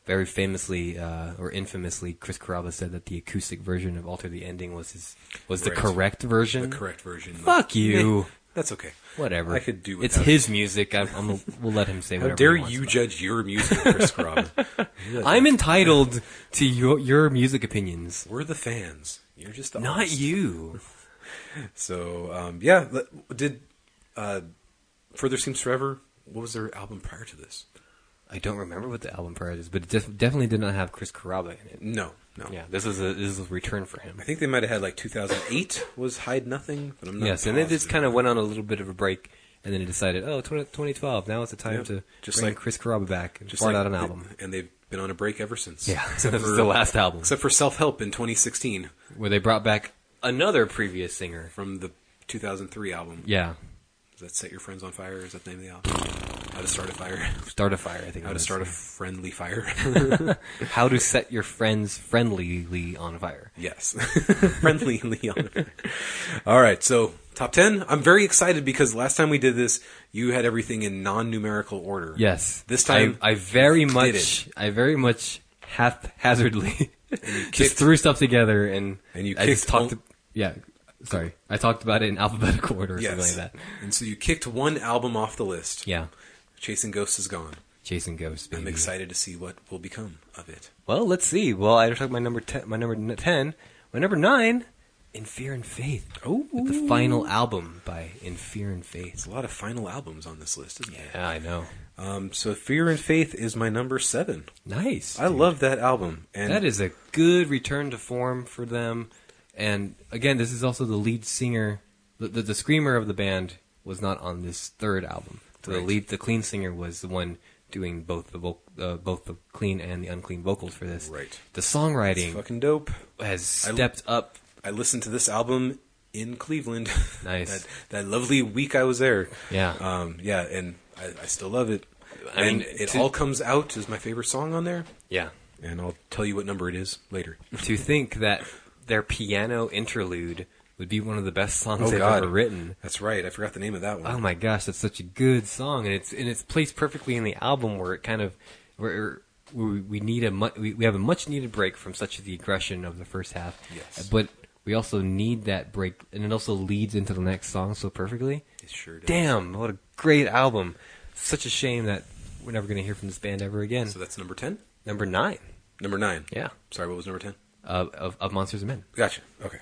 very famously uh, or infamously, Chris Caraba said that the acoustic version of alter the ending was his was the
Right.
correct version.
The correct version.
Fuck you.
Eh, That's okay.
Whatever.
I could do
It's
without
his music. I'm, I'm, we'll let him say
How
whatever.
dare
he wants
you
about
judge your music, Chris Grob?
it. I'm entitled to your your music opinions,
We're the fans. You're just the
not
artists.
you.
So um, yeah, le- did uh, Further Seems Forever? What was their album prior to this?
I don't remember what the album prior is, but it def- definitely did not have Chris Caraba in it.
No, no.
Yeah, this is a this is a return for him.
I think they might have had like 2008 was Hide Nothing, but I'm not.
Yes, and then just kind of went on a little bit of a break, and then it decided, oh, 20, 2012, now it's the time
Yep.
to
Just
bring
like-
Chris Caraba back and fart out an album.
and they've been on a break ever since.
yeah, that
except
was
for
the last album
except for Self Help in 2016
where they brought back another previous singer.
from the 2003 album.
Yeah,
Is that Set Your Friends on Fire? Is that the name of the album? How to Start a Fire.
Start a Fire, I think. it
How to
was.
Start a Friendly Fire.
How to set your friends friendlyly on fire.
yes, friendly on fire. All right, so top 10. I'm very excited because last time we did this, you had everything in non-numerical order.
Yes.
This time
I, I very
it.
much, I very much haphazardly
kicked-
just threw stuff together and
And you
I just
kicked
talked.
all-
yeah, sorry, I talked about it in alphabetical order or something like that.
And so you kicked one album off the list.
Yeah,
Chasing Ghosts is gone.
chasing ghosts. Baby.
I'm excited to see what will become of it.
Well, let's see. Well, I just took my number ten. My number n- ten. My number nine. In Fear and Faith.
Oh.
with the final album by In Fear and Faith.
There's a lot of final albums on this list, isn't there?
Yeah, I know.
Um, so Fear and Faith is my number seven.
Nice.
I
dude.
love that album. And
That is a good return to form for them. And again, this is also the lead singer, the, the, the screamer of the band was not on this third album. So The
Right.
lead, the clean singer was the one doing both the voc- uh, both the clean and the unclean vocals for this.
Right.
The
it's
songwriting
fucking dope.
has
I-
stepped up.
I listened to this album in Cleveland.
Nice.
that, that lovely week I was there.
Yeah.
Um, yeah, and I, I still love it.
I
and
mean,
it
to-
all comes out is my favorite song on there,
Yeah.
and I'll tell you what number it is later.
to think that their piano interlude would be one of the best songs
Oh,
they've
God.
ever written.
That's right. I forgot the name of that one.
Oh my gosh, that's such a good song, and it's and it's placed perfectly in the album where it kind of where we, we need a mu- we, we have a much needed break from such the aggression of the first half.
Yes.
but we also need that break, and it also leads into the next song so perfectly.
It sure does.
Damn, what a great album! Such a shame that we're never going to hear from this band ever again.
So that's number ten.
Number nine,
Number nine.
yeah,
Sorry, what was number ten?
of of, of Monsters and Men.
Gotcha. Okay.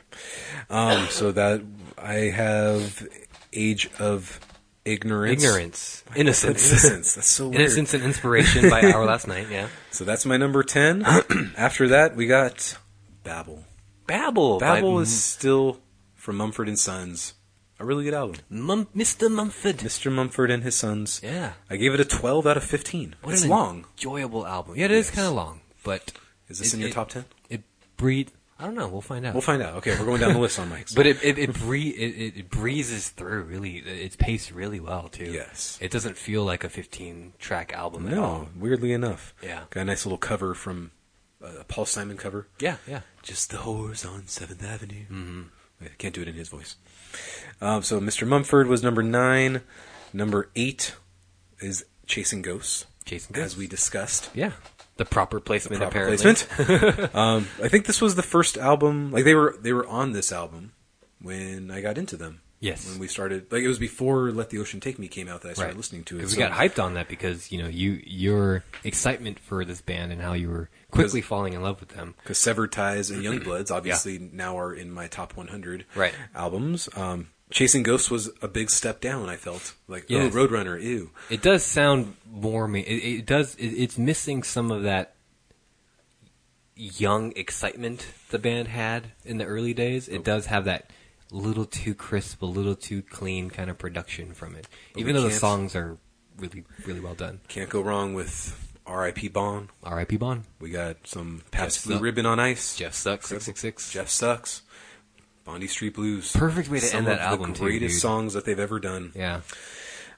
Um, so that I have Age of Ignorance.
Ignorance, innocence,
Innocence. That's so weird.
innocence, and inspiration by Our Last Night. Yeah,
So that's my number 10. After that, we got Babel.
Babel, Mm-hmm. by
Babel is still from Mumford and Sons. A really good album.
Mum- Mr. Mumford.
Mr. Mumford and his Sons.
Yeah.
I gave it a 12 out of 15.
What
it's
an
long.
enjoyable album. Yeah, it is
Yes.
kind of long, but
Is
it-
this in your
it-
top 10?
it breathes. I don't know. We'll find out.
We'll find out. Okay, we're going down the list on Mike's.
but it it it, bree- it it it breezes through really. It- It's paced really well too.
Yes.
It doesn't feel like a 15 track album at all.
no, weirdly enough.
Yeah.
Got a nice little cover from uh, a Paul Simon cover.
Yeah, yeah.
Just the whores on Seventh Avenue. Mm-hmm. I can't do it in his voice. Um, so Mr. Mumford was number nine. Number eight is Chasing Ghosts,
Jason
as we discussed.
Yeah. The proper placement
Proper
apparently.
placement. um, I think this was the first album. Like they were, they were on this album when I got into them.
Yes.
When we started, like it was before "Let the Ocean Take Me" came out that I started
Right.
listening to it.
'Cause
so-
we got hyped on that because, you know, you your excitement for this band and how you were quickly falling in love with them.
because Severed Ties and Youngbloods obviously now are in my top 100
Mm-hmm. Right.
albums. Um, Chasing Ghosts was a big step down. I felt like
Yes.
oh, Roadrunner, ew.
It does sound more. Me- it, it does. It, it's missing some of that young excitement the band had in the early days. It does have that little too crisp, a little too clean kind of production from it.
But
Even
we
though the
can't-
songs are really, really well done.
Can't go wrong with R.I.P. Bon.
R.I.P. Bon.
We got some Pabst
Jeff
Blue
Suck-
Ribbon on Ice.
Jeff sucks. Six six six.
Jeff sucks. Bondi Street Blues.
Perfect way to
some
end that
of
album,
The
too,
greatest
dude.
songs that they've ever done.
Yeah.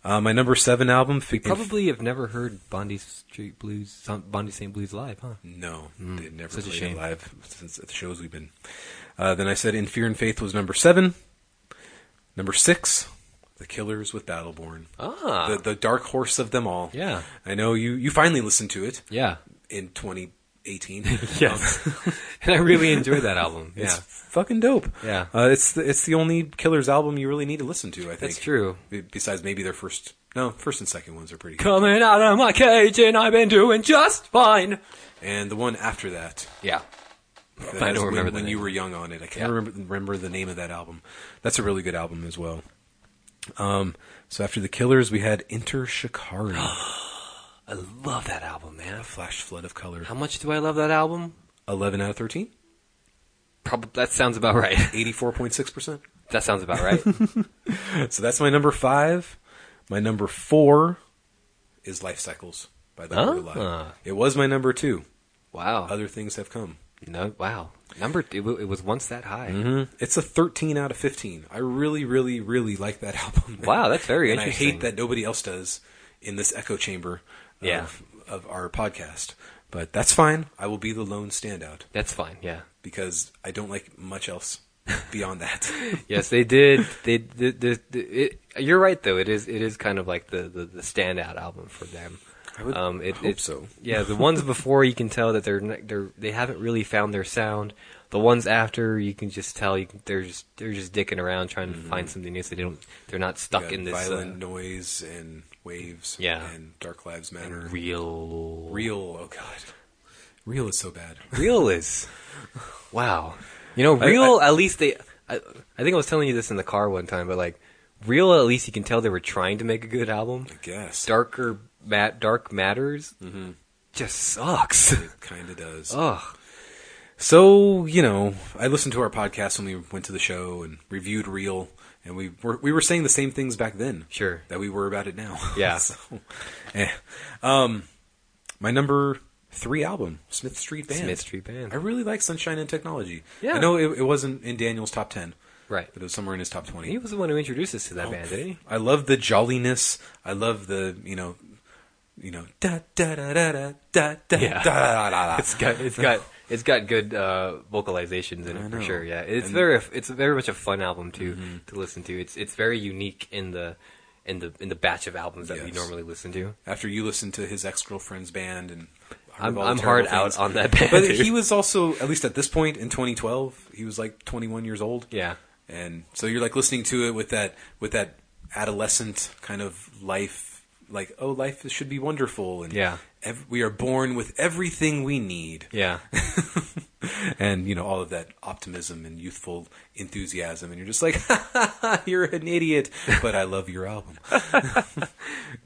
Uh, my number seven album. Fi-
Probably have never heard Bondi Street Blues, some- Bondi St. Blues live, huh?
No, they never
Hmm. such a
played
shame.
it live since at the shows we've been. Uh, then I said In Fear and Faith was number seven. Number six, The Killers with Battleborn.
Ah.
The, the dark horse of them all.
Yeah.
I know you, you finally listened to it
yeah.
in 2018.
Yes. and I really enjoyed that album. Yeah.
It's fucking dope.
Yeah.
Uh, it's, the, it's the only Killers album you really need to listen to, I think.
That's true.
Be- Besides maybe their first. No, first and second ones are pretty good.
Coming out of my cage and I've been doing just fine.
And the one after that,
Yeah.
that
I
has
don't
when,
remember the
when
name.
you were young on it. I
Yeah.
can't remember, remember the name of that album. That's a really good album as well. Um, so after the Killers, we had Inter Shikari.
I love that album, man.
A flash flood of color.
How much do I love that album?
11 out of 13?
Probably that sounds about right.
84.6%.
That sounds about right.
So that's my number five. My number four is Life Cycles by the Gorillaz.
Ah.
It was my number two.
wow.
Other things have come.
No, wow. Number it, w- it was once that high.
It's a 13 out of 15. I really, really, really like that album.
Wow, that's very
and
interesting.
I hate that nobody else does in this echo chamber of,
Yeah.
of our podcast. But that's fine. I will be the lone standout
That's fine. Yeah.
because I don't like much else beyond that.
Yes, they did. They the, the, the, it, you're right though. It is it is kind of like the the, the standout album for them. Um,
I would
it,
hope
it-
so.
Yeah, the ones before you can tell that they're not, they're they haven't really found their sound. The ones after you can just tell you can, they're just they're just dicking around trying to find something new. So they don't they're not stuck
Mm-hmm. Yeah,
in this
violent
uh,
noise and waves
Yeah.
and dark lives matter.
uh, real
Real, oh god. Real is so bad.
Real is wow. You know, real at least they. I, I think I was telling you this in the car one time, but like real at least you can tell they were trying to make a good album.
I guess.
Darker mat, dark matters just sucks.
It kind of does.
Ugh.
So, you know, I listened to our podcast when we went to the show and reviewed Real, and we were, we were saying the same things back then.
Sure.
That we were about it now.
Yeah.
so, eh. Um, my number three album, Smith Street Band.
Smith Street Band.
I really like Sunshine and Technology.
Yeah.
I know it, it wasn't in Daniel's top 10,
Right.
but it was somewhere in his top 20.
He was the one who introduced us to that band, didn't he?
I love the jolliness. I love the you know, you know, da da da da da da da
Yeah.
da da da. da.
It's got it's got it's got good uh, vocalizations in it for
know.
sure. Yeah, it's
And-
very it's very much a fun album to to listen to. It's it's very unique in the in the in the batch of albums that we
Yes.
normally listen to.
After you listen to his ex girlfriend's band and heard
I'm
all the
I'm hard
terrible
out
things.
on that band.
But
dude.
he was also at least at this point in 2012, he was like 21 years old.
yeah.
and so you're like listening to it with that with that adolescent kind of life like oh life should be wonderful and
Yeah.
ev- we are born with everything we need
Yeah.
and you know all of that optimism and youthful enthusiasm and you're just like ha, ha, ha, you're an idiot but i love your album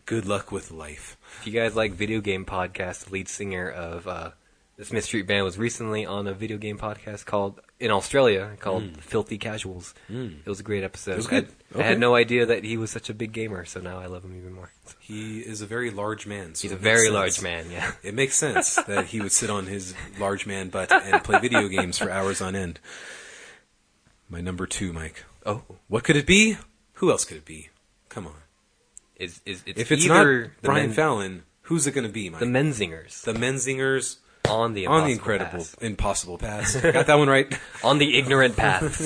good luck with life
If you guys like video game podcasts, the lead singer of uh, the Smith Street Band was recently on a video game podcast called in Australia called Filthy Casuals. It was a great episode. It
Hmm. was good.
I, had
Okay.
no idea that he was such a big gamer, so now I love him even more. So
he is a very large man so
he's a
it makes
very
sense.
large man. Yeah.
it makes sense that he would sit on his large man butt and play video games for hours on end my number two mike
Oh,
what could it be who else could it be come on
is is it's
if it's
either
not
the
brian
Men-
fallon who's it going to be mike
the Menzingers
the menzingers
on the
on
Impossible
the incredible
Path.
impossible past got that one right
on the ignorant path.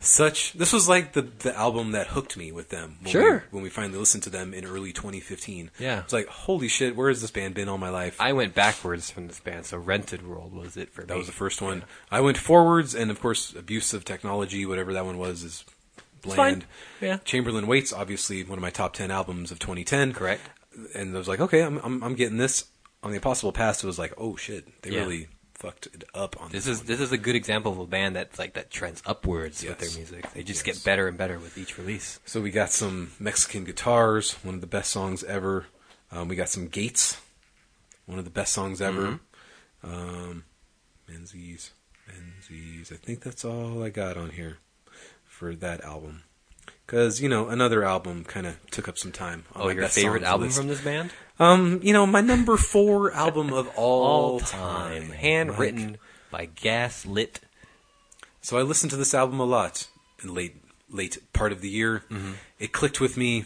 such this was like the the album that hooked me with them when
Sure.
we, when we finally listened to them in early 2015
Yeah.
it's like holy shit where has this band been all my life
I went backwards from this band, so Rented World was it for me.
that was the first one i went forwards and of course abuse of technology whatever that one was is bland
Yeah.
chamberlain waits obviously one of my top 10 albums of 2010
Correct.
and i was like okay i'm, I'm, I'm getting this on the impossible past it was like oh shit they
Yeah.
really fucked it up on this,
This is this is a good example of a band that's like that trends upwards with their
Yes.
music. They just
Yes.
get better and better with each release.
So we got some Mexican guitars, one of the best songs ever. Um, we got some Gates, one of the best songs ever.
Mm-hmm.
Um, Menzies, Menzies. I think that's all I got on here for that album. Because you know, another album kind of took up some time. On
Oh,
my
your
best
favorite
songs
album
list.
from this band?
Um, you know, my number four album of all, time, Mike.
handwritten by Gaslit.
So I listened to this album a lot in late late part of the year.
Mm-hmm.
It clicked with me.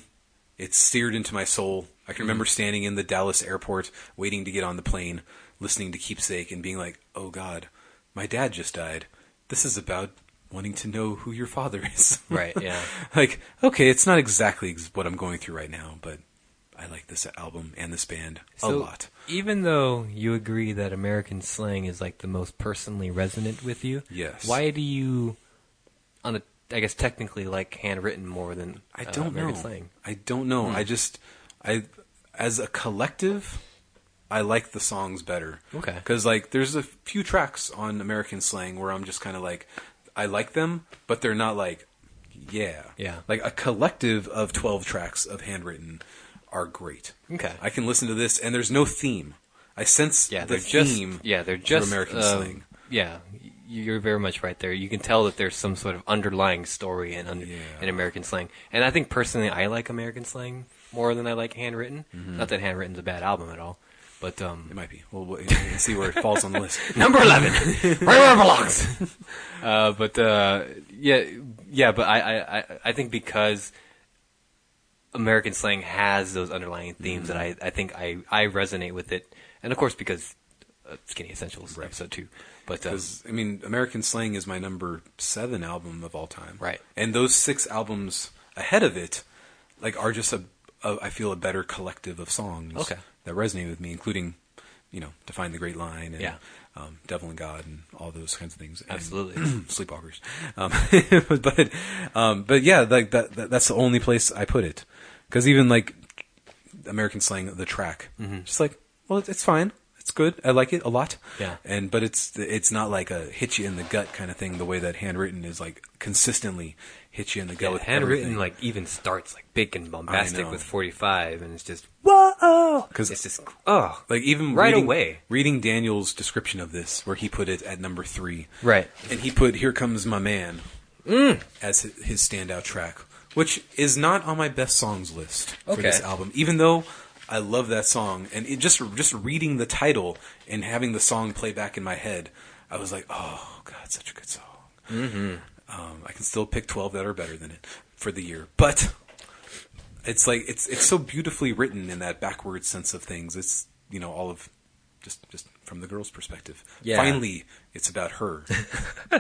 It seared into my soul. I can
Mm-hmm.
remember standing in the Dallas airport waiting to get on the plane, listening to Keepsake and being like, "Oh god, my dad just died. This is about wanting to know who your father is."
Right, yeah.
like, okay, it's not exactly ex- what I'm going through right now, but I like this album and this band a lot.
Even though you agree that American slang is like the most personally resonant with you,
Yes.
Why do you, on a I guess technically like handwritten more than
I
uh,
don't know.
American slang? Hmm.
I don't know. I just I as a collective I like the songs better.
Okay.
Cuz like there's a few tracks on American slang where I'm just kind of like I like them, but they're not like yeah.
Yeah.
Like a collective of 12 tracks of handwritten are great.
Okay.
I can listen to this, and there's no theme. I sense
Yeah,
the
they're just
theme.
yeah, they're
for
just
American
uh,
slang.
Yeah, y- you're very much right there. You can tell that there's some sort of underlying story in under,
Yeah.
in American slang. And I think personally, I like American slang more than I like handwritten.
Mm-hmm.
Not that handwritten's a bad album at all, but
It
um,
might be. We'll, wait and see where it falls on the list.
number eleven, right where it belongs. uh, but uh, yeah, yeah, but I, I I I think because. American slang has those underlying themes that I, I think I, I resonate with it, and of course because uh, Skinny Essentials episode two, but um,
Because I mean, American Slang is my number seven album of all time.
Right.
And those six albums ahead of it, like, are just a, a I feel a better collective of songs.
Okay.
That resonate with me, including, you know, "Define the Great Line" and
Yeah.
um, "Devil and God" and all those kinds of things. And
Absolutely.
Sleepwalkers. Um, but, um, but yeah, like that, that. That's the only place I put it. Because even like American slang, the track,
Mm-hmm.
just like, well, it's- it's fine. It's good. I like it a lot.
Yeah.
And but it's it's not like a hit you in the gut kind of thing. The way that handwritten is like consistently hit you in the gut
Yeah,
with
handwritten
everything.
like even starts like big and bombastic
know.
with 45 and it's just
'Cause
it's just oh
like even
Right
reading,
away.
reading Daniel's description of this, where he put it at number three,
Right. Mm.
and he put "Here Comes My Man" as hi- his standout track, which is not on my best songs list for
Okay.
this album, even though I love that song. And it just just reading the title and having the song play back in my head, I was like, "Oh God, such a good song." Um, I can still pick twelve that are better than it for the year, but it's like it's it's so beautifully written in that backwards sense of things. It's you know all of just just from the girl's perspective.
Yeah.
Finally, it's about her.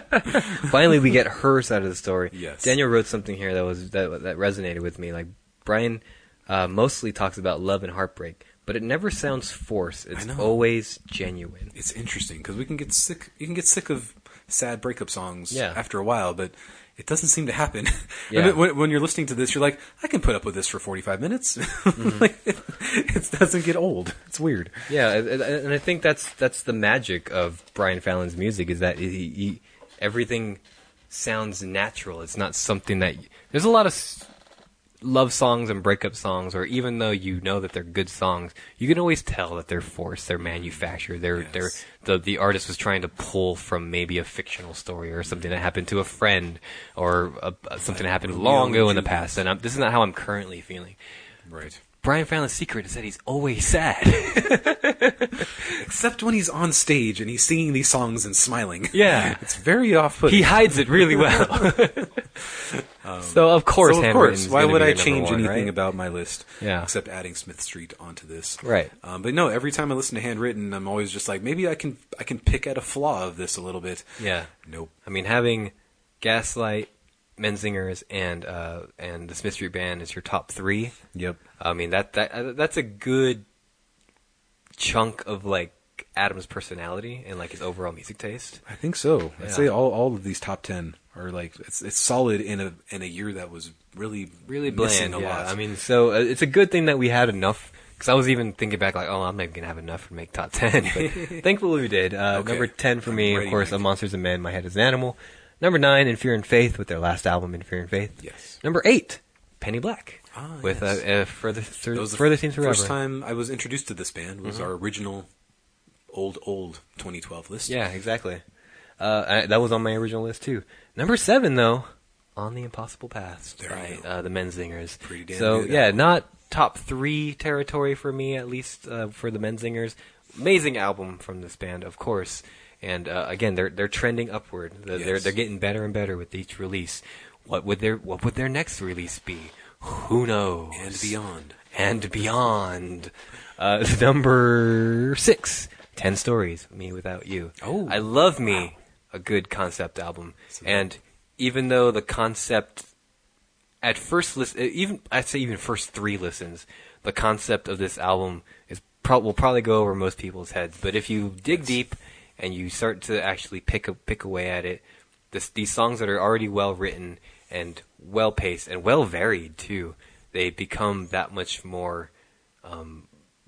finally we get her side of the story
Yes.
daniel wrote something here that was that, that resonated with me like brian uh, mostly talks about love and heartbreak but it never sounds forced it's
know.
always genuine
it's interesting because we can get sick. You can get sick of sad breakup songs
Yeah.
after a while, but it doesn't seem to happen. I
Yeah.
mean, when, when you're listening to this, you're like, I can put up with this for 45 minutes.
Mm-hmm.
like, it, it doesn't get old. It's weird.
yeah and- and and i think that's that's the magic of brian fallon's music is that he, he everything sounds natural it's not something that y there's a lot of s- love songs and breakup songs or even though you know that they're good songs you can always tell that they're forced they're manufactured they're they're
Yes.
the the artist was trying to pull from maybe a fictional story or something that happened to a friend or a, a- something that happened
Romeo
long
and
ago in the
Juliet.
past and I'm, this is not how i'm currently feeling
Right.
brian fallon's secret is that he's always sad
Except when he's on stage and he's singing these songs and smiling.
Yeah.
it's very off-putting.
he hides it really well. Um, so of course,
so of
handwritten's
course, why
gonna
would
be
I
your number
change
one,
anything
right?
about my list?
Yeah.
except adding Smith Street onto this.
Right.
Um, but no, every time I listen to handwritten, I'm always just like, maybe I can I can pick at a flaw of this a little bit.
Yeah,
Nope.
I mean, having Gaslight, Menzingers, and uh, and the Smith Street Band is your top three.
Yep.
I mean that that uh, that's a good chunk of like Adam's personality and like his overall music taste.
I think so. I'd
Yeah.
say all, all of these top ten are like it's it's solid in a in a year that was really
really
missing
bland.
a
yeah.
lot.
I mean, so uh, it's a good thing that we had enough. Because I was even thinking back, like, oh, I'm not gonna have enough to make top ten. But thankfully, we did. Uh,
Okay.
Number ten for me,
I'm
of
ready,
course,
Mike.
"A Monsters and Men." My head is an animal. Number nine, "In Fear and Faith," with their last album, "In Fear and Faith."
Yes.
Number eight, Penny Black,
Ah,
with
yes.
uh, uh, further thir-
That was the
further
f-
seems forever. Mm-hmm.
first time I was introduced to this band was our original old old 2012 list.
Yeah, exactly. Uh, I, that was on my original list too. Number seven, though, on the Impossible Pass
There
by
you go.
uh, the Menzingers.
Pretty damn
so
good
yeah,
album.
not top three territory for me, at least uh, for the Menzingers. Amazing album from this band, of course. And uh, again, they're they're trending upward. They're, they're
Yes.
they're getting better and better with each release. What would their what would their next release be? Who knows?
and beyond.
and beyond. Uh, number six, Ten Stories, Me Without You.
Oh,
I love me a good concept album. And even though the concept at first listen, even I'd say even first three listens, the concept of this album is pro- will probably go over most people's heads. But if you dig deep and you start to actually pick a, pick away at it, this, these songs that are already well written and well paced and well varied too, they become that much more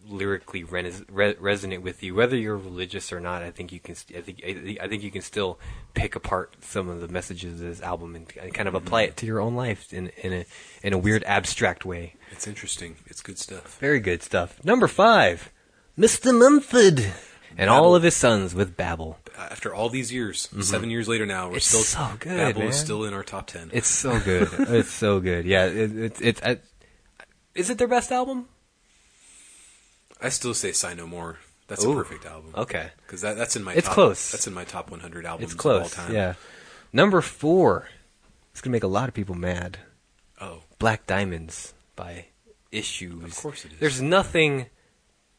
lyrically renes re- resonate with you, whether you're religious or not. I think you can. St- I think I, think- I think you can still pick apart some of the messages of this album and, and kind of apply it to your own life in in a in a weird abstract way.
It's interesting. It's good stuff.
Very good stuff. Number five, Mr. Mumford and all of his sons with Babel.
After all these years, seven years later now,
Mm-hmm.
we're
It's
still
so good,
Babel
man.
is still in our top ten.
It's so good. it's so good. Yeah. It, it, it, I, is it their best album?
I still say "Sign No More." That's
Ooh.
a perfect album.
Okay.
because that, that's in my.
It's
top,
close.
That's in my top 100 albums.
It's close.
Of all time.
Yeah. Number four. It's gonna make a lot of people mad.
Oh,
Black Diamonds by Issues.
Of course it is.
There's nothing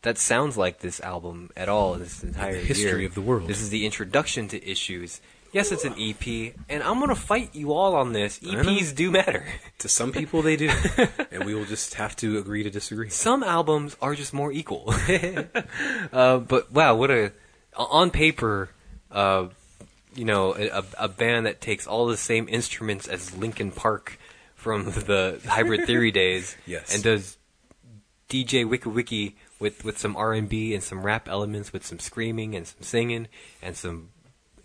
that sounds like this album at all. This entire
history
year.
of the world.
This is the introduction to Issues. Yes, it's an EP, and I'm gonna fight you all on this.
know.
EPs do matter.
to some people they do, and we will just have to agree to disagree.
Some albums are just more equal. uh, but wow, what a on paper, uh, you know, a, a- a band that takes all the same instruments as Linkin Park from the Hybrid Theory days,
Yes.
and does DJ Wiki Wiki with with some R and B and some rap elements, with some screaming and some singing and some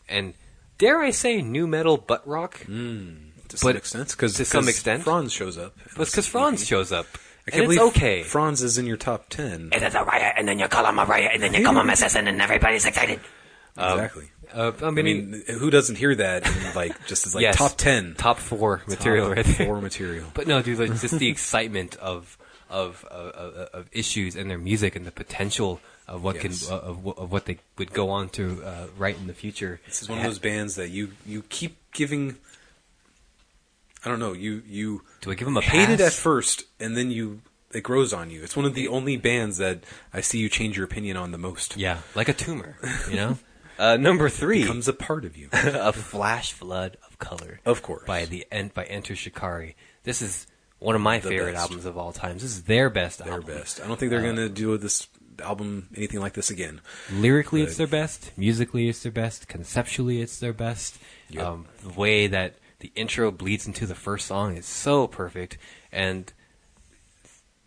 and dare I say new metal butt rock,
Mm. To some
But-
extent, because
to some extent.
Franz shows up.
because Franz shows up.
Mm-hmm. I can't
and it's
believe
okay.
Franz is in your top 10.
It's a riot, and then you call him a riot, and then you call him assassin, and everybody's excited.
exactly.
Uh, I
I
mean,
mean, who doesn't hear that? In, like, just as like
yes,
top 10
top four material
top
right there.
four material.
But no, dude, like, just the excitement of of, of of of issues and their music and the potential of what
Yes.
can of, of, of what they would go on to uh, write in the future.
This is one of those bands that you you keep giving. I don't know. You you
Do I give them a
hate it at
pass?
first, and then you it grows on you. It's one of the only bands that I see you change your opinion on the most.
yeah, like a tumor, you know. uh, number three,
becomes a part of you.
a flash flood of color.
Of course.
by the end by Enter Shikari. This is one of my favorite
best.
albums of all time. This is their best
Their
album.
best. I don't think they're
Uh,
gonna do this album anything like this again.
lyrically it's
But-
their best musically it's their best conceptually it's their best
Yep.
um, the way that the intro bleeds into the first song is so perfect and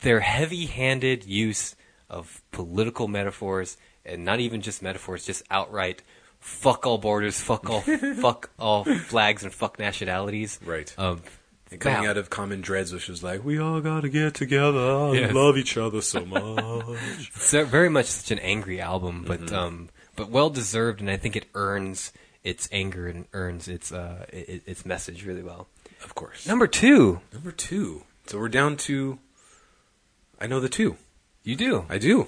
their heavy-handed use of political metaphors and not even just metaphors just outright fuck all borders fuck all fuck all flags and fuck nationalities
Right.
um,
And coming
wow.
out of Common Dreads, which was like, we all gotta get together and
Yes.
love each other so much.
so very much such an angry album, but
Mm-hmm.
um, but well deserved, and I think it earns its anger and earns its uh, i- i its message really well.
of course.
Number two,
Number two. So we're down to. I know the two.
you do
I do.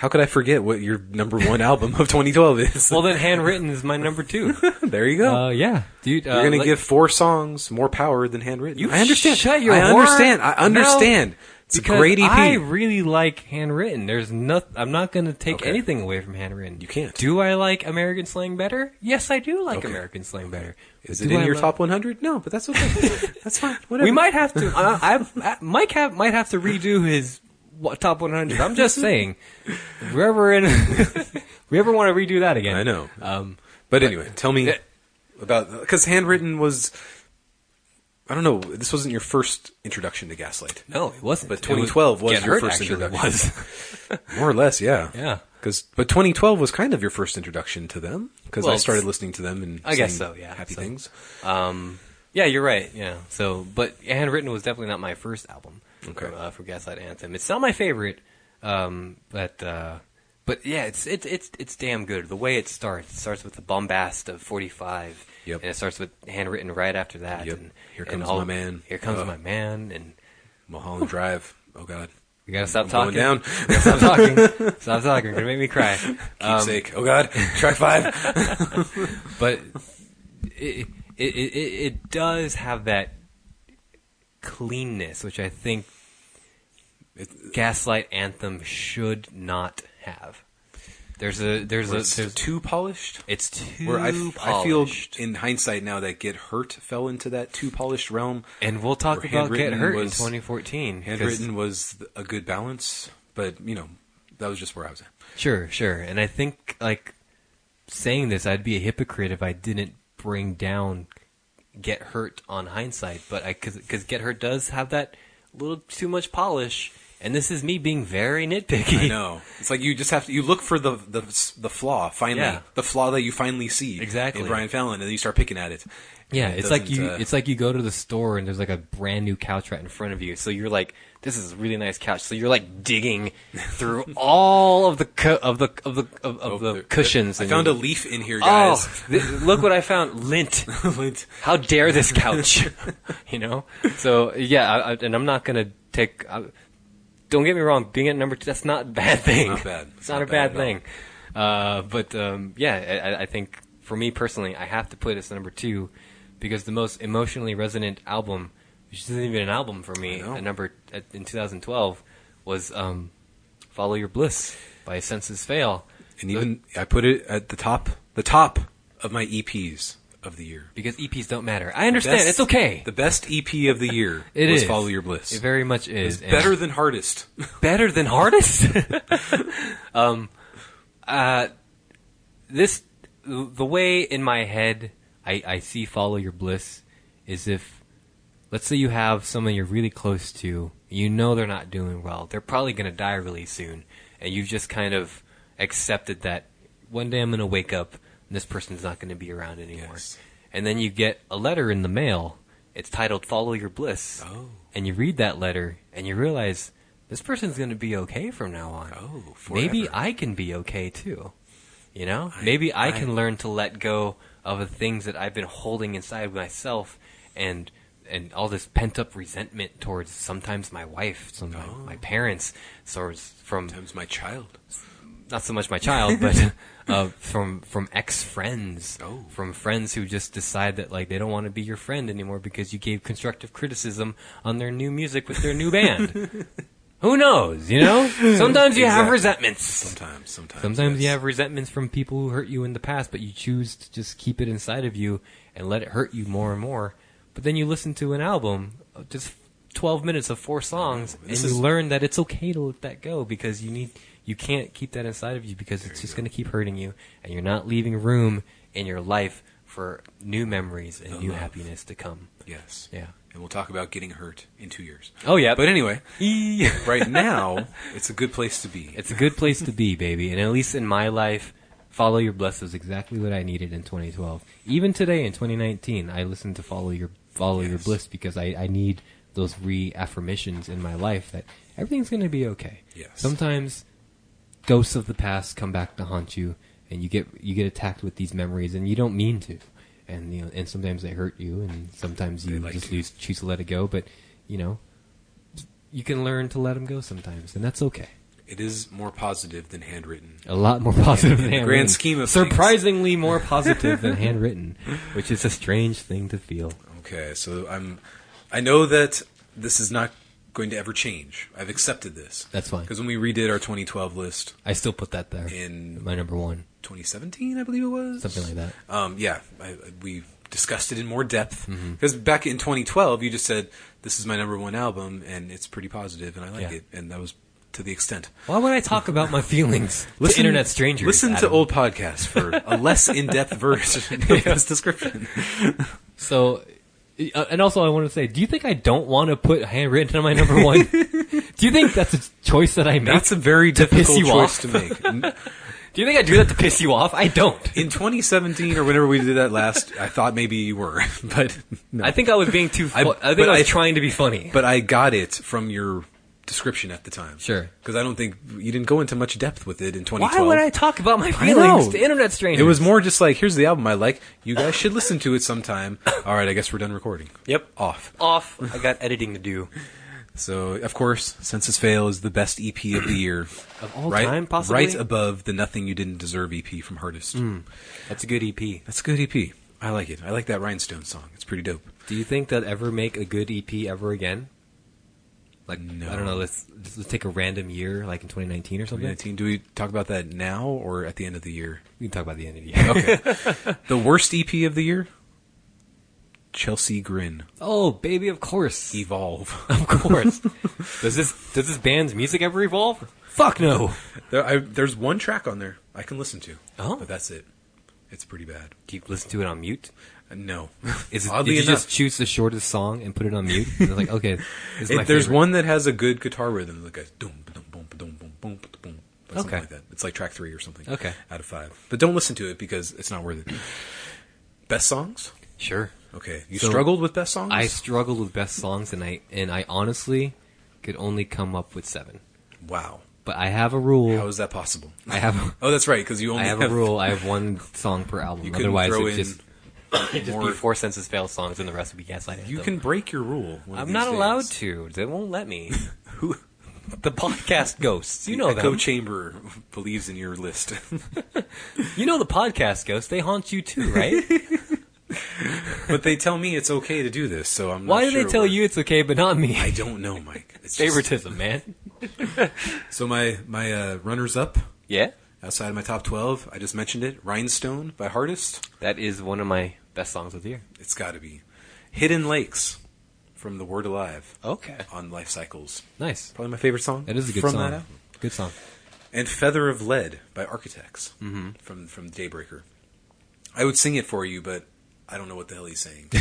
How could I forget what your number one album of 2012 is?
well. Then handwritten is my number two.
there you go.
Uh, yeah, dude, uh,
You're gonna
like-
give four songs more power than handwritten.
You
I understand.
shut your
I
whore
understand. I
mouth
understand. it's a
because
great E EP.
I really like handwritten. There's nothing. I'm not going to take
Okay.
anything away from handwritten.
You can't.
Do I like American slang better? Yes, I do like
Okay.
American slang better.
is
But
it
do
in
I
your
lo-
top 100? No, but that's okay. that's fine. Whatever.
We might have to. Uh, I, I, Mike have, might have to redo his wa- top 100. I'm just saying. If we're ever in, if we ever want to redo that again?
I know.
Um,
But anyway, tell me
Yeah.
about because handwritten was. I don't know. This wasn't your first introduction to Gaslight,
no, it wasn't.
But
It
2012 was
Get
your
Hurt
first
actually
introduction.
Was.
more or less. Yeah,
Yeah.
Because but 2012 was kind of your first introduction to them because I
Well,
started listening to them and
I guess
seeing
so, yeah.
happy
So-
things.
Um, yeah, you're right. Yeah. So, but handwritten was definitely not my first album.
Okay.
For, uh, for Gaslight Anthem, it's not my favorite. Um, but uh, but yeah, it's it's it's it's damn good. The way it starts, it starts with the bombast of 45.
Yep.
And it starts with handwritten right after that.
Yep.
And,
Here
and
comes
all-
my man.
Here comes
Oh.
my man. And
Mulholland Drive. Oh God,
we gotta stop talking.
going down.
We gotta stop talking. stop talking. You're gonna make me cry. Um,
Keepsake. oh God, track five.
but it, it, it, it does have that cleanness, which I think
It-
Gaslight Anthem should not have. There's a there's a
it's
there's
too polished.
it's too
Where I, f- I feel
polished.
in hindsight now that Get Hurt fell into that too polished realm.
and we'll talk
where
about Get
handwritten
Hurt in
was-
2014. 'cause-
Handwritten was th- a good balance, but you know that was just where I was at.
Sure, sure. And I think like saying this, I'd be a hypocrite if I didn't bring down Get Hurt on hindsight, but I because Get Hurt does have that little too much polish And this is me being very nitpicky.
I know. It's like you just have to. You look for the the the flaw finally,
Yeah.
the flaw that you finally see
Exactly.
in Brian Fallon, and then you start picking at it.
Yeah,
It
it's like
doesn't,
you
uh,
it's like you go to the store and there's like a brand new couch right in front of you. So you're like, this is a really nice couch. So you're like digging through all of the co- of the of the of, of
Oh,
the
there-
cushions.
I
and
found a
you're-
leaf in here,
oh,
guys.
th- look what I found! Lint.
Lint.
How dare this couch? you know. So yeah, I, I, and I'm not gonna take. I, don't get me wrong. Being at number two, that's not a bad thing.
Not bad.
It's not, a bad, thing. Uh, but um, yeah, I, I- I think for me personally, I have to put this at number two because the most emotionally resonant album, which isn't even an album for me,
I know.
at number at, in 2012 was um, "Follow Your Bliss" by Senses Fail.
And even I put it at the top, the top of my EPs of the year.
Because EPs don't matter. I understand.
Best-
it's okay.
The best EP of the year
It
was
is.
Follow Your Bliss.
It very much is. and-
Better than hardest.
better than hardest. um, uh, this the way in my head I, I see follow your bliss is if let's say you have someone you're really close to, you know they're not doing well, they're probably gonna die really soon, and you've just kind of accepted that one day I'm gonna wake up and this person's not gonna be around anymore.
Yes.
And then you get a letter in the mail. It's titled "Follow Your Bliss."
Oh.
and you read that letter and you realize this person's going to be okay from now on.
Oh, forever.
maybe I can be okay too. You know,
I-
maybe I, can
I-
learn to let go of the things that I've been holding inside myself and and all this pent up resentment towards sometimes my wife, sometimes
Oh.
my parents, towards from
Times my child.
not so much my child, but uh, from from ex friends,
Oh.
from friends who just decide that like they don't want to be your friend anymore because you gave constructive criticism on their new music with their new band. who knows? You know, sometimes you have
Exactly.
resentments.
Sometimes, sometimes.
Sometimes you
yes.
have resentments from people who hurt you in the past, but you choose to just keep it inside of you and let it hurt you more and more. But then you listen to an album, uh, just twelve minutes of four songs, and
This
you
is-
learn that it's okay to let that go because you need, you can't keep that inside of you because it's just going to keep hurting you, and you're not leaving room in your life for new memories and
The
new
love.
happiness to come.
Yes.
Yeah.
And we'll talk about getting hurt in two years.
Oh yeah,
But anyway,
anyway.
right now, it's a good place to be.
It's a good place to be, baby. And at least in my life, Follow Your Bliss was exactly what I needed in 2012. Even today in 2019, I listen to Follow Your Follow Your
Yes.
Bliss because I, I need those reaffirmations in my life that everything's going to be okay.
Yes.
Sometimes ghosts of the past come back to haunt you, and you get you get attacked with these memories, and you don't mean to. And you know, and sometimes they hurt you, and sometimes you
They like
just
to.
lose, choose to let it go. But you know, you can learn to let them go sometimes, and that's okay.
It is more positive than handwritten.
A lot more positive
In
than
the
handwritten.
grand scheme of things.
surprisingly more positive than handwritten, which is a strange thing to feel.
Okay, so I'm. I know that this is not going to ever change. I've accepted this.
That's fine.
Because when we redid our 2012 list
I still put that there.
in
my number one,
2017, I believe it was
something like that. Mm-hmm.
Um, yeah, I, I- we discussed it in more depth because back in 2012, you just said this is my number one album and it's pretty positive and I like
Yeah.
it, and that was to the extent.
Why would I talk about my feelings to internet strangers?
Listen to
Adam?
old podcasts for a less in-depth version of this description.
So, uh, and also I want to say, do you think I don't want to put handwritten on my number one? do you think that's a choice that I make?
That's a very
piss
difficult
you
choice
off?
to make. N-
do you think I do that to piss you off? I don't.
In 2017 or whenever we did that last, I thought maybe you were, but no.
I think I was being too.
I-
Fu- I,
but
think I was
I-
trying to be funny.
but I got it from your description at the time.
Sure.
because I don't think you didn't go into much depth with it in 2012.
Why would I talk about my feelings to internet strangers?
It was more just like, here's the album I like. You guys should listen to it sometime. All right, I guess we're done recording.
Yep.
Off.
off. I got editing to do.
So, of course, Census Fail is the best EP of the year.
Of all
right,
time, possibly? Mm.
Right above the Nothing You Didn't Deserve EP from Hardest.
That's a good E EP.
That's a good EP. I like it. I like that Rhinestone song. It's pretty dope.
Do you think they'll ever make a good EP ever again? Like
No.
I don't know. Let's let's take a random year, like in 2019 or something.
2019. Do we talk about that now or at the end of the year?
We can talk about the end of the year.
Okay. the worst EP of the year? Chelsea Grin.
oh, baby, of course,
Evolve.
of course. does this does this band's music ever evolve? Fuck no.
There, I, there's one track on there I can listen to.
Oh.
But that's it. It's pretty bad.
Do you listen to it on mute?
Uh, No,
Is it,
oddly
did you
enough,
just choose the shortest song and put it on mute? And it's like, okay, this is
it-
my
there's
favorite.
one that has a good guitar rhythm that goes dum dum bum dum bum bum dum.
Okay.
Something like that. It's like track three or something.
Okay.
Out of five. But don't listen to it because it's not worth it. Best songs?
Sure.
Okay. You
So-
struggled with best songs?
I struggled with best songs, and I and I honestly could only come up with seven.
wow.
But I have a rule.
How is that possible?
I have
Oh, that's right, because you only
I have a rule. I have one song per album.
You couldn't
Otherwise,
throw
it's
in
just it'd just
more-
be four senses fail songs, and the rest would be gaslight.
You
Anthem.
can break your rule. one of
I'm
these
not
days.
allowed to. They won't let me. Who? The podcast ghosts. You
The
know
Echo
them.
Chamber believes in your list.
You know the podcast ghosts. They haunt you too, right?
but they tell me it's okay to do this, so I'm not
Why do
sure
they tell
where-
you it's okay but not me?
I don't know, Mike. It's just-
Favoritism, man.
So my my uh, runners up
Yeah,
outside of my top 12, I just mentioned it, Rhinestone by Hardest.
that is one of my best songs of the year.
It's got to be Hidden Lakes from The Word Alive
Okay,
on Life Cycles.
nice.
Probably my favorite song.
That is a good
from
song.
that album.
good song.
and Feather of Lead by Architects
Mm-hmm.
from from Daybreaker. I would sing it for you, but I don't know what the hell he's saying.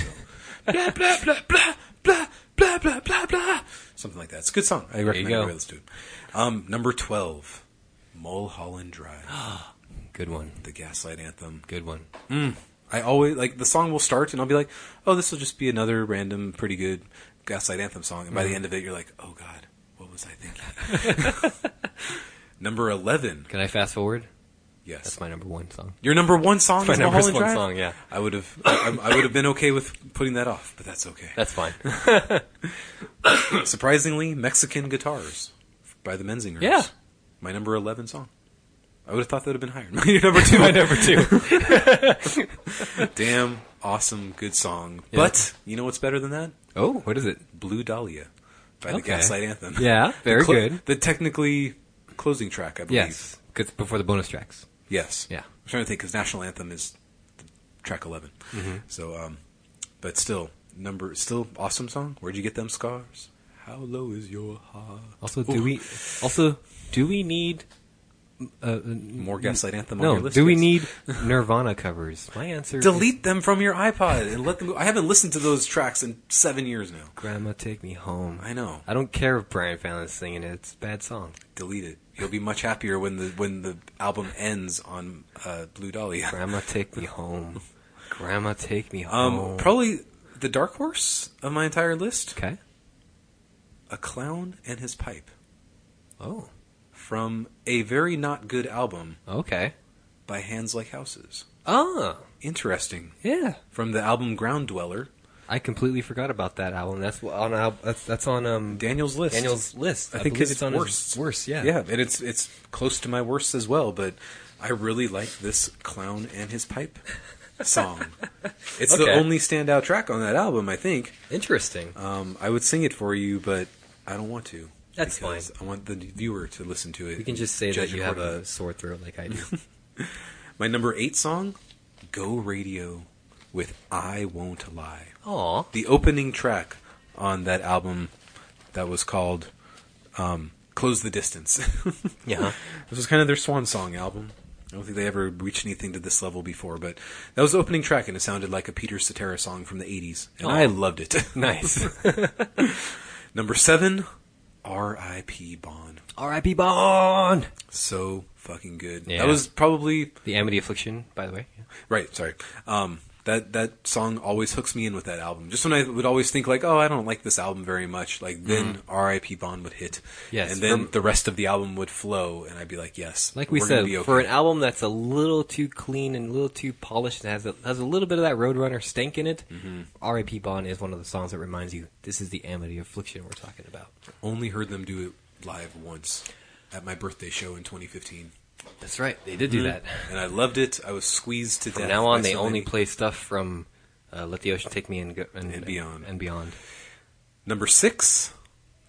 So. blah blah blah blah blah blah blah blah blah. Something like that. It's a good song. I recommend
go.
everybody listen to it. Um, number twelve, Mulholland Drive,
Good one.
the Gaslight Anthem.
Good one.
I always like the song will start and I'll be like, oh, this will just be another random, pretty good Gaslight Anthem song. And by
Mm-hmm.
the end of it, you're like, oh god, what was I thinking? number eleven,
Can I fast forward?
yes,
That's my number one song.
Your number one song
my
is
number
Mulholland
one
Drive.
song, yeah.
I would have, I, I would have been okay with putting that off, but that's okay.
That's fine.
Surprisingly, Mexican guitars by the Menzingers.
Yeah.
my number eleven song. I would have thought that would have been higher. Your number two,
my number two.
damn awesome, good song. But you know what's better than that?
Oh, what is it?
Blue Dahlia by the
Okay.
Gaslight Anthem.
Yeah, very
the clo-
good.
The technically closing track, I believe.
Yes, because before the bonus tracks.
Yes.
Yeah.
I'm trying to think because National Anthem is track 11.
Mm-hmm.
So, um, but still, number, still awesome song. Where'd you get them scars? How low is your heart?
Also, do
Ooh.
we? Also, do we need? Uh,
More Gaslight Anthem on your
no.
list?
Do we
guys?
need Nirvana covers? My answer. Is
Delete them from your iPod and let them go. I haven't listened to those tracks in seven years now.
Grandma, take me home.
I know.
I don't care if Brian Fallon's singing it. It's a bad song.
Delete it. You'll be much happier when the when the album ends on uh, Blue Dahlia.
Grandma, take me home. Grandma, take me
Um,
home.
Probably the dark horse of my entire list:
okay.
"A Clown and His Pipe"
Oh,
from a very not good album
okay.
by Hands Like Houses. Ah.
Oh,
Interesting.
yeah.
From the album Ground Dweller,
I completely forgot about that album. That's wh- on al- that's that's on um
Daniel's list.
Daniel's list.
I think
believe
his
it's on
worst.
his worst. Yeah.
yeah, and it's it's close to my worst as well. But I really like this clown and his pipe song. It's the
Okay.
only standout track on that album, I think.
Interesting.
Um, I would sing it for you, but I don't want to.
That's
because I want the viewer to listen to it.
You can
and
just say that
judge
you have
accordingly.
a sore throat like I do.
my number eight song, "Go Radio," with "I Won't Lie."
Aw.
the opening track on that album that was called um, Close the Distance.
Yeah.
this was kind of their swan song album. I don't think they ever reached anything to this level before, but that was the opening track, and it sounded like a Peter Cetera song from the 80s, and
Aw.
I loved it.
Oh. Nice.
Number seven, R.I.P. Bond.
R.I.P. Bond.
So fucking good.
Yeah.
That was probably
The Amity Affliction, by the way.
Right, sorry. Um, that that song always hooks me in with that album. Just when I would always think like, oh, I don't like this album very much. Like then R.I.P. Bond would hit,
Mm-hmm. Yes,
and then
for-
the rest of the album would flow, and I'd be like, yes,
Like we
we're gonna
said,
be okay.
for an album that's a little too clean and a little too polished and has a, has a little bit of that Roadrunner stink in it, R.I.P. Bond is one of the songs that reminds you this is the Amity Affliction we're talking about.
only heard them do it live once at my birthday show in 2015,
That's right. They did do that.
and I loved it. I was squeezed to
Mm-hmm. From
death.
now on,
by
they
so
only
many-
play stuff from uh, Let the Ocean Take Me and, go, and,
And Beyond.
And Beyond.
number six,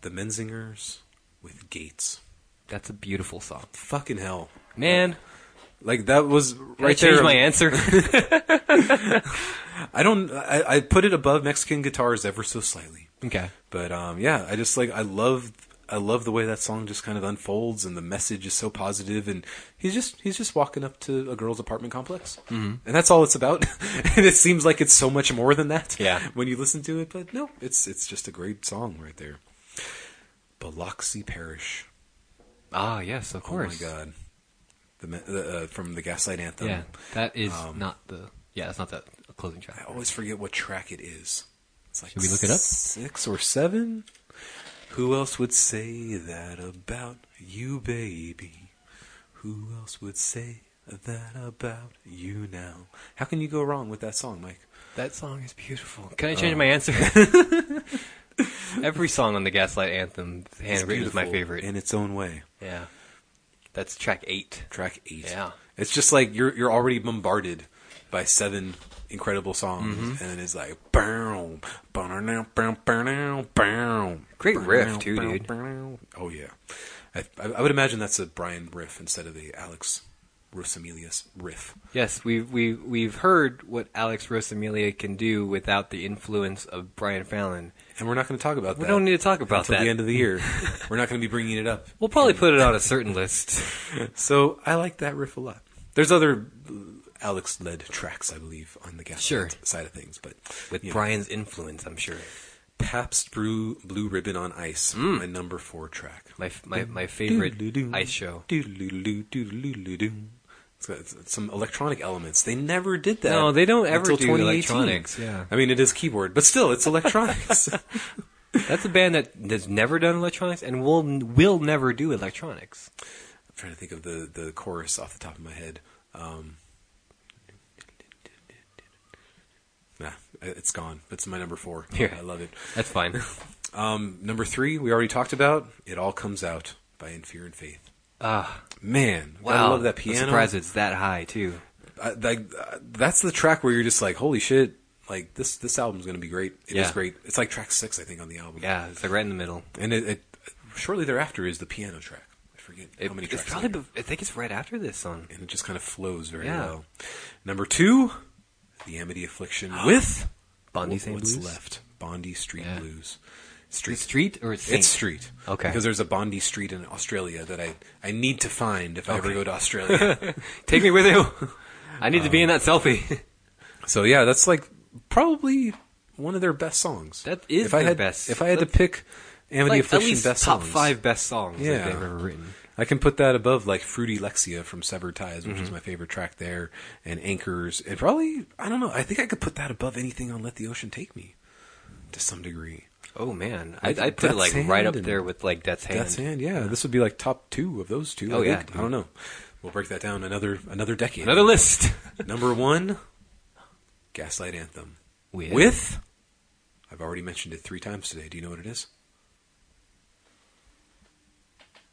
the Menzingers with Gates.
That's a beautiful song.
Fucking hell,
Man,
like that was
can
right
I change
there.
my answer?
I don't. I, I put it above Mexican guitars ever so slightly.
okay.
But um, yeah, I just like I love I love the way that song just kind of unfolds, and the message is so positive. And he's just he's just walking up to a girl's apartment complex, mm-hmm. and that's all it's about. and it seems like it's so much more than that.
Yeah.
when you listen to it, but no, it's it's just a great song right there. Biloxi Parish.
Ah, yes, of course.
Oh my god, the, me- the uh, from the Gaslight Anthem.
Yeah, that is
Um,
not the. Yeah, that's not the closing track.
I always forget what track it is. It's like
Should we look it up?
Six or seven? Who else would say that about you, baby? Who else would say that about you now? How can you go wrong with that song, Mike?
That song is beautiful. Um, Can I change my answer? Every song on the Gaslight Anthem,
It's
handwritten, is my
beautiful
favorite.
in its own way.
yeah, that's track eight.
Track eight.
Yeah.
it's just like you're you're already bombarded by seven incredible songs,
Mm-hmm.
and then it's like boom, boom, boom, boom, boom.
Great riff, too, dude.
Oh yeah, I, I I would imagine that's a Brian riff instead of the Alex Rosamelius riff.
Yes, we've we we've heard what Alex Rosamelia can do without the influence of Brian Fallon.
And we're not going to talk about
We
that.
don't need to talk about
until
that.
the end of the year. we're not going to be bringing it up.
We'll probably put it on a certain list.
So I like that riff a lot. There's other Alex led tracks, I believe, on the Gaslight
Sure.
side of things, but
With
you know.
Brian's influence, I'm sure.
Pabst Brew Blue Ribbon on Ice,
Mm.
my number four track.
My my my favorite
Doodle-doo.
ice show.
Doodle-doo, doodle-doo. It's got s- some electronic elements. They never did that.
No, they don't ever
until
do
2018.
electronics, yeah.
I mean, it is keyboard, but still, it's electronics.
That's a band that that's never done electronics and will will never do electronics.
I'm trying to think of the, the chorus off the top of my head. Um, nah, it's gone. It's my number four.
Here.
I love it.
That's fine.
Um, number three, we already talked about. It all comes out by In Fear and Faith.
Ah,
Man,
wow.
I love that
I'm
piano.
surprised it's that high too.
I, like uh, that's the track where you're just like, holy shit! Like this this album's gonna be great. It is
Yeah.
great. It's like track six, I think, on the album.
Yeah, it's like right in the middle.
and it, it shortly thereafter is the piano track. I forget
It,
how many
it's
tracks.
probably.
there
bef- I think it's right after this song.
are. and it just kind of flows very
Yeah.
well. Number two, the Amity Affliction with
Bondi
What's
Saint Blues.
Left, Bondi Street
Yeah.
Blues.
The
Street
street or it's Saint?
It's street.
Okay.
Because there's a Bondi Street in Australia that I, I need to find if I ever
Okay.
go to Australia.
Take me with you. I need to be in
Um,
that selfie.
so yeah, that's like probably one of their best songs.
That is
if I
their
had,
best.
If I had
That's-
to pick Amity
like at
Affliction
least
best
top
songs,
five best songs that
Yeah.
they've ever written.
I can put that above like Fruity Lexia from Severed Ties, which
Mm-hmm.
is my favorite track there, and Anchors. And probably I don't know. I think I could put that above anything on Let the Ocean Take Me, to some degree.
Oh man, I'd,
Death's
I'd put it like right up
Hand and-
there with like Death's Hand.
Death's Hand, yeah. This would be like top two of those two.
Oh,
I
yeah,
think.
dude.
I don't know. We'll break that down another another decade.
Another list
Number one, Gaslight Anthem.
with,
With, I've already mentioned it three times today. Do you know what it is?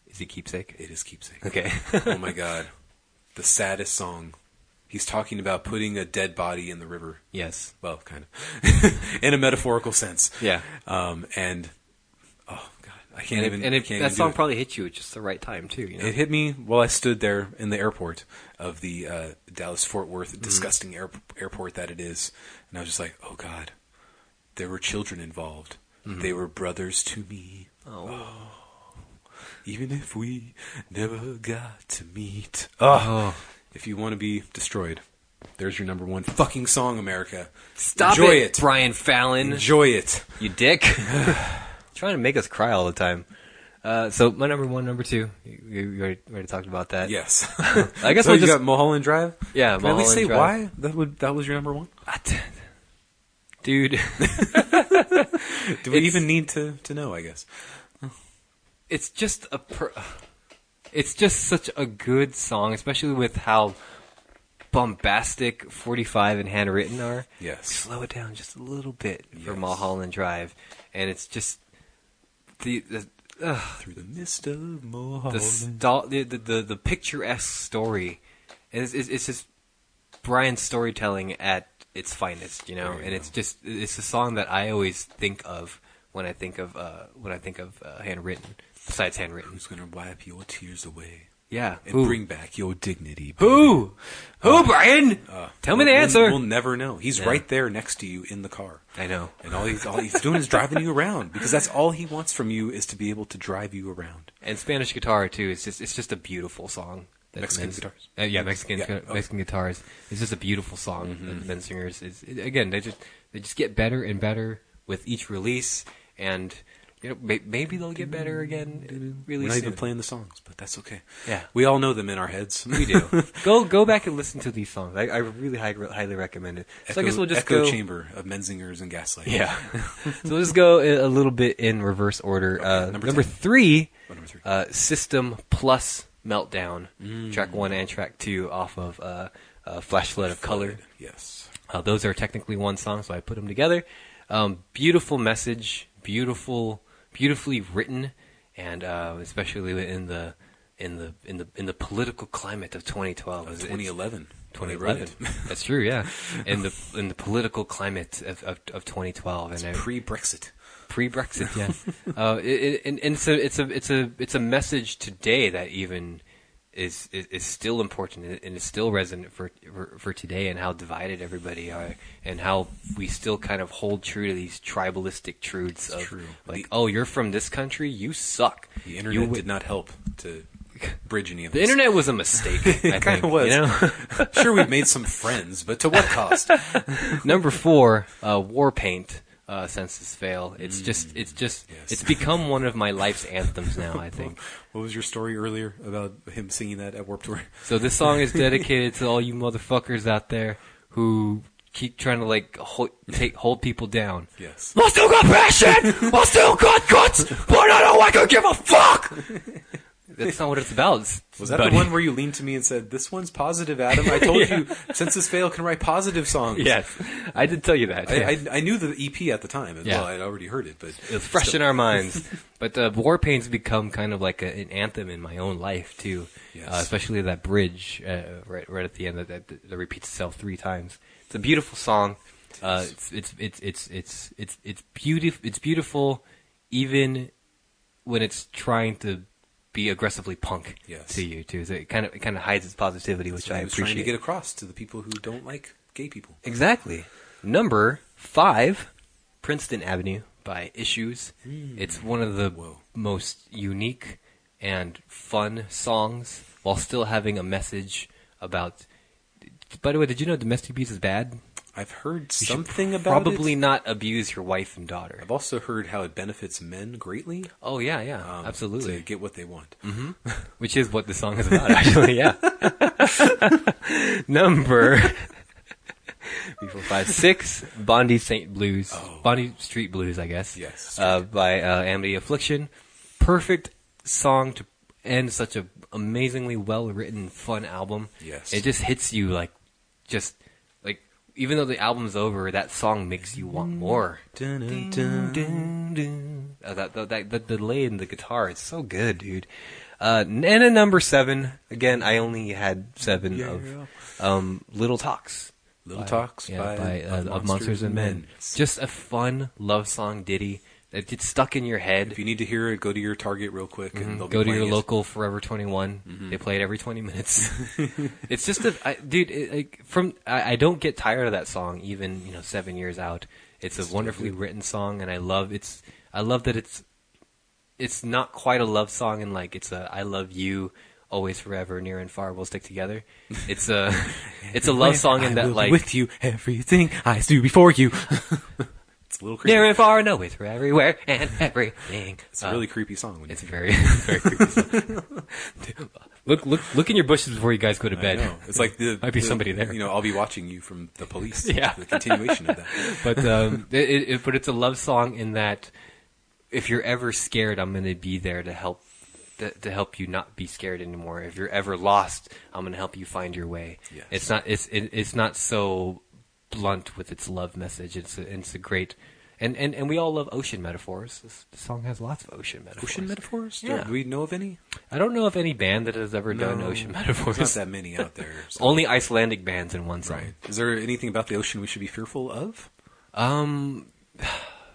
is he keepsake?
It is Keepsake.
Okay,
oh my God. The saddest song. He's talking about putting a dead body in the river.
yes,
Well, kind of. in a metaphorical sense.
yeah.
Um, and, oh God. I can't
And,
even.
if, and if
can't
that
even do
song
it.
probably hit you at just the right time too, you know.
It hit me while I stood there in the airport of the uh, Dallas Fort
Mm-hmm.
Worth disgusting air- airport that it is, and I was just like, "Oh God, there were children involved. They were brothers to me.
Mm-hmm. oh.
Even if we never got to meet. Oh, if you want to be destroyed, there's your number one fucking song, America.
Stop
Enjoy
it, Brian Fallon.
Enjoy it.
you dick. Trying to make us cry all the time. Uh, so my number one, number two, you, you already, already talked about that.
Yes.
I guess
so
I'll
you
just-
got Mulholland Drive.
yeah.
Can I at
Mulholland
least say
Drive.
why that would that was your number one?
What? Ah, Dude,
Do we
It's-
even need to to know? I guess.
it's just a per- it's just such a good song, especially with how bombastic 45 and handwritten are.
Yes.
Slow it down just a little bit for
Yes.
Mulholland Drive and it's just the the ugh,
Through the mist of
the,
Mulholland.
sto- the, the the the picturesque story. And it's, it's, it's just Brian's storytelling at its finest, you know.
There you
and
go.
it's just it's a song that I always think of when I think of uh, when I think of uh, handwritten. Besides handwritten,
Who's gonna wipe your tears away
yeah.
and
Who?
bring back your dignity?
who? Who, Brian? Tell me the
We'll-
answer.
We'll never know. He's
Yeah.
right there next to you in the car.
I know.
And all he's all he's doing is driving you around because that's all he wants from you is to be able to drive you around.
And Spanish guitar too. It's just it's just a beautiful song. that
Mexican
Men's-
guitars.
Uh, yeah, Mexican
Yeah, Mm-hmm. okay.
Mexican guitars. It's just a beautiful song. That the men singers is it- again they just they just get better and better with each release, and you know may, maybe they'll get better again. Really
We're not
soon.
even playing the songs, but that's okay.
Yeah.
we all know them in our heads.
We do. go go back and listen to these songs. I, I really high, highly recommend it. So
Echo,
I guess we'll just
echo
go.
chamber of Menzingers and Gaslight.
Yeah. so we'll just go a a little bit in reverse order. uh,
number
number,
10.
three,
Oh, number three. Mm.
Uh, System Plus Meltdown, track one and track two off of uh, uh, Flashlight of Color.
Yes.
Uh, those are technically one song, so I put them together. Um, beautiful message, beautiful, beautifully written, and uh, especially in the in the in the in the political climate of 2012,
Uh,
It's-
2011. when they wrote
2011. That's true, yeah. In the in the political climate of of, of 2012 and
it.
I-
Pre-Brexit.
pre-Brexit, yeah. uh, it, it, and, and so it's a it's a it's a message today that even is is, is still important and- and is still resonant for, for for today and how divided everybody are and how we still kind of hold true to these tribalistic truths of
true.
like
The-
oh you're from this country you suck
The
You
internet
wi-
did not help to bridge any of
the
this.
internet was a mistake it
kinda was.
you know.
sure, we've made some friends, but to what cost?
Number four, uh, war paint. Uh, census fail. It's just, it's just,
Mm, Yes.
it's become one of my life's anthems now. I think.
what was your story earlier about him singing that at Warped Tour?
So this song is dedicated to all you motherfuckers out there who keep trying to like hold, take, hold people down.
Yes.
I still got passion. I still got guts, but I don't like to give a fuck. That's not what it's about. It's-
Was that
buddy.
the one where you leaned to me and said, "This one's positive, Adam"? I told you, Census Fail can write positive songs.
Yes, I did tell you that.
I,
yeah.
I, I knew the EP at the time as
Yeah.
well. I'd already heard it, but
it's fresh in our minds. But uh, War Paint's become kind of like a, an anthem in my own life too.
Yes.
Uh, especially that bridge uh, right right at the end that, that that repeats itself three times. It's a beautiful song. Uh, it's, it's it's it's it's it's it's beautiful. It's beautiful, even when it's trying to be aggressively punk
Yes.
to you too. So it kind of it kind of hides its positivity, which I
I was trying
appreciate.
to get across to the people who don't like gay people.
Exactly. Number five, Princeton Avenue by Issues. It's one of the
Hmm. Whoa.
most unique and fun songs while still having a message about. By the way, did you know domestic abuse is bad?
I've heard
You should
something about
probably
it.
not abuse your wife and daughter.
I've also heard how it benefits men greatly.
Oh yeah, yeah,
um,
absolutely.
To get what they want.
Which is what the song is about, actually. Yeah. Number. Before five six Bondi Saint Blues, Bondi Street Blues, I guess.
Oh. Yes,
Uh, by uh, Amity Affliction, perfect song to end such a amazingly well written, fun album.
Yes.
It just hits you like, just like even though the album's over, that song makes you want more. Uh, that, that, that, the delay in the guitar, it's so good, dude. Uh, and a number seven. Again, I only had seven
Yeah, yeah.
of um, Little Talks.
Little Talks
yeah,
by,
by, uh, of Monsters and Men. Just a fun love song ditty that gets stuck in your head.
If you need to hear it, go to your Target real quick and they'll
Mm-hmm. Go
be
to your
playing Mm-hmm. it.
local Forever 21. They play it every 20 minutes. it's just a I, dude. It, like, from I, I don't get tired of that song, even you know seven years out. It's a wonderfully written song, and I love it's. I love that it's. It's not quite a love song, and like it's a I love you, always, forever, near and far, we'll stick together. It's a, it's a
Oh,
love song in that like
with you everything I do before you. it's a little creepy.
near and far, and always, for everywhere and everything.
It's a really creepy song. When
It's
you
very, very creepy. song. look, look, look in your bushes before you guys go to
I
bed.
know. It's like the
Might be
the-
somebody there.
You know, I'll be watching you from the police.
Yeah.
the continuation of that.
but um, it, it, it- but it's a love song in that if you're ever scared, I'm gonna be there to help to, to help you not be scared anymore. If you're ever lost, I'm gonna help you find your way.
Yes.
It's not it's it, it's not so blunt with its love message. It's a, it's a great. And, and and we all love ocean metaphors. This, this song has lots of ocean metaphors.
Ocean metaphors?
Yeah.
Do we know of any?
I don't know of any band that has ever done ocean metaphors.
There's not that many out there. so-
Only Icelandic bands in one song.
right. Is there anything about the ocean we should be fearful of?
Um,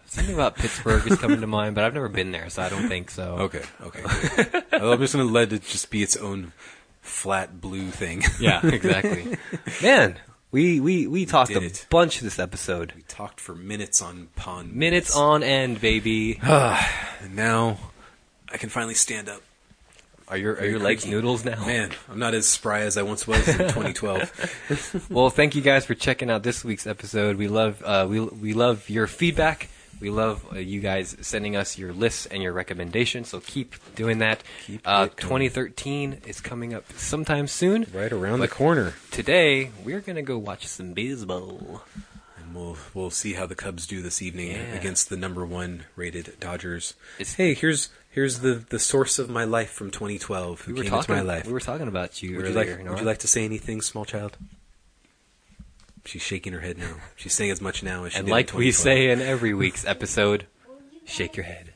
something about Pittsburgh is coming to mind, but I've never been there, so I don't think so.
Okay. Okay. good. I'm just going to let it just be its own flat blue thing.
Yeah, exactly. Man, We we we talked
did
a
it.
bunch this episode.
We talked for minutes on pond.
Minutes on end, baby.
And now I can finally stand up.
Are your are
Very
your legs
creaky.
noodles now?
Man, I'm not as spry as I once was in 2012.
Well, thank you guys for checking out this week's episode. We love uh, we we love your feedback. We love uh, you guys sending us your lists and your recommendations. So keep doing that.
Keep
uh,
it coming.
2013 is coming up sometime soon.
right around
But
the corner.
Today we're gonna go watch some baseball.
And we'll we'll see how the Cubs do this evening
Yeah.
against the number one rated Dodgers.
It's-
hey, here's here's the, the source of my life from 2012. Who
We were
came
talking.
into my life?
We were talking about you
would you
earlier.
like
Nora.
Would you like to say anything, small child? She's shaking her head now. She's saying as much now as she
and
did in
like we
2012.
say in every week's episode, shake your head.